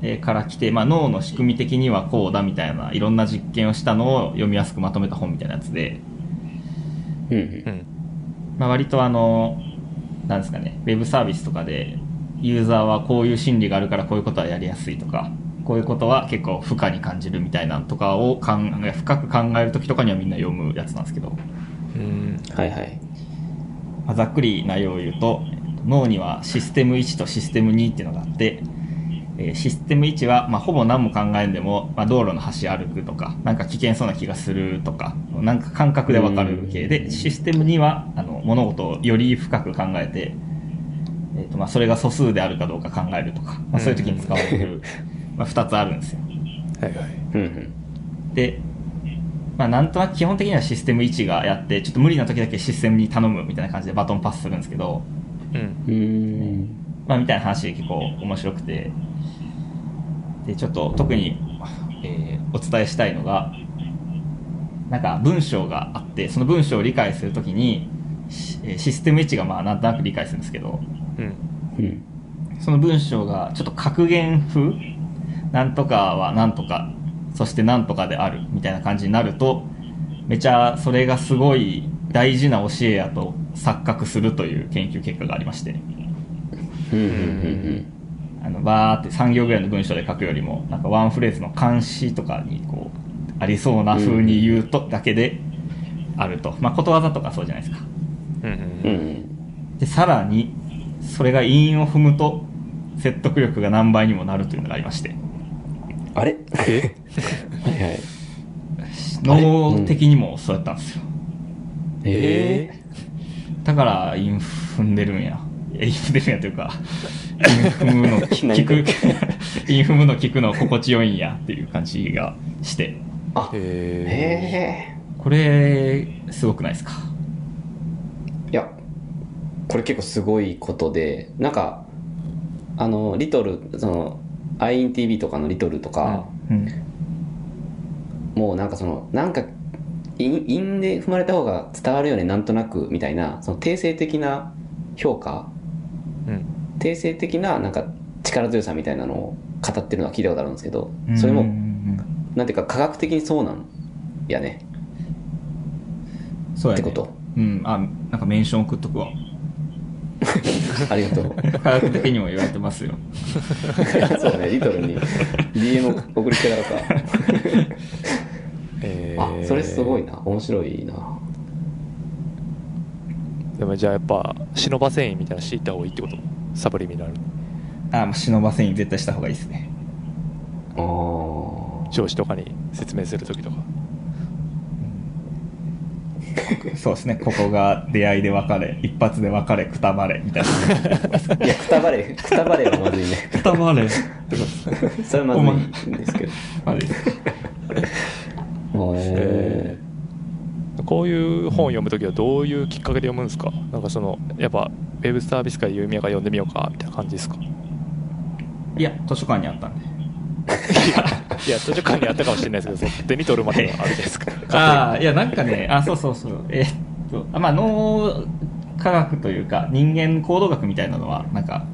S3: えーから来て、まあ、脳の仕組み的にはこうだみたいな、いろんな実験をしたのを読みやすくまとめた本みたいなやつで、
S2: うん
S1: うん
S3: まあ、割とあの、なんですかね、ウェブサービスとかで、ユーザーはこういう心理があるからこういうことはやりやすいとか、こういうことは結構負荷に感じるみたいなのとかを考え、深く考えるときとかにはみんな読むやつなんですけど、
S1: うん
S2: うん。はいはい。
S3: まあざっくり内容を言うとえっと脳にはシステム1とシステム2っていうのがあって、えーシステム1は、まあ、ほぼ何も考えんでも、まあ、道路の端歩くとかなんか危険そうな気がするとかなんか感覚でわかる系
S2: う
S3: で
S2: ん
S3: システム2はあの物事をより深く考えて、えーとまあ、それが素数であるかどうか考えるとか、まあ、そういう時に使われる、まあ、2つあるんですよ。
S1: はいはい
S2: うんうん。
S3: で、まあ、なんとなく基本的にはシステム1がやってちょっと無理な時だけシステムに頼むみたいな感じでバトンパスするんですけど、
S1: うん
S2: うーん。
S3: まあ、みたいな話結構面白くてでちょっと特に、えーお伝えしたいのがなんか文章があってその文章を理解するときにしえーシステム1がまあなんとなく理解するんですけど
S1: うん
S2: うん。
S3: その文章がちょっと格言風なんとかはなんとかそしてなんとかであるみたいな感じになるとめちゃそれがすごい大事な教えやと錯覚するという研究結果がありまして。
S2: うんうんうん
S3: あのバーって3行ぐらいの文章で書くよりもなんかワンフレーズの漢詩とかにこうありそうな風に言うとだけであると、まあ、ことわざとかそうじゃないですか
S1: うんう
S2: うん。うんん
S3: でさらにそれが韻を踏むと説得力が何倍にもなるというのがありまして
S2: うん。あれ
S1: え
S2: はいはい。
S3: 脳的にもそうやったんですよ
S2: え
S3: だから韻踏んでるんやえ韻踏んでるんやというか韻踏むの
S2: 何
S3: 聞く韻踏むの聞くの心地よいんやっていう感じがして
S2: あ、へ
S1: え
S2: え。
S3: これすごくないですか
S2: いや、これ結構すごいことで、なんか、あの、リトル、その、INTV とかのリトルとか、
S3: うん
S2: もうなんかその、なんか、因因で踏まれた方が伝わるよね、なんとなく、みたいな、その定性的な評価、
S1: うん
S2: 定性的ななんか力強さみたいなのを語ってるのは聞いたことあるんですけど、それ
S3: うん
S2: も、
S3: うん
S2: なんていうか科学的にそうなんやね、
S3: うんそ
S2: っ
S3: うや、
S2: て
S3: ね、
S2: こと。
S3: うんあなんかメンション送っとくわ
S2: ありがとう。
S3: 科学的にも言われてますよ
S2: そうね、リトルに DM 送りつけたかった。
S1: え
S2: あ、それすごいな。面白いな。
S1: でもじゃあやっぱ忍ばせんみたいなの敷いた方がいいってことサブリミナル
S3: あもう忍ばせに絶対した方がいいですね
S2: あー
S1: 上司とかに説明するときとか
S3: そうですねここが出会いで別れ一発で別れくたばれみ たいな
S2: いや、くたばれ、くたばれはまずいね。
S3: くたば れ
S2: それはまずいんですけど。
S3: まあです
S2: へ
S1: こういう本を読むときはどういうきっかけで読むんですかなんかそのやっぱウェブサービスから有名が読んでみようかみたいな感じですか
S3: いや図書館にあったんで
S1: いや、図書館にあったかもしれないですけど、そう手に取るまで はあるじゃないですか。
S3: ああいやなんかねあそうそうそうえーっとあまあ脳科学というか人間行動学みたいなのはなんか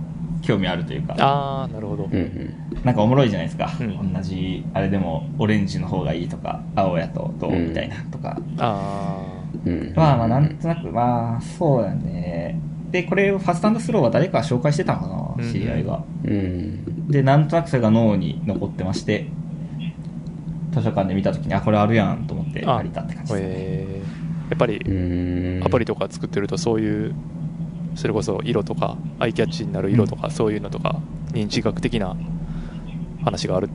S3: 興味あるというか、
S1: ああなるほど
S2: うんうん
S3: なんかおもろいじゃないですか、
S1: うん
S3: 同じあれでもオレンジの方がいいとか青やとどうみたいなとか、
S1: あ
S2: うん
S3: まあまあなんとなくまあそうだねでこれをファストスローは誰か紹介してたのか
S1: う
S3: なん知り合いが、
S2: うん
S3: でなんとなくそれが脳に残ってまして図書館で見た時にあこれあるやんと思って
S1: あ
S3: 借りたって感じ
S1: あ
S3: ですね
S1: えー、やっぱ
S2: う
S1: り
S2: ん
S1: アプリとか作ってるとそういうそれこそ色とかアイキャッチになる色とかそういうのとか認知学的な話があるっ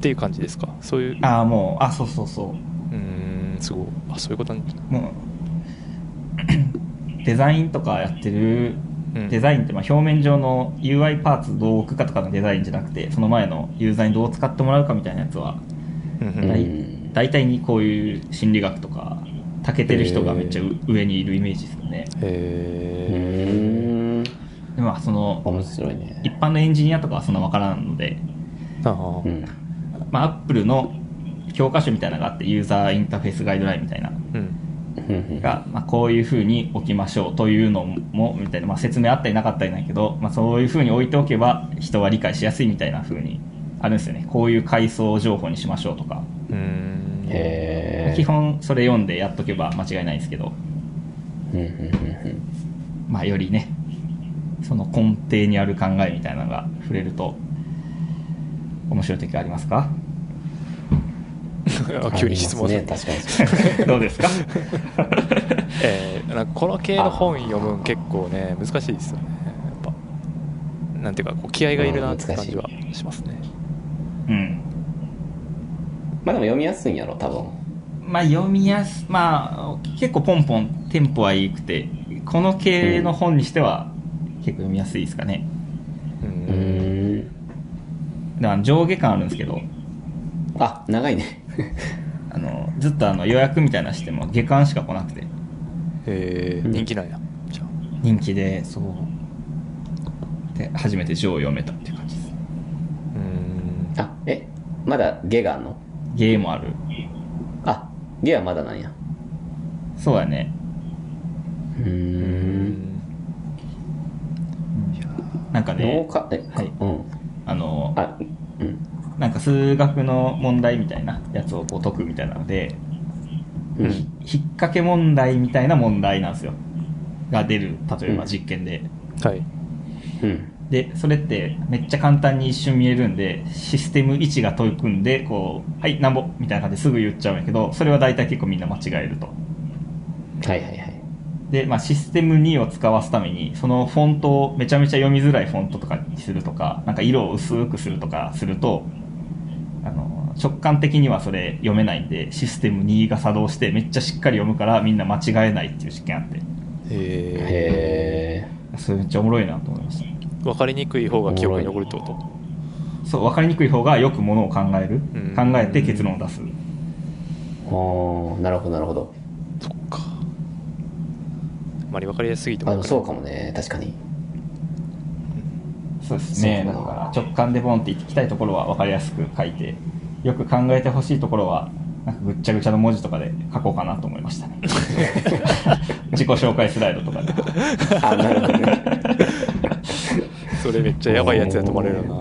S1: ていう感じですかそういう
S3: ああもうあそうそうそ
S1: う
S3: う
S1: ーんすごいあそういうことに
S3: もう デザインとかやってる
S1: うん
S3: デザインってまあ表面上の UI パーツどう置くかとかのデザインじゃなくてその前のユーザーにどう使ってもらうかみたいなやつは
S1: うんうん
S2: うん
S3: 大大体にこういう心理学とか長けてる人がめっちゃう上にいるイメージですよね
S2: う
S1: え
S2: ん
S3: でまあその
S2: 面白いね
S3: 一般のエンジニアとかはそんな分からんので
S1: ー、あ
S2: うん
S3: まあアップルの教科書みたいなのがあってユーザーインターフェースガイドラインみたいなの
S1: あうん
S2: うん
S3: が、まあ、こういうふうに置きましょうというのもみたいな、まあ、説明あったりなかったりなんやけど、まあ、そういうふうに置いておけば人は理解しやすいみたいなふうにあるんですよねこういう階層情報にしましょうとか、
S1: うーん
S2: へー
S3: 基本それ読んでやっとけば間違いないんですけど、
S2: うんうんうん
S3: まあ、よりねその根底にある考えみたいなのが触れると面白い時ありますか
S2: うん
S1: あ急に質問
S2: あ
S1: す
S2: り
S1: る
S2: ますね確かに
S3: どうですか
S1: えーなんかこの系の本読むん結構ね難しいですよねやっぱなんていうかこう気合がいるなって感じはしますね
S3: うん
S2: まあでも読みやすいんやろ多分
S3: まあ読みやすまあ結構ポンポンテンポはいいくてこの系の本にしては結構読みやすいですかね、
S1: う
S2: うんーん
S3: であの上下感あるんですけど
S2: あ長いね
S3: あのずっとあの予約みたいなのしても下巻しか来なくて
S1: えー
S2: うん
S1: 人気なんやじゃあ
S3: 人気でそうで初めて上を読めたっていう感じです
S1: うーん
S2: あえまだゲがあんの
S3: ゲーもある
S2: あゲはまだなんや
S3: そうやね
S2: う
S1: うー
S2: ん
S1: ん
S3: なんか
S2: 農
S3: ね
S2: 家え
S3: はい
S2: うん
S3: あの
S2: あうん
S3: なんか数学の問題みたいなやつをこう解くみたいなので
S2: うん
S3: 引っ掛け問題みたいな問題なんですよが出る例えば実験で、
S1: はい
S2: うん
S3: でそれってめっちゃ簡単に一瞬見えるんでシステム1が取り組んでこう「はいなんぼ」みたいな感じですぐ言っちゃうんやけどそれは大体結構みんな間違えると
S2: はいはいはい
S3: で、まあ、システム2を使わすためにそのフォントをめちゃめちゃ読みづらいフォントとかにするとかなんか色を薄くするとかするとあの直感的にはそれ読めないんでシステム2が作動してめっちゃしっかり読むからみんな間違えないっていう実験あって
S1: え
S2: へ
S3: それめっちゃおもろいなと思いました
S1: ー分かりにくい方が記憶に残るってこと
S3: そう分かりにくい方がよくものを考える
S1: うん
S3: 考えて結論を出す
S2: えおーなるほどなるほど
S1: そっかあまり分かりやすすぎて
S2: あ
S1: も
S2: でもそうかもね確かに
S3: そうですね
S2: そ
S3: だ
S2: うか
S3: から直感でボンって言ってきたいところは分かりやすく書いてよく考えてほしいところはなんかぐっちゃぐちゃの文字とかで書こうかなと思い ましたね自己紹介スライドとかで
S2: あなるほどね
S1: それめっちゃやばいやつやと思われるな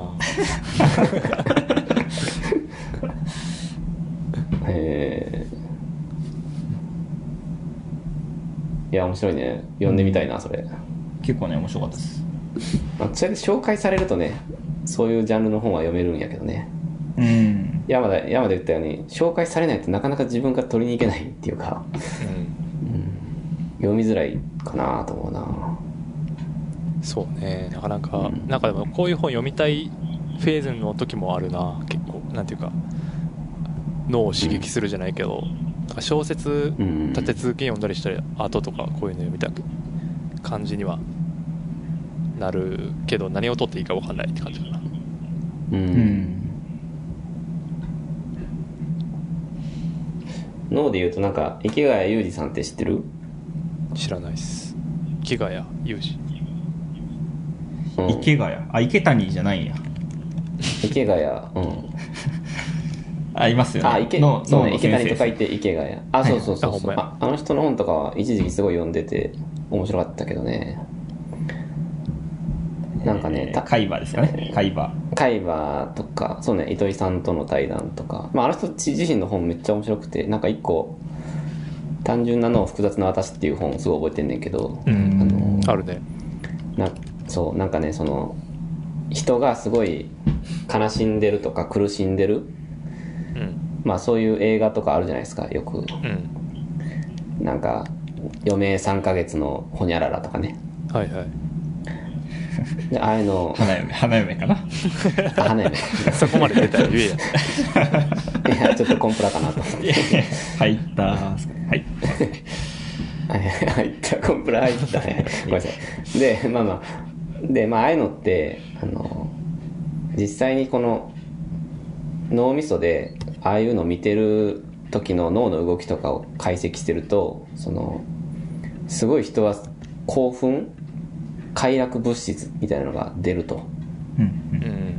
S2: へえいや面白いね読んでみたいなそれ
S3: 結構ね面白かったです
S2: まあそれで紹介されるとねそういうジャンルの本は読めるんやけどね
S3: うん
S2: 山田山田言ったように紹介されないとなかなか自分が取りに行けないっていうか
S1: うん
S2: 読みづらいかなと思うな
S1: そうねなかなかなんかでもこういう本読みたいフェーズの時もあるな結構なんていうか脳を刺激するじゃないけど、なんか小説
S2: うん
S1: 立て続けに読んだりしたり後とかこういうの読みたく感じにはなるけど何を取っていいか分かんないって感じかな
S2: う
S3: うんん
S2: 脳で言うとなんか池谷裕二さんって知ってる
S1: 知らないっす木谷裕二
S2: うん
S3: 池谷あ池谷じゃないんや
S2: 池谷うん
S3: あいますよね
S2: あ池
S3: の
S2: そうね
S3: の
S2: 池
S3: 先生
S2: 谷と書いて池谷あそうそうそうそう、
S1: はいあほんまや
S2: ああの人の本とかは一時期すごい読んでて面白かったけどねななんかね
S3: えー
S2: た
S3: 海馬ですかね。海馬。
S2: 海馬とか、そうね、糸井さんとの対談とか、まあ、あの人自身の本めっちゃ面白くて、なんか一個、単純なのを複雑な私っていう本をすごい覚えてんねんけど、
S1: うん
S2: あの
S1: あるね。
S2: なそうなんかねその人がすごい悲しんでるとか苦しんでる
S1: うん。
S2: まあそういう映画とかあるじゃないですかよく
S1: うん。
S2: なんか余命3ヶ月のホニャララとかね
S1: はいはい。
S2: でああいうの
S3: 花嫁、花 嫁かな。
S2: あ花 嫁い
S1: そこまで出たら言え や。
S2: やちょっとコンプラかなと思って
S3: 入ったーすかね。はい。
S2: はい入ったコンプラ入ったねごめんなさいでまあまあでまあああいうのってあの実際にこの脳みそでああいうのを見てる時の脳の動きとかを解析してるとそのすごい人は興奮快楽物質みたいなのが出ると
S3: うん
S1: うん。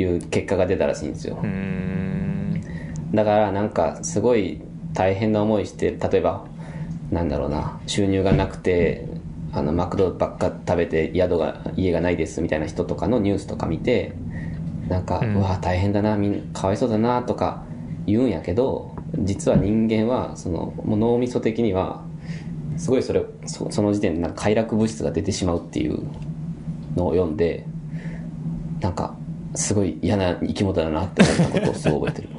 S2: いう結果が出たらしいんですよ
S1: うーん。
S2: だからなんかすごい大変な思いして例えばなんだろうな収入がなくてあのマクドばっか食べて宿が家がないですみたいな人とかのニュースとか見てなんか、
S1: う
S2: うんわ大変だなみんかわいそうだなとか言うんやけど実は人間はそのもう脳みそ的にはすごいそれそその時点でなんか快楽物質が出てしまうっていうのを読んでなんかすごい嫌な生き物だなって思ったことをすごい覚えてる。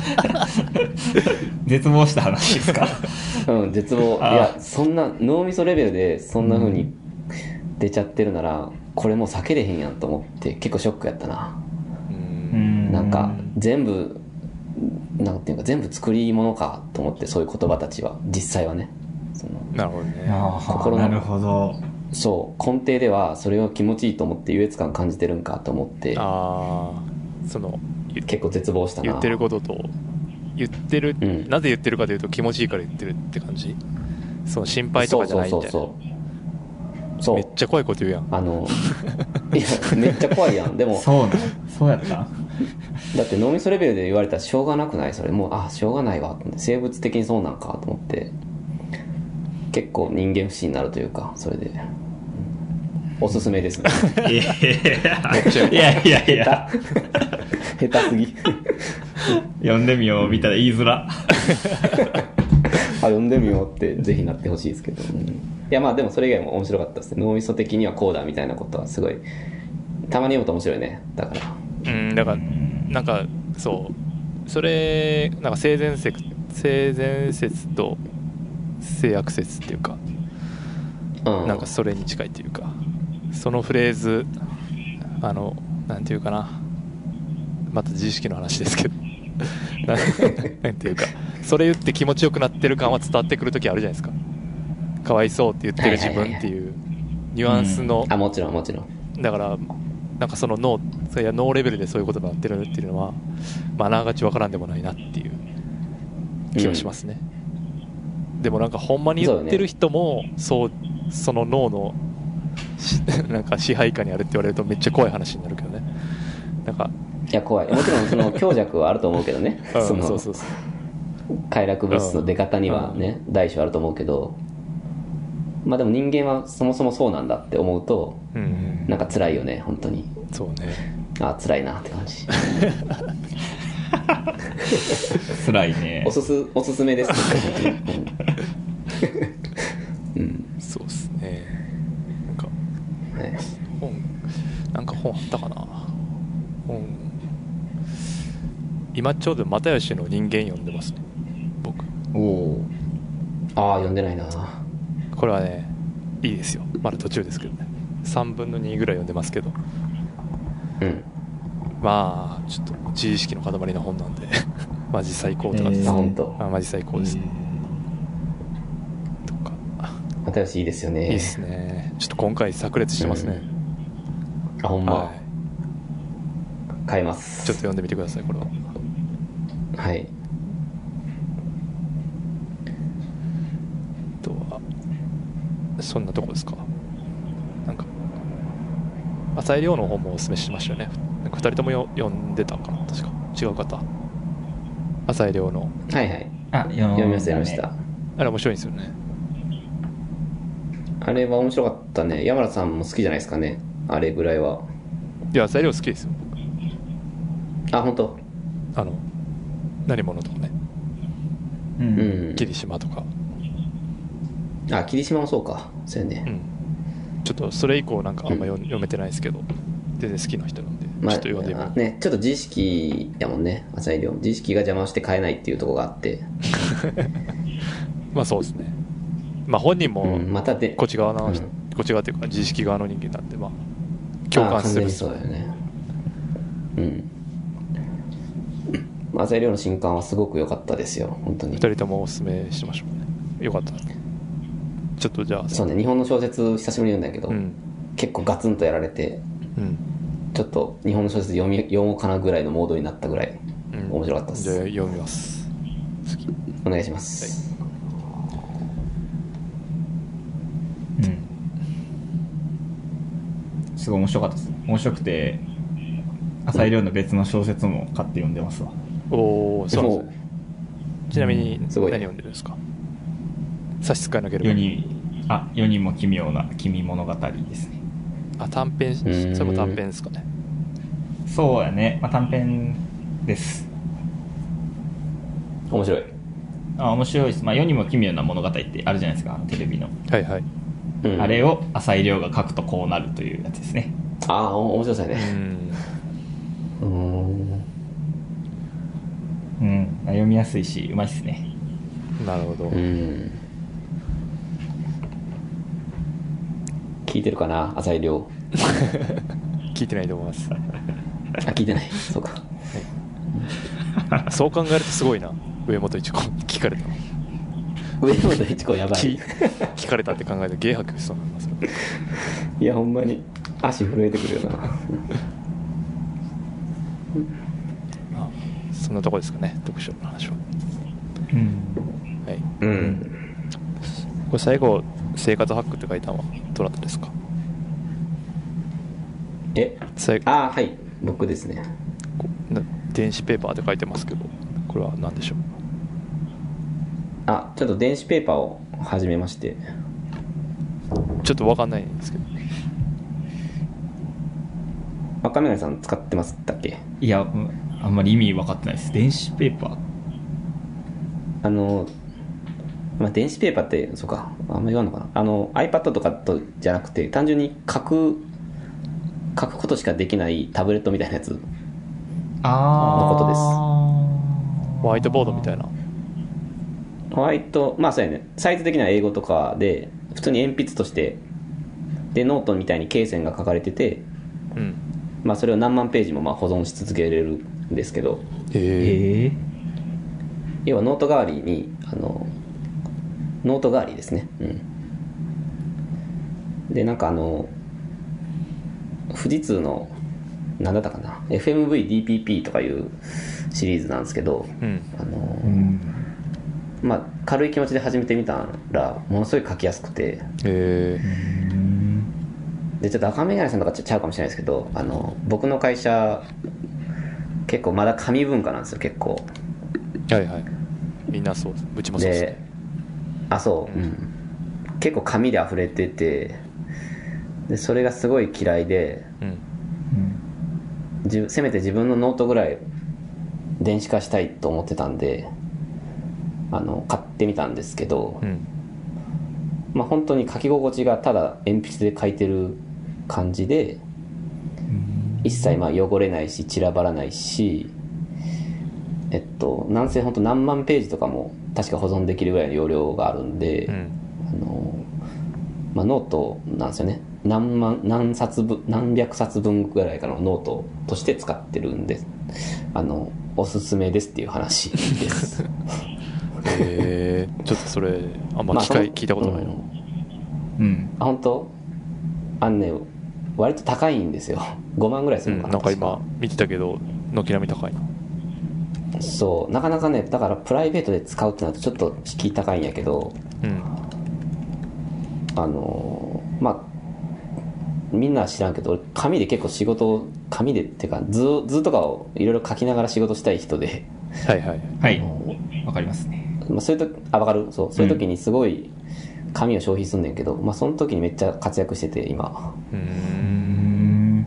S3: うん絶望した話ですか
S2: うん、絶望。い
S3: あー
S2: や、そんな、脳みそレベルでそんな風に出ちゃってるなら、これもう避けれへんやんと思って、結構ショックやったな。
S1: うん。
S2: なんか、全部、なんていうか、全部作り物かと思って、そういう言葉たちは、実際はね。その
S1: なるほどね。
S3: あ
S2: 心
S3: ー
S2: の
S3: なるほど。
S2: そう、根底では、それを気持ちいいと思って優越感感じてるんかと思って、
S1: ああ、その、ゆ
S2: 結構絶望したな。
S1: 言ってることと、言ってる、
S2: うん
S1: なぜ言ってるかというと気持ちいいから言ってるって感じその心配とかじゃないみたいな。
S2: そうそうそうそう。そ
S1: め
S2: う
S1: っ。ちゃ怖いこと言うやん。
S2: あの、いや、めっちゃ怖いやん。 でも、
S3: そうだ。そうやった
S2: だって脳みそレベルで言われたらしょうがなくないそれもうあしょうがないわ生物的にそうなんかと思って結構人間不信になるというかそれでおすすめ ですね
S3: いやいやいやいや。
S2: 下手すぎ
S3: 読んでみよう、見たら言いづら。
S2: あ読んでみようってぜひなってほしいですけど、うんいやまあでもそれ以外も面白かったですね脳みそ的にはこうだみたいなことはすごいたまに読むと面白いねだから
S1: うん、だから、なんか、そう、それ、なんか性善説、性善説と性悪説っていうか、
S2: うん
S1: なんかそれに近いというか、そのフレーズ、あの、なんていうかな、また自意識の話ですけど、 なんなんていうか、それ言って気持ちよくなってる感は伝わってくるときあるじゃないですか。かわいそうって言ってる自分っていうニュアンスの
S2: あもちろんもちろん
S1: だからなんかその脳それや脳レベルでそういうことになってるっていうのはまああながちわからんでもないなっていう気はしますね、でもなんかほんまに言ってる人もそうその脳の しなんか支配下にあるって言われるとめっちゃ怖い話になるけどねなんか、
S2: いや怖いもちろんその強弱はあると思うけどね
S1: うん、
S2: の
S1: そうそうそう
S2: 快楽物質の出方にはね、大小あると思うけど、まあでも人間はそもそもそうなんだって思うと、
S1: うん
S2: なんか辛いよね、本当に。
S1: そうね
S2: ああ、辛いなって感じ。
S3: 辛いね
S2: お。すす、おす すめです。
S1: そうっすねなんか
S2: はい
S1: 本なんか本あったかな本今ちょうど又吉の人間読んでますね僕
S3: おおー。
S2: ああ、読んでないな。
S1: これはねいいですよまだ途中ですけどね3分の2ぐらい読んでますけど
S2: うん。
S1: まあちょっと自意識の塊の本なんで マジ最高って感じです、
S2: あ、
S3: え
S2: 本当。
S1: あマジ最高です、ねとか
S2: 又吉いいですよ
S1: い
S2: ね。
S1: いですねちょっと今回炸裂してますね、
S2: あ、ほん
S1: は
S2: ま。
S1: い
S2: 買います。
S1: ちょっと読んでみてくださいこれは
S2: はい。
S1: あとはそんなとこですかなんか浅井亮の本もおすすめしましたよねなんか2人ともよ読んでたかな確か違う方浅井亮の
S2: はいはい。
S3: あ、読
S2: 読みました、読みました。
S1: あれ面白いんですよね
S2: あれは面白かったね。山田さんも好きじゃないですかね。あれぐらいは。
S1: いや材料好きですよ僕
S2: あ、本当
S1: あの何者とかね
S3: う。
S2: うんん。
S1: 霧島とか、
S2: あ、霧島もそうか。そうや
S1: う
S2: ね。
S1: ん、ちょっとそれ以降なんかあんま読読めてないですけど全然好きな人なんでちょっと読んでみよう、
S2: ね、ちょっと自意識やもんね。朝井亮。自意識が邪魔して買えないっていうところがあって。
S1: まあそうですねまあ本人
S2: う
S1: も
S2: ん。またで、
S1: こっち側の、
S2: うん
S1: こっち側というか自意識側の人間なんでまあ共感する
S2: あ完全にそうだよねうん朝井亮の新刊はすごく良かったですよ本当
S1: 二
S2: に
S1: 人ともおすすめしましょうねよかったちょっとじゃあ
S2: そうね日本の小説久しぶりに読んだけど、
S1: うん
S2: 結構ガツンとやられて
S1: うん、
S2: ちょっと日本の小説読み読もうかなぐらいのモードになったぐらい
S1: うん、
S2: 面白かったで
S1: じゃあ
S2: す、
S1: 読みます次
S2: お願いします、
S3: うんすごい面白かったです面白くて浅井亮の別の小説も買って読んでますわ
S1: おおそうなんですねちなみに何
S2: すごいね
S1: 読んでるんですか差し支えなけれ
S3: 4
S1: ば
S3: 人あ4人も奇妙な君物語ですね
S1: あ短編それ
S2: ん
S1: も短編ですかね
S3: そうやね、まあ、短編です
S2: 面白い
S3: あ面白いです、まあ、世にも奇妙な物語ってあるじゃないですかテレビの、
S1: はいはい
S2: うん
S3: あれを浅井亮が書くとこうなるというやつですね
S2: ああ面白そうや
S1: う
S2: ね
S1: ん
S2: うーん
S3: うんまあ読みやすいしうまいっすね
S1: なるほど、
S2: うん聞いてるかな朝井亮
S1: 聞いてないと思います
S2: あ聞いてないそうか
S1: そう考えるとすごいな上本一子聞かれたの
S2: 上本一子やば
S1: 聞
S2: い
S1: 聞かれたって考えると芸博しそうになりますよ
S2: いやほんまに足震えてくるよな
S1: まあそんなとこですかね読書の話は、
S3: うん
S1: はい、
S2: うん
S1: これ最後生活ハックって書いたのはどなたですか
S2: え
S1: 最後
S2: ああはい僕ですね
S1: こな電子ペーパーって書いてますけどこれは何でしょう
S2: あちょっと電子ペーパーを始めまして
S1: ちょっと分かんないんですけど
S2: 若宮さん使ってますだっけ
S3: いやうんあんまり意味分かってないです電子ペーパー
S2: あのまあ、電子ペーパーってそうかあんま言わんのかなあの iPad とかとじゃなくて単純に書く書くことしかできないタブレットみたいなやつ
S3: あ
S2: のことです
S1: ホワイトボードみたい
S3: な
S1: な
S2: ホワイトまあそうやねサイズ的には英語とかで普通に鉛筆としてでノートみたいに罫線が書かれてて
S1: うん
S2: まあ、それを何万ページもまあ保存し続けれるんですけど
S1: え
S3: ええ
S2: 要はノート代わりにあのノート代わりですねうんでなんかあの富士通の何だったかな FMVDPP とかいうシリーズなんですけど
S1: うん
S2: あの、
S3: うん
S2: まあ、軽い気持ちで始めてみたらものすごい書きやすくて
S1: え
S2: でちょっと赤眼鏡さんとかちゃうかもしれないですけどあの僕の会社結構まだ紙文化なんですよ結構
S1: ー、はいはいみんなそうですうちもそうです
S2: で
S1: ね
S2: あそう、うん結構紙で溢れててでそれがすごい嫌いで
S1: うん
S2: 自せめて自分のノートぐらい電子化したいと思ってたんであの買ってみたんですけど、
S1: うん
S2: まあ本当に書き心地がただ鉛筆で書いてる感じで一切まあ汚れないし散らばらないしえっとなんせ本当何万ページとかも確か保存できるぐらいの容量があるんで、
S1: うん
S2: あの、まあ、ノートなんですよね何万何冊分何百冊分ぐらいかのノートとして使ってるんであのおすすめですっていう話です
S1: えー、ちょっとそれあ んま機
S2: そ
S1: 会
S2: の
S1: 聞いたことないうの
S2: ん
S3: うん
S2: あ本当あんね割と高いんですよ5万ぐらいす
S1: う
S2: るの
S1: んな
S2: かな,
S1: ん
S2: 確、
S1: か今見てたけど軒並み高いな
S2: そうなかなかねだからプライベートで使うってなるとちょっと敷居高いんやけど
S1: うん
S2: あのーまあみんなは知らんけど俺紙で結構仕事を紙でっていうか図を図とかをいろいろ書きながら仕事したい人で、
S1: はいはい
S3: は
S2: あ
S3: い
S2: の
S3: わかりますね
S2: まあ、そういうとあ分かるそうそういう時にすごい、紙を消費すんねんけど、まあ、その時にめっちゃ活躍してて今
S1: うー
S3: うんん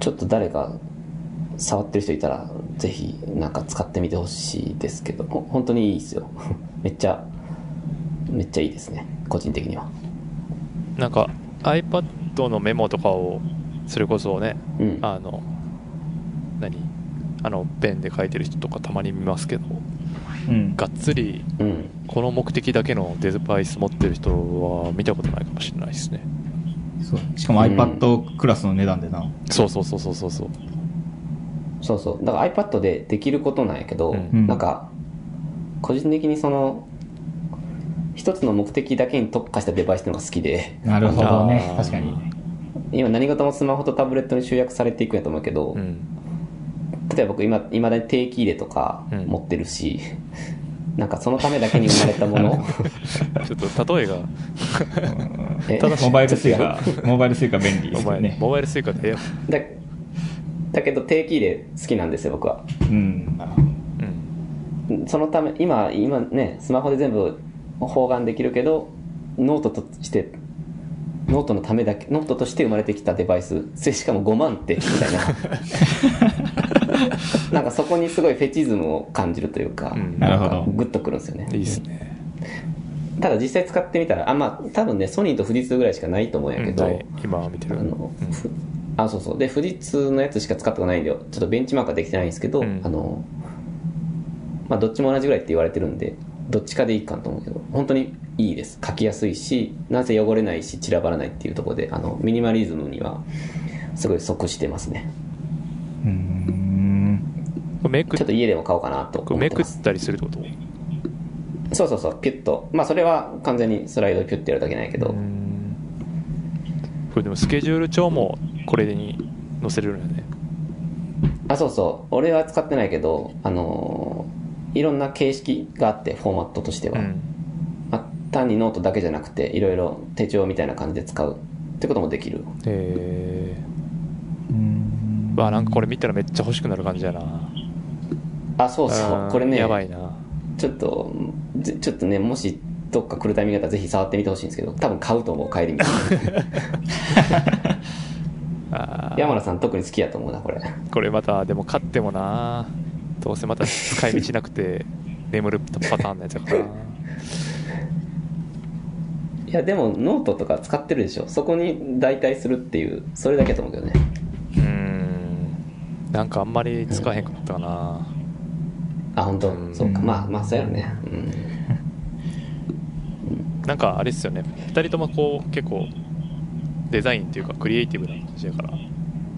S2: ちょっと誰か触ってる人いたらぜひなんか使ってみてほしいですけどほ本当にいいですよ めっちゃめっちゃいいですね個人的には
S1: なんか iPad のメモとかをそれこそね
S2: うん
S1: あの何あのペンで書いてる人とかたまに見ますけど
S3: うん
S1: がっつり
S2: うん
S1: この目的だけのデバイス持ってる人は見たことないかもしれないですね
S3: そうしかも iPad クラスの値段でな、
S1: そうそうそうそうそうそう
S2: そうそうだから iPad でできることなんやけど、
S1: うん
S2: なんか個人的にその一つの目的だけに特化したデバイスっていうのが好きで
S3: なるほどね
S1: あー
S3: 確かに
S2: 今何事もスマホとタブレットに集約されていくんやと思うけど、
S1: うん
S2: 例えば僕今いまだに定期入れとか
S1: うん
S2: 持ってるし、なんかそのためだけに生まれたもの
S1: ちょっと例えが
S2: え
S3: ただモバイルスイ
S2: ちょっ
S3: カ モバイルスイカ便利で
S1: お
S3: すよ
S1: 前、
S3: ね
S1: モバイルスイカでええよ
S2: とだだけど定期入れ好きなんですよ僕は
S3: うんなる
S1: うん
S2: そのため今今ねスマホで全部包含できるけどノートとしてノートのためだけノートとして生まれてきたデバイスそれしかも5万ってみたいな なんかそこにすごいフェチズムを感じるというか、
S1: うん
S3: なるほど
S2: んかグッとくるんですよね
S1: いいっすね
S2: ただ実際使ってみたらあまあ多分ねソニーと富士通ぐらいしかないと思うんやけど、
S1: うんはい今見て
S2: あ
S1: る
S2: の、ふあそうそうで富士通のやつしか使ったことないんでよちょっとベンチマークはできてないんですけど、
S1: うん
S2: あのまあどっちも同じぐらいって言われてるんでどっちかでいいかなと思うけど本当にいいです書きやすいしなぜ汚れないし散らばらないっていうところであのミニマリズムにはすごい即してますね
S3: うん
S1: うんめく
S2: ちょっと家でも買おうかなと
S1: これ
S2: 思っ
S1: め
S2: て
S1: く
S2: ま
S1: っ
S2: す
S1: たりするってこと
S2: そうそうそうピュッとまあそれは完全にスライドでピュッてやるだけないけど、
S1: うんこれでもスケジュール帳もこれに載せれるんだね
S2: あそうそう俺は使ってないけどあのーいろんな形式があってフォーマットとしては、
S1: うん
S2: まあ、単にノートだけじゃなくていろいろ手帳みたいな感じで使うってこともできる
S1: え
S3: うん
S1: ー、わあなんかこれ見たらめっちゃ欲しくなる感じやな
S2: あそう
S1: あ
S2: そ
S1: ー
S2: うこれね
S1: やばいな
S2: ちょっとぜちょっとねもしどっか来るタイミングだったらぜひ触ってみてほしいんですけど多分買うと思う 帰りに
S1: あー
S2: 山田さん特に好きやと思うなこれ
S1: これまたでも買ってもなどうせまた使い道なくて 眠るパターンのやつやからない
S2: やでもノートとか使ってるでしょそこに代替するっていうそれだけやと思うけどね
S1: うーんなんかあんまり使えへんかったかな
S2: あ本当、
S1: うん
S2: そうかまあまあそうやろねうん
S1: なんかあれっすよね2人ともこう結構デザインっていうかクリエイティブな感じだから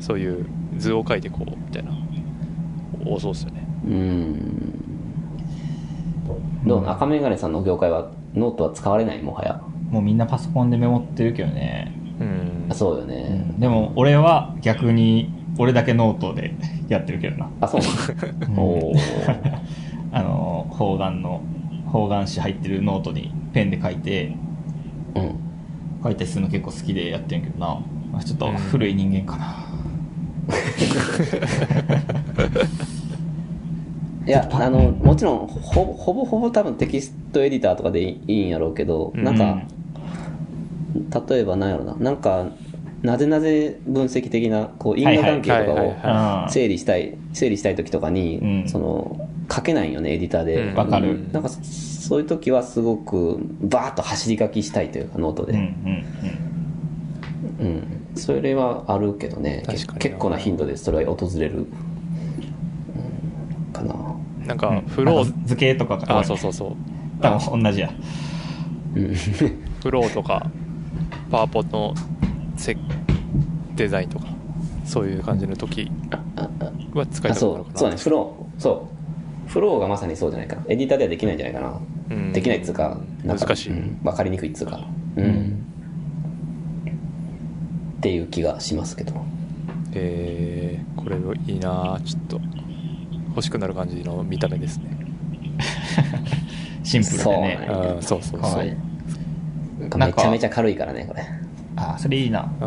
S1: そういう図を描いてこうみたいな多そうっすよね
S2: うんどう赤眼鏡さんの業界はノートは使われないもはや
S3: もうみんなパソコンでメモってるけどね、
S1: うん
S2: あそうよね、
S3: でも俺は逆に俺だけノートで やってるけどな
S2: あそうな のおー
S3: あの方眼の方眼紙入ってるノートにペンで書いて
S2: うん、
S3: 書いたりするの結構好きでやってるけどなまあちょっと古い人間かな、
S2: いやあのもちろんほほぼほぼ多分テキストエディターとかでいいいいんやろうけど
S1: うん
S2: なんか、例えばなんやろななんかなぜなぜ分析的なこう因果関係と
S1: はいはいはい
S2: か
S3: は
S2: を
S3: い
S2: 整理したい整理したい時とかに、
S3: うん
S2: その書けないよねエディターで
S1: うん
S3: わかる
S2: うんなんかそそういう時はすごくバーッと走り書きしたいというかノート
S3: うんうん
S2: で、うんそれはあるけどねけ
S1: 確かに
S2: 結構な頻度でそれは訪れる、うんかな
S1: なん
S3: う
S1: か
S3: ん
S1: フロ
S3: なん
S1: ー
S3: か図形とか
S1: あそうそうそう
S3: う多分同じや
S2: うん
S1: フローとかパワポのせデザインとかそういう感じの時は使い
S2: あ
S1: たく
S2: そ
S1: なる
S2: う
S1: かな
S2: そうねフローそうフローがまさにそうじゃないかなエディターではできないんじゃないかな、
S1: うん
S2: できないっつうかなんか
S1: 難しい
S2: うんわかりにくいっつうかうん、っていう気がしますけど
S1: えー、これいいなちょっと欲しくなる感じの見た目ですね
S3: シンプルでね
S2: そ
S1: うんそ
S2: う
S1: うそう
S3: か
S1: そ
S3: わいうい
S2: なんか
S3: なん
S2: め
S3: か
S2: ちゃめちゃ軽いからねこれ
S3: あそれいいな
S1: う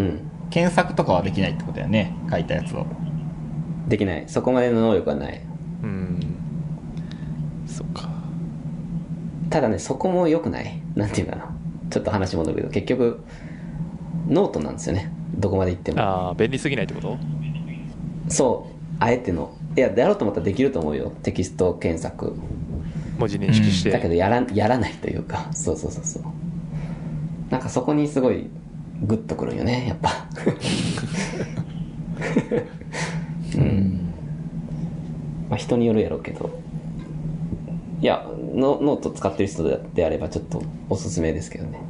S1: ん
S2: うん
S3: 検索とかはできないってことやね書いたやつを
S2: できないそこまでの能力はない
S1: うんそっか
S2: ただね、そこも良くない。なんていうかな。ちょっと話戻るけど、結局、ノートなんですよね。どこまで行っても。
S1: ああ、便利すぎないってこと
S2: そう、あえての。いや、やろうと思ったらできると思うよ。テキスト検索。
S1: 文字認識し
S2: だけ
S1: て。
S2: どやら、やらないというか、 そうそうそうそう。なんかそこにすごい、グッとくるんよね、やっぱ。 うん。まあ人によるやろうけど。いや、ノノート使ってる人であれば、ちょっとおすすめですけどね。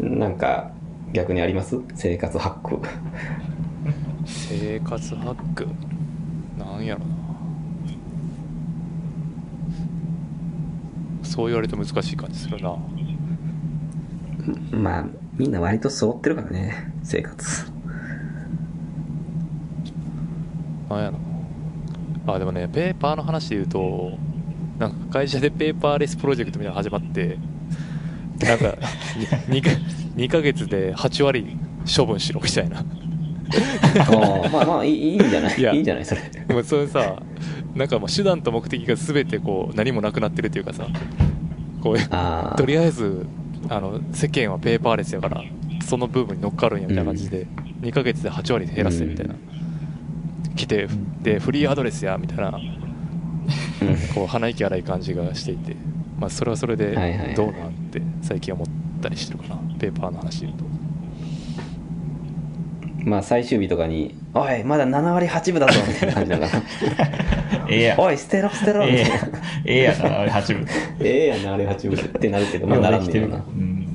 S2: うん。なんか、逆にあります生活ハック。
S1: 生活ハック。なんやろな。そう言われると難しい感じするな。
S2: まあ、みんな割と揃ってるからね、生活。
S1: なんやろあでもねペーパーの話で言うとなんか会社でペーパーレスプロジェクトみたいなの始まってなんか 2, か2ヶ月で8割処分しろみたいな
S2: ああまあまあいいいいんじゃない
S1: いや
S2: いいんじゃないそれ
S1: もうそれさなんかもう手段と目的が全てこう何もなくなってるというかさこう
S2: ああ
S1: とりあえずあの世間はペーパーレスやからその部分に乗っかるんやみたいな感じで、2ヶ月で8割減らせみたいな、来てでフリーアドレスやみたいなこう鼻息荒い感じがしていて、まあ、それはそれ
S2: はいはいは
S1: で
S2: い
S1: どうなんって最近思ったりしてるかなペーパーの話で言うと
S2: まあ最終日とかに「おいまだ7割8分だぞ」みたいな感じだから
S3: ええや
S2: 「おい捨てろ捨てろ」みたい
S3: ええや
S2: な
S3: ええやな、あれ8分。
S2: 「ええやんなあれ8分」ってなるけどまあならんねよな
S3: うん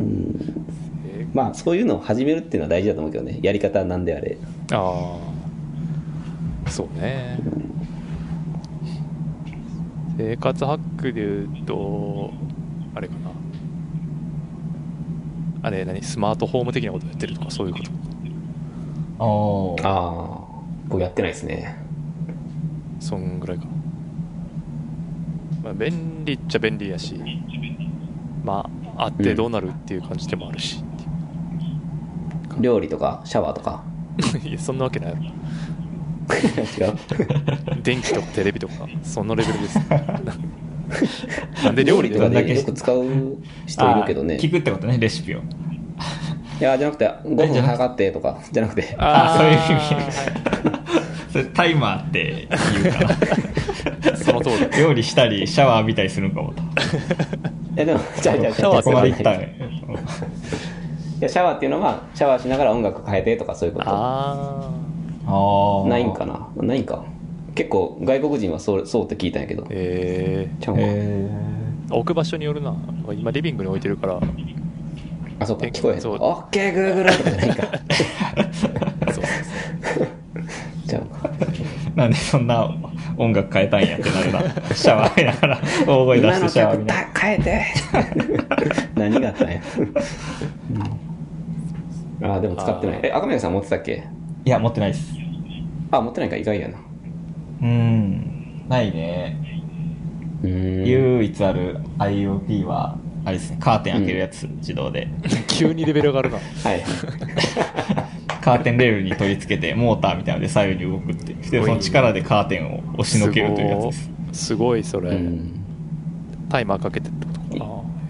S2: うん
S1: え
S2: まあそういうのを始めるっていうのは大事だと思うけどねやり方はなんであれ
S1: ーああそうね生活ハックで言うとあれかなあれ何スマートホーム的なことやってるとかそういうこと
S3: おー
S2: ああ僕やってないですね
S1: そんぐらいかな、まあ、便利っちゃ便利やしまああってどうなるっていう感じでもあるし、
S2: 料理とかシャワーとか
S1: いやそんなわ けないや
S2: 違う
S1: ろ電気とかテレビとかそのレベル ですなんで料理
S2: と
S1: と
S2: か
S1: か
S2: でよく使う人いるけどね
S3: あー聞くってことね、レシピを。
S2: いやじゃなくて5分測ってとかじゃなくて
S3: あそういう意
S1: ー
S3: 味。それタイマーって言うか な。
S1: その通り
S3: 料理したり、シャワー浴びたりするんかもと。
S2: いやでもじゃあじゃあ
S1: シャワー
S3: ここまでいった
S2: い
S3: ね。
S2: やシャワーっていうのはシャワーしながら音楽変えてとかそういうこと
S1: あ
S3: ああ。
S2: ないんか。なないんか結構外国人はそうそうって聞いたんやけど
S1: ーえ
S2: ちゃうんか
S3: え
S1: ー置く場所によるな今リビングに置いてるから
S2: あそうか聞こえへん
S1: そう
S2: オッケーグーグルとかじゃないんか
S1: そう
S2: ちゃうんか
S3: ー なんでそんな音楽変えたんやってなるな。シャワーやから、大声出
S2: 今
S3: して
S2: の
S3: シャワー
S2: 曲
S3: みたい
S2: だ変え て何があったんや、うん、あでも使ってない
S1: あー
S2: え赤嶺さん持ってたっけ
S3: いや、持ってないです。
S2: あ持ってないか意外やな
S3: うん。ないね。
S2: うーん
S3: 唯一ある IoT は、あれですね、カーテン開けるやつ、自動で。
S1: 急にレベル上がるな
S2: はい
S3: カーテンレールに取り付けて、モーターみたいなので左右に動くっていう。で、その力でカーテンを押しのけるというやつです。
S1: すごいすごいそれ、
S2: うん
S1: タイマーかけてってことかな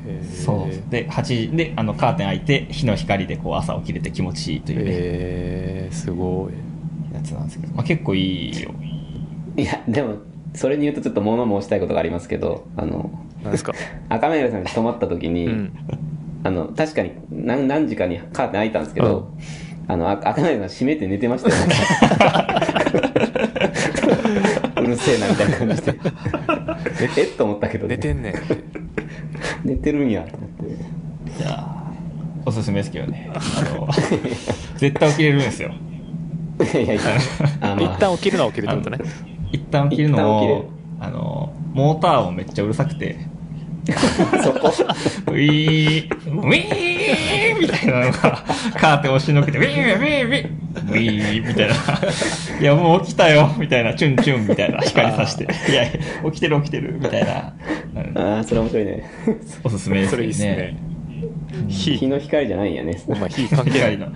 S1: へー
S3: そう。で、8時、で、あの、カーテン開いて、日の光でこう朝起きれて気持ちいいというね、
S1: えー、すごい
S3: やつなんですけど、まあ結構いいよ。
S2: いやでもそれに言うとちょっと物申したいことがありますけどあの
S1: なんですか
S2: 赤嶺さんに泊まった時に、
S1: うん
S2: あの確かに何何時かにカーテン開いたんですけど、あのあ赤嶺さん閉めて寝てましたよ、ね、 うるせえなみたいな感じでえっと思ったけど、ね、
S1: 寝てんねん
S2: 寝てるんやと思って
S3: いやおすすめですけどね。あの、 絶対起きれるんですよ。
S2: いや いやあまあ
S1: 一旦起きるのは起きるってことね
S3: 一旦起きるの
S2: 一旦起
S3: を、あの、モーター音めっちゃうるさくて、
S2: そこ
S3: ウィー、ウィーみたいなのが、カーテン押しのけて、ウィー、ウィー、ウィー、ウィーみたいな。いや、もう起きたよみたいな、チュンチュンみたいな、光さして。いや、起きてる起きてるみたいな。うん
S2: ああそれ面白いね
S3: おすすめです
S1: そ
S3: よ
S1: れいいっすね
S3: ね。
S2: 日
S1: 火
S2: の光じゃないんやね
S1: まあ火関係な
S3: 光
S1: い
S3: の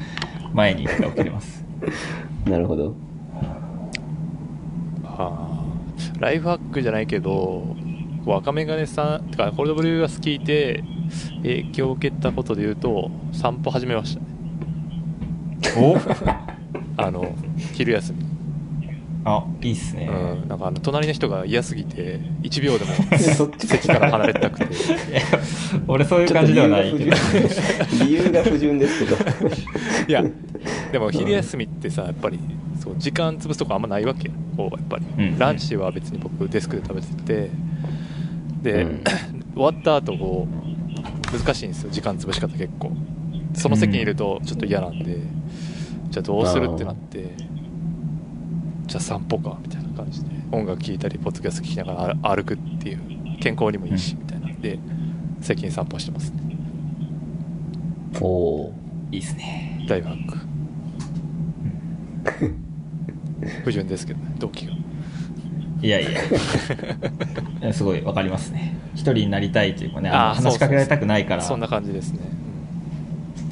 S3: 前に一回起きれます。
S2: なるほど
S1: あライフハックじゃないけど、赤メガネさん、てか、コールドブリューが好きで、影響を受けたことで言うと、散歩始めましたね。
S3: お
S1: あの、昼休み。
S3: あ、いいっすね。
S1: うん、なんかあの、隣の人が嫌すぎて、1秒でも
S2: そっち
S1: 席から離れたくて。
S3: いや 俺そういう感じではないけど。
S2: 理由 が不純ですけど
S1: いや、でも昼休みってさ、やっぱり、そう、時間潰すとこあんまないわけよこう、やっぱり。
S3: うん
S1: ランチは別に僕、デスクで食べてて、で、
S2: うん
S1: 終わった後、こう、難しいんですよ、時間潰し方結構。その席にいると、ちょっと嫌なんで、じゃあどうするってなって、じゃあ散歩か、みたいな感じで、音楽聴いたり、ポッドキャスト聴きながら歩くっていう、健康にもいいし、みたいなんで、最近散歩してますね。
S2: おお
S3: いいっすね。
S1: ライフハック。不純ですけどね、動機が。
S3: いやいや。いやすごいわかりますね。一人になりたいというかね、あの
S1: あー
S3: 話しかけられたくないから、
S1: そんな感じですね。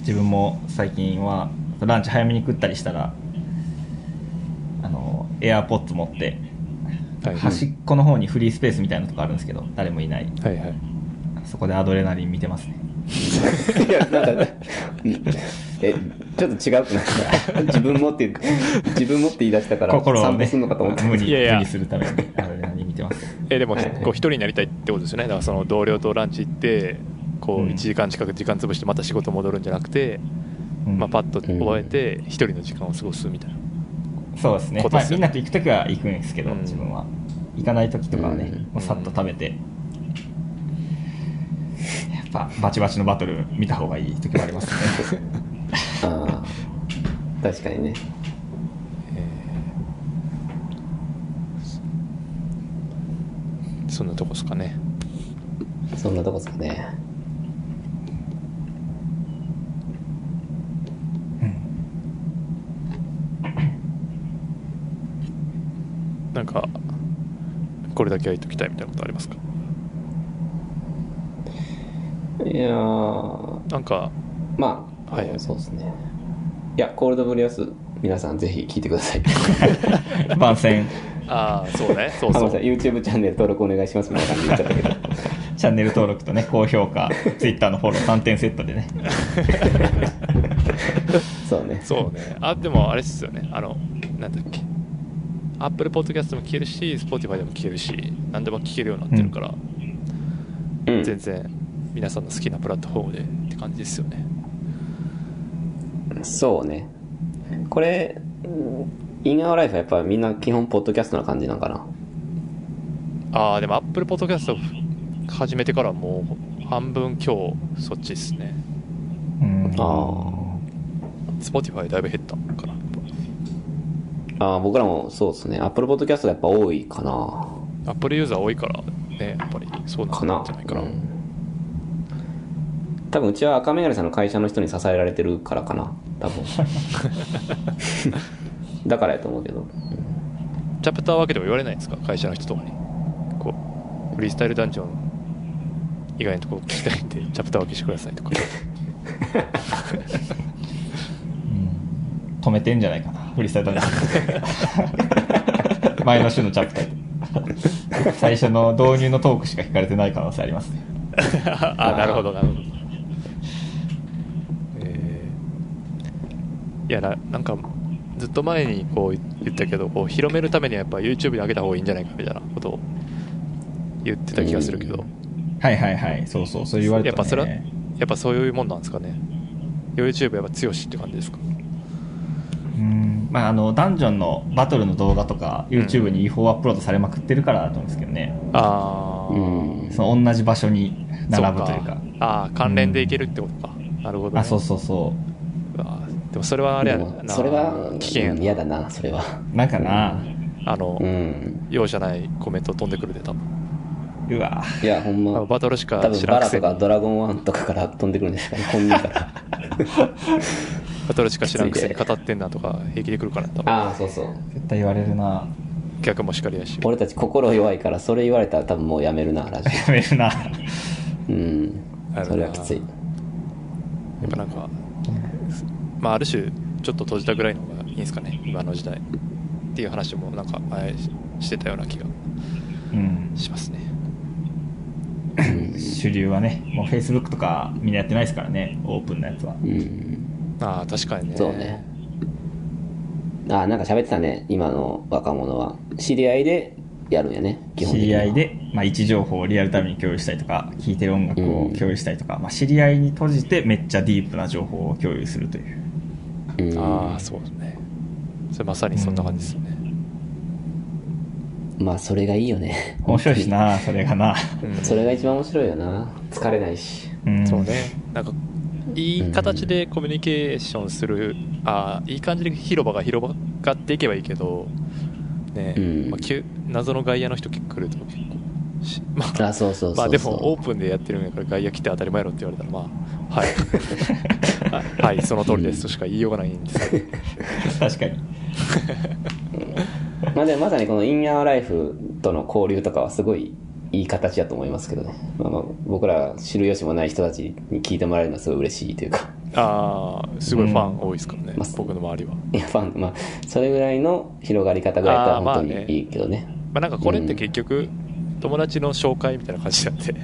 S3: 自分も最近はランチ早めに食ったりしたら、あの、エアポッツ持って、
S1: はい、
S3: 端っこの方にフリースペースみたいなとこあるんですけど、誰もいない。
S1: はいはい。
S3: そこでアドレナリン見てますね。
S2: いやなんかうんえちょっと違うくない ですか自分もって自分もって言い出したから
S3: 心を
S2: 散歩
S3: ね、
S2: するのかと思った
S3: 無理
S1: いやいや
S3: 無理するためにアドレナリン見てます。
S1: えでも、
S2: はい
S1: こう一人になりたいってことですよね。だからその同僚とランチ行って、こう
S3: うん
S1: 1時間近く時間潰してまた仕事戻るんじゃなくて、
S3: うん
S1: まあ、パッと終えて一人の時間を過ごすみたいな。
S3: そうですね
S1: こと
S3: ま
S1: で
S3: あ、
S1: すよ
S3: みんなと行く時は行くんですけど、
S1: うん
S3: 自分は行かない時とかはね、
S2: うん
S3: もうさっと食べて、やっぱバチバチのバトル見た方がいい時もありま すね
S2: あー確かにね
S1: そんなとこですかね。
S2: そんなとこですかね
S1: なんか、これだけは言っときたいみたいなことありますか
S2: いやー
S1: なんか、
S2: まあ、
S1: はいはい
S2: そうですねいやコールドブリュアス皆さんぜひ聞いてく ださい
S3: 番宣
S1: ああ、そうね、そう
S2: あご
S1: そ
S2: めんなさ
S1: う
S2: い。YouTube チャンネル登録お願いしますみたいな感じで言っちゃったけど
S3: チャンネル登録とね高評価 Twitter のフォロー3点セットでね
S2: そうね。
S1: そうね。あ、でもあれっすよね。あの、なんだっけ。Apple Podcast も聞けるし、Spotify でも聞けるし、何でも聞けるようになってるから、
S2: うん
S1: 全然皆さんの好きなプラットフォームでって感じですよね。
S2: そうね。これ、インアワーライフはやっぱみんな基本ポッドキャストな感じなんかな。
S1: ああ、でも Apple Podcast を始めてからもう半分今日そっちっすね。
S3: うん
S2: あ
S1: Spotify だいぶ減ったのかな。
S2: ああ、僕らもそうですね。Apple Podcast がやっぱ多いかな。
S1: Apple ユーザー多いからね、やっぱりそう
S2: か
S1: な
S2: なん
S1: じゃないかな。
S2: うん多分うちは赤メガネさんの会社の人に支えられてるからかな。多分。だからやと思うけど。
S1: チャプター分けでも言われないんですか会社の人とかに。こう、フリースタイルダンジョン以外のところ聞きたいんで、チャプター分けしてくださいとか。
S3: うん止めてんじゃないかなフリースタイルダ ンジョン前の週のチャプターで最初の導入のトークしか聞かれてない可能性ありますね
S1: あなるほどなるほどえーいやななんかずっと前にこう言ったけどこう広めるためにはやっぱ YouTube で上げた方がいいんじゃないかみたいなことを言ってた気がするけど、
S3: はいはいはいそうそうそう言われた、ね、
S1: やっぱそれはやっぱそういうもんなんですかね YouTube やっぱ強しって感じですか
S3: うんまあ、あのダンジョンのバトルの動画とか YouTube に違法アップロードされまくってるからだと思うんですけどね、
S1: ああ、
S2: うん。
S3: その同じ場所に
S1: そ
S3: 並ぶというか
S1: ああ関連でいけるってことか、なるほど、ね、
S3: あそうそうそう
S1: わーでもそれはあれや
S2: でも
S1: な
S2: それは、
S1: 危険や
S2: うん
S1: な
S2: 嫌だな、それは。
S3: うなんかな
S1: あの、
S2: うん。
S1: 容赦ないコメント飛んでくるで多分
S3: うわ
S2: いや、ほんま。
S1: バトルしか
S2: 多分
S1: 知ら
S2: バ
S1: んく
S2: ラ
S1: せ
S2: と
S1: に
S2: かドラゴンワンとかから飛んでくるんですかね本人から
S1: バトルしか知らんくせに語ってんなとか平気で来るから多分
S2: ああそうそう
S3: 絶対言われるな
S1: 逆も叱りやし
S2: 俺たち心弱いからそれ言われたら多分もうやめるなラジ
S3: やめる な
S2: オうん
S1: なるな
S2: それはきつい
S1: やっぱなんかまあある種ちょっと閉じたぐらいの方がいいんですかね今の時代っていう話もなんか前してたような気が
S3: うん。
S1: しますね。
S3: 主流はね、もう Facebook とかみんなやってないですからね、オープンなやつは。
S2: うん。
S1: ああ、確かにね。
S2: そうね。あ、なんか喋ってたね、今の若者は。知り合いでやるんやね、基本
S3: 知
S2: 的に
S3: り
S2: は。
S3: 合いで、まあ、位置情報をリアルタイムに共有したりとか、聴いてる音楽を共有したりとか、まあ、知り合いに閉じてめっちゃディープな情報を共有するという。
S2: うん、
S1: ああ、そうですね。それまさにそんな感じですよね。
S2: まあ、それがいいよね。
S3: 面白いしな、それがな。
S1: うん
S2: それが一番面白いよな。疲れないし。
S3: うん、
S1: そう。 ね。なんか、いい形でコミュニケーションする、ああ、いい感じで広場が広がっていけばいいけど、ね、
S2: うん
S1: まあ急謎の外野の人来ると結構し、まあ、
S2: あ、そうそうそうそう。
S1: まあでもオープンでやってるんやから外野来て当たり前やろって言われたらまあはい はいその通りですとしか言いようがないんですけど
S3: 確かに。
S2: まあでもまさにこのインヤーライフとの交流とかはすごいいい形だと思いますけどね。まあ、まあ僕ら知る由もない人たちに聞いてもらえるのはすごい嬉しいというか、
S1: ああすごいファン多いですからね、
S2: まあ
S1: 僕の周りは、ま
S2: いや、ファン、まあ、それぐらいの広がり方ぐらいと
S1: あ
S2: は
S1: ーまあ
S2: 本
S1: ね
S2: 当にいいけどね。
S1: あ、なんかこれって結局友達の紹介みたいな感じなんで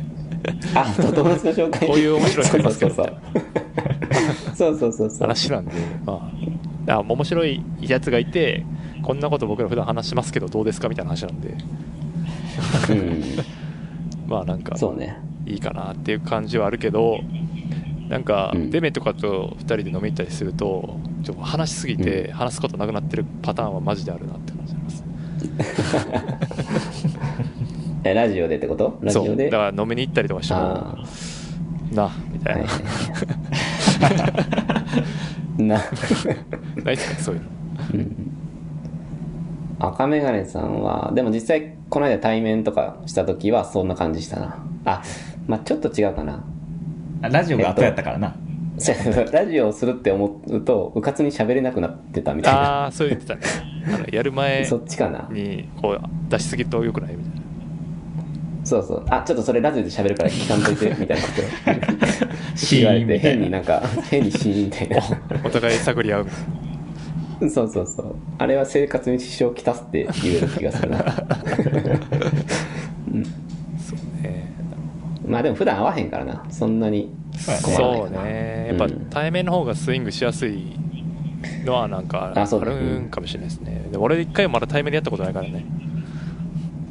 S2: あ、そう友達の紹介。
S1: こういう面白いのありますけど
S2: そうそうそうそうそうそう。
S1: 話なんでまああ面白いやつがいてこんなこと僕ら普段話しますけどどうですかみたいな話なんで
S2: うん。
S1: まあなんか
S2: そうね。
S1: いいかなっていう感じはあるけどなんか
S2: うん
S1: デメとかと2人で飲み行ったりするとちょっと話しすぎて話すことなくなってるパターンはマジであるなって感じます
S2: え、ラジオでってことラジ
S1: そう
S2: オで。
S1: だから飲みに行ったりとかしても
S2: あ
S1: なみ
S2: あ、
S1: た
S2: はい
S1: いな
S2: はいはい。な。
S1: ないですかそういうの
S2: 赤メガネさんは、でも実際、この間対面とかした時は、そんな感じしたな。あ、まあちょっと違うかな。
S3: あラジオが後やったからな。
S2: そう ラジオをするって思うと、うかつに喋れなくなって たみたいな。
S1: ああそう言ってたねあのやる前
S2: そっちかな。
S1: にこう出しすぎるとよくないみたいな
S2: そうそう。あ、ちょっとそれラジオで喋るから聞かんといて、みたいなこと
S3: シ
S2: 言われ
S3: ーン
S2: て、
S3: みたい
S2: 変に
S3: な。
S2: なんか、変にシーンみたいな。
S1: お互い探り合うみたいな
S2: そうそうそう。あれは生活に支障をきたすって言える気がする な。
S1: そうね
S2: まあでも普段会わへんからな。そんなに困らない
S1: そ
S2: か
S1: う
S2: な。
S1: ねやっぱ
S2: うん
S1: 対面の方がスイングしやすいのはなんかあ
S2: あそうだ
S1: るんかもしれないですね、でも俺一回もまだ対面でやったことないからね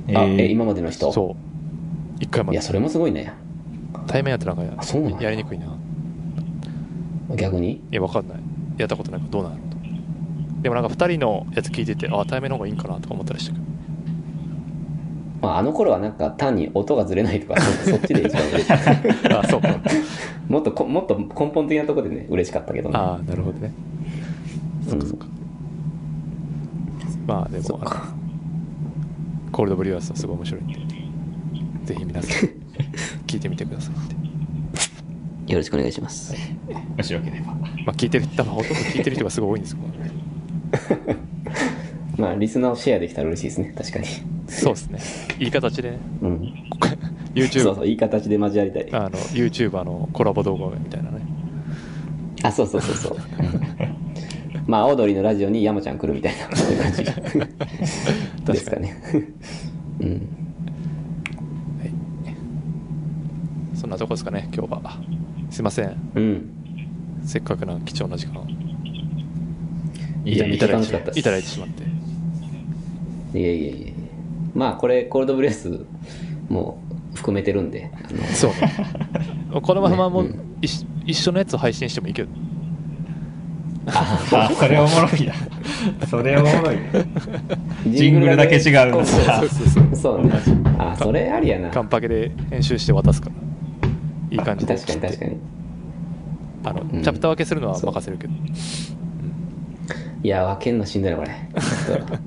S3: え
S2: あ、
S3: ー
S2: え、今までの人
S1: そう一回も
S2: いや、それもすごいね。
S1: 対面やってなんか
S2: あそうなん
S1: や
S2: や
S1: やりにくいない
S2: 逆に
S1: やわかんないやったことないからどうなんやろうとでもなんか2人のやつ聞いててあ対面の方がいいんかなとか思ったりしたけど
S2: まあ、あの頃はなんか単に音がずれないとか、そそっちで一番嬉しい。
S1: あそうか
S2: もっとこ、もっと根本的なところでね、嬉しかったけどね。
S1: ああなるほどねそっかそっかまあで
S2: そっ
S1: もあ
S2: か。
S1: のコールドブリュアースはすごい面白いんでぜひ皆さん聞いてみてくださいって
S2: よろしくお願いします。
S3: もしよければ。
S1: まあ聞いてる多分ほとんど聞いてる人がすごい多いんですけど
S2: まあ、リスナーをシェアできたら嬉しいですね、確かに。
S1: そうですねいい形でね
S2: うん。
S1: YouTube
S2: そうそう、いい形で交わりたい。
S1: あの YouTuber のコラボ動画みたいなね
S2: あ、そうそうそうそう。まあ、オードリーのラジオに山ちゃん来るみたいな、そういう感じですかね。うん。
S1: そんなとこですかね今日はすいません
S2: うん。
S1: せっかくな貴重な時間を
S3: いや
S2: め
S1: い
S2: っちゃ
S1: ただいてし
S2: 楽しか
S1: ま
S2: っ
S1: ったて
S2: です
S1: いただいてしまって
S2: いえいえいえ。まあ、これ、コールドブレスも含めてるんで、あの
S1: そうねこのままもう、
S2: ねう
S1: 一緒一緒のやつ配信してもいいけど
S3: あ、それおもろい な。それおもろいね。ジングルだけ違うんだ
S2: そうそうそうそうね。あ、それありやな。
S1: カ
S2: 確
S1: ンパケで編集して渡すからいい感じで
S2: かに確かに。
S1: あの、
S2: ん
S1: チャプター分けするのは
S2: そう
S1: 任せるけど
S2: いや、分けんのしんどいな、これ。ちょっ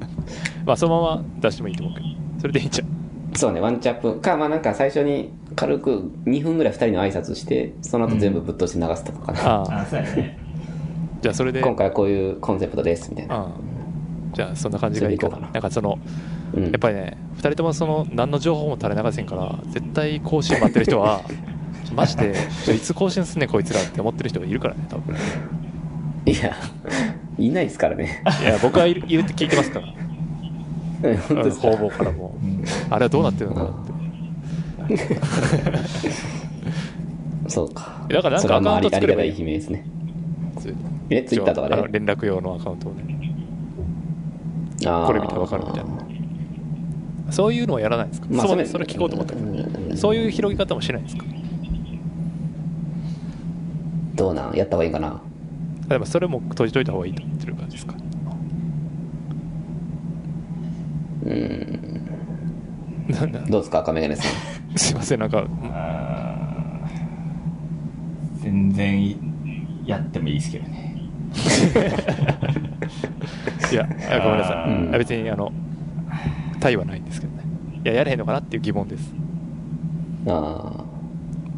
S1: まあそのまま出してもいいと思うけどそれでいいんちゃう
S2: とそうね、ワンチャップか、まあなんか最初に軽く2分ぐらい2人の挨拶して、その後全部ぶっ通して流すとかかな。
S1: ああ
S3: あ、そうやね。
S1: じゃあそれで
S2: 今回はこういうコンセプトです、みたいな。
S1: ああじゃあそんな感じがいいかな
S2: それでい
S1: な
S2: こうかな
S1: んかその
S2: うん
S1: やっぱりね2人ともその何の情報も垂れ流せんから絶対更新待ってる人は マジでちょいつ更新すんねんこいつらって思ってる人がいるからね多分
S2: いや、いないですからね。
S1: いや僕はいるいるって聞いてますから
S2: うん本当ですか
S1: 方々からも
S3: うん
S1: あれはどうなってるんだろうって
S2: そうか。
S1: いやだからなんか
S2: それはまああり
S1: アカウント作
S2: あり
S1: れ
S2: が
S1: ば
S2: た
S1: いい
S2: い悲鳴ですね。
S1: 普通に
S2: え、ツイッターとか
S1: 一応あの
S2: で、
S1: 連絡用のアカウントをね
S2: あ
S1: これ見てわかるみたいなそういうのはやらないんですか、
S2: まあ、
S1: そうそれ聞こうと思ったけど、
S2: ど
S1: そう
S2: い
S1: いう広げ方もしないんですか
S2: うん。どうなんやった方がいいんかな。
S1: あでもそれも閉じといた方がいいと思ってる感じですか
S2: うん。
S1: なんだ
S2: どうですか、赤メガ ネさん。
S1: すいませんなんか
S3: あー全然いやってもいいですけどね
S1: いやあごめんなさ
S3: う
S1: い
S2: ん
S1: あ別にあの対はないんですけどねいややれへんのかなっていう疑問です
S2: あ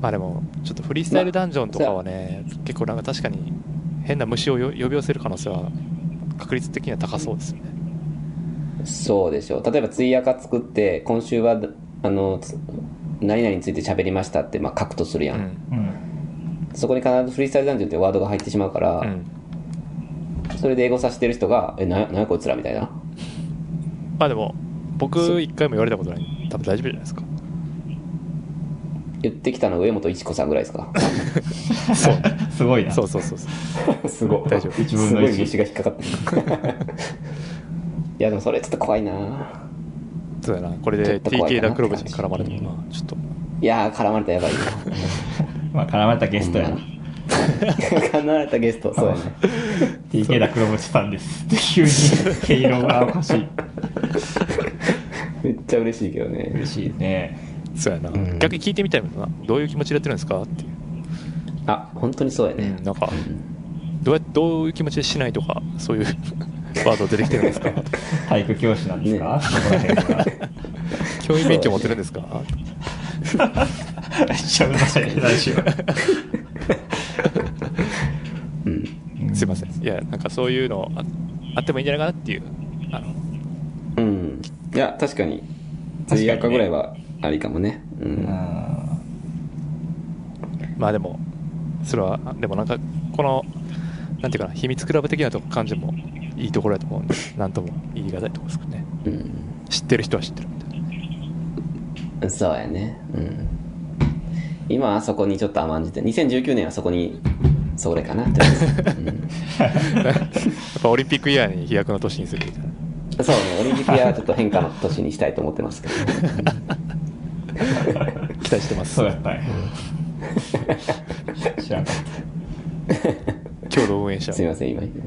S1: まあでもちょっとフリースタイルダンジョンとかはね結構なんか確かに変な虫をよ呼び寄せる可能性は確率的には高そうですよね
S2: あ、そうでしょう。例えば、ツイヤカ作って、今週は、あの、つ何々について喋りましたって、まあ、書くとするや。
S1: うんん
S3: うん
S2: そこに必ずフリースタイルダンジョンってワードが入ってしまうから、
S1: うん
S2: それで英語させてる人が、え、な、なんやこいつらみたいな。
S1: まあでも僕一回も言われたことない多分大丈夫じゃないですか
S2: 言ってきたのは上本一子さんぐらいですか。
S1: そう
S3: すごいな
S1: そうそうそうそう
S2: すごい。
S1: 大丈夫
S3: 一
S2: す
S3: 分
S2: ご
S3: の
S2: い
S3: 一
S2: 虫が引っかかってる。い や、でもそれちょっと怖いな
S1: そうだなこれ
S2: ちょ
S1: で
S2: っと怖い
S1: TK
S2: かな
S1: ラクロブジに絡まれてもなちょっと
S2: いやー、絡まれたらやばいよ。
S3: まあ絡まれたゲストやな
S2: ほん絡まれたゲスト、そうやね。
S3: TK ラクロブチさんですって急に毛色がおかしい
S2: めっちゃ嬉しいけどね。
S3: 嬉しいね
S1: そうやな、
S2: ん
S1: 逆に聞いてみたいもんなどういう気持ちでやってるんですかっていう、
S2: あ、本当にそうやね。
S1: なんかどうやどういう気持ちでしないとかそう いうワード出てきてるんですか
S3: 体育教師なんですか、
S2: ね
S3: そこら辺が
S1: 教員免許持ってるんですか
S3: めっちゃ難 しいラジオ
S1: すいませんいやなんかそういうのああってもいいんじゃないかなっていうあの
S2: うん。いや、確かに。
S3: 確かにね
S2: 次4日ぐらいはありかもね。う
S3: うん
S2: ん。
S1: まあでもそれはでもなんかこのなんていうかな秘密クラブ的なとこ感じもいいところだと思うんでなんとも言い難いところですかね
S2: うん。
S1: 知ってる人は知ってるみたいな
S2: そうやね。うん。今あそこにちょっと甘んじて、2019年はそこに、それか な、とりあえず。うん
S1: やっぱオリンピックイヤーに飛躍の年にするみたいな
S2: そうね、オリンピックはちょっと変化の年にしたいと思ってますけど、
S1: 期待してます
S3: そうやったんや 知らんかった
S1: 共同運営者
S2: すみません、今言って。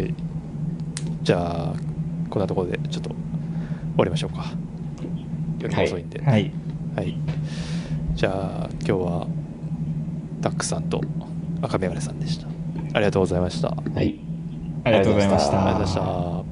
S1: はい、じゃあこんなところでちょっと終わりましょうか夜も遅いんで、
S3: はい
S1: はい、じゃあ今日はダックさんと赤メガネさんでしたありがとうございましたあり
S2: はい。
S3: ありがとうございました
S1: がとうございました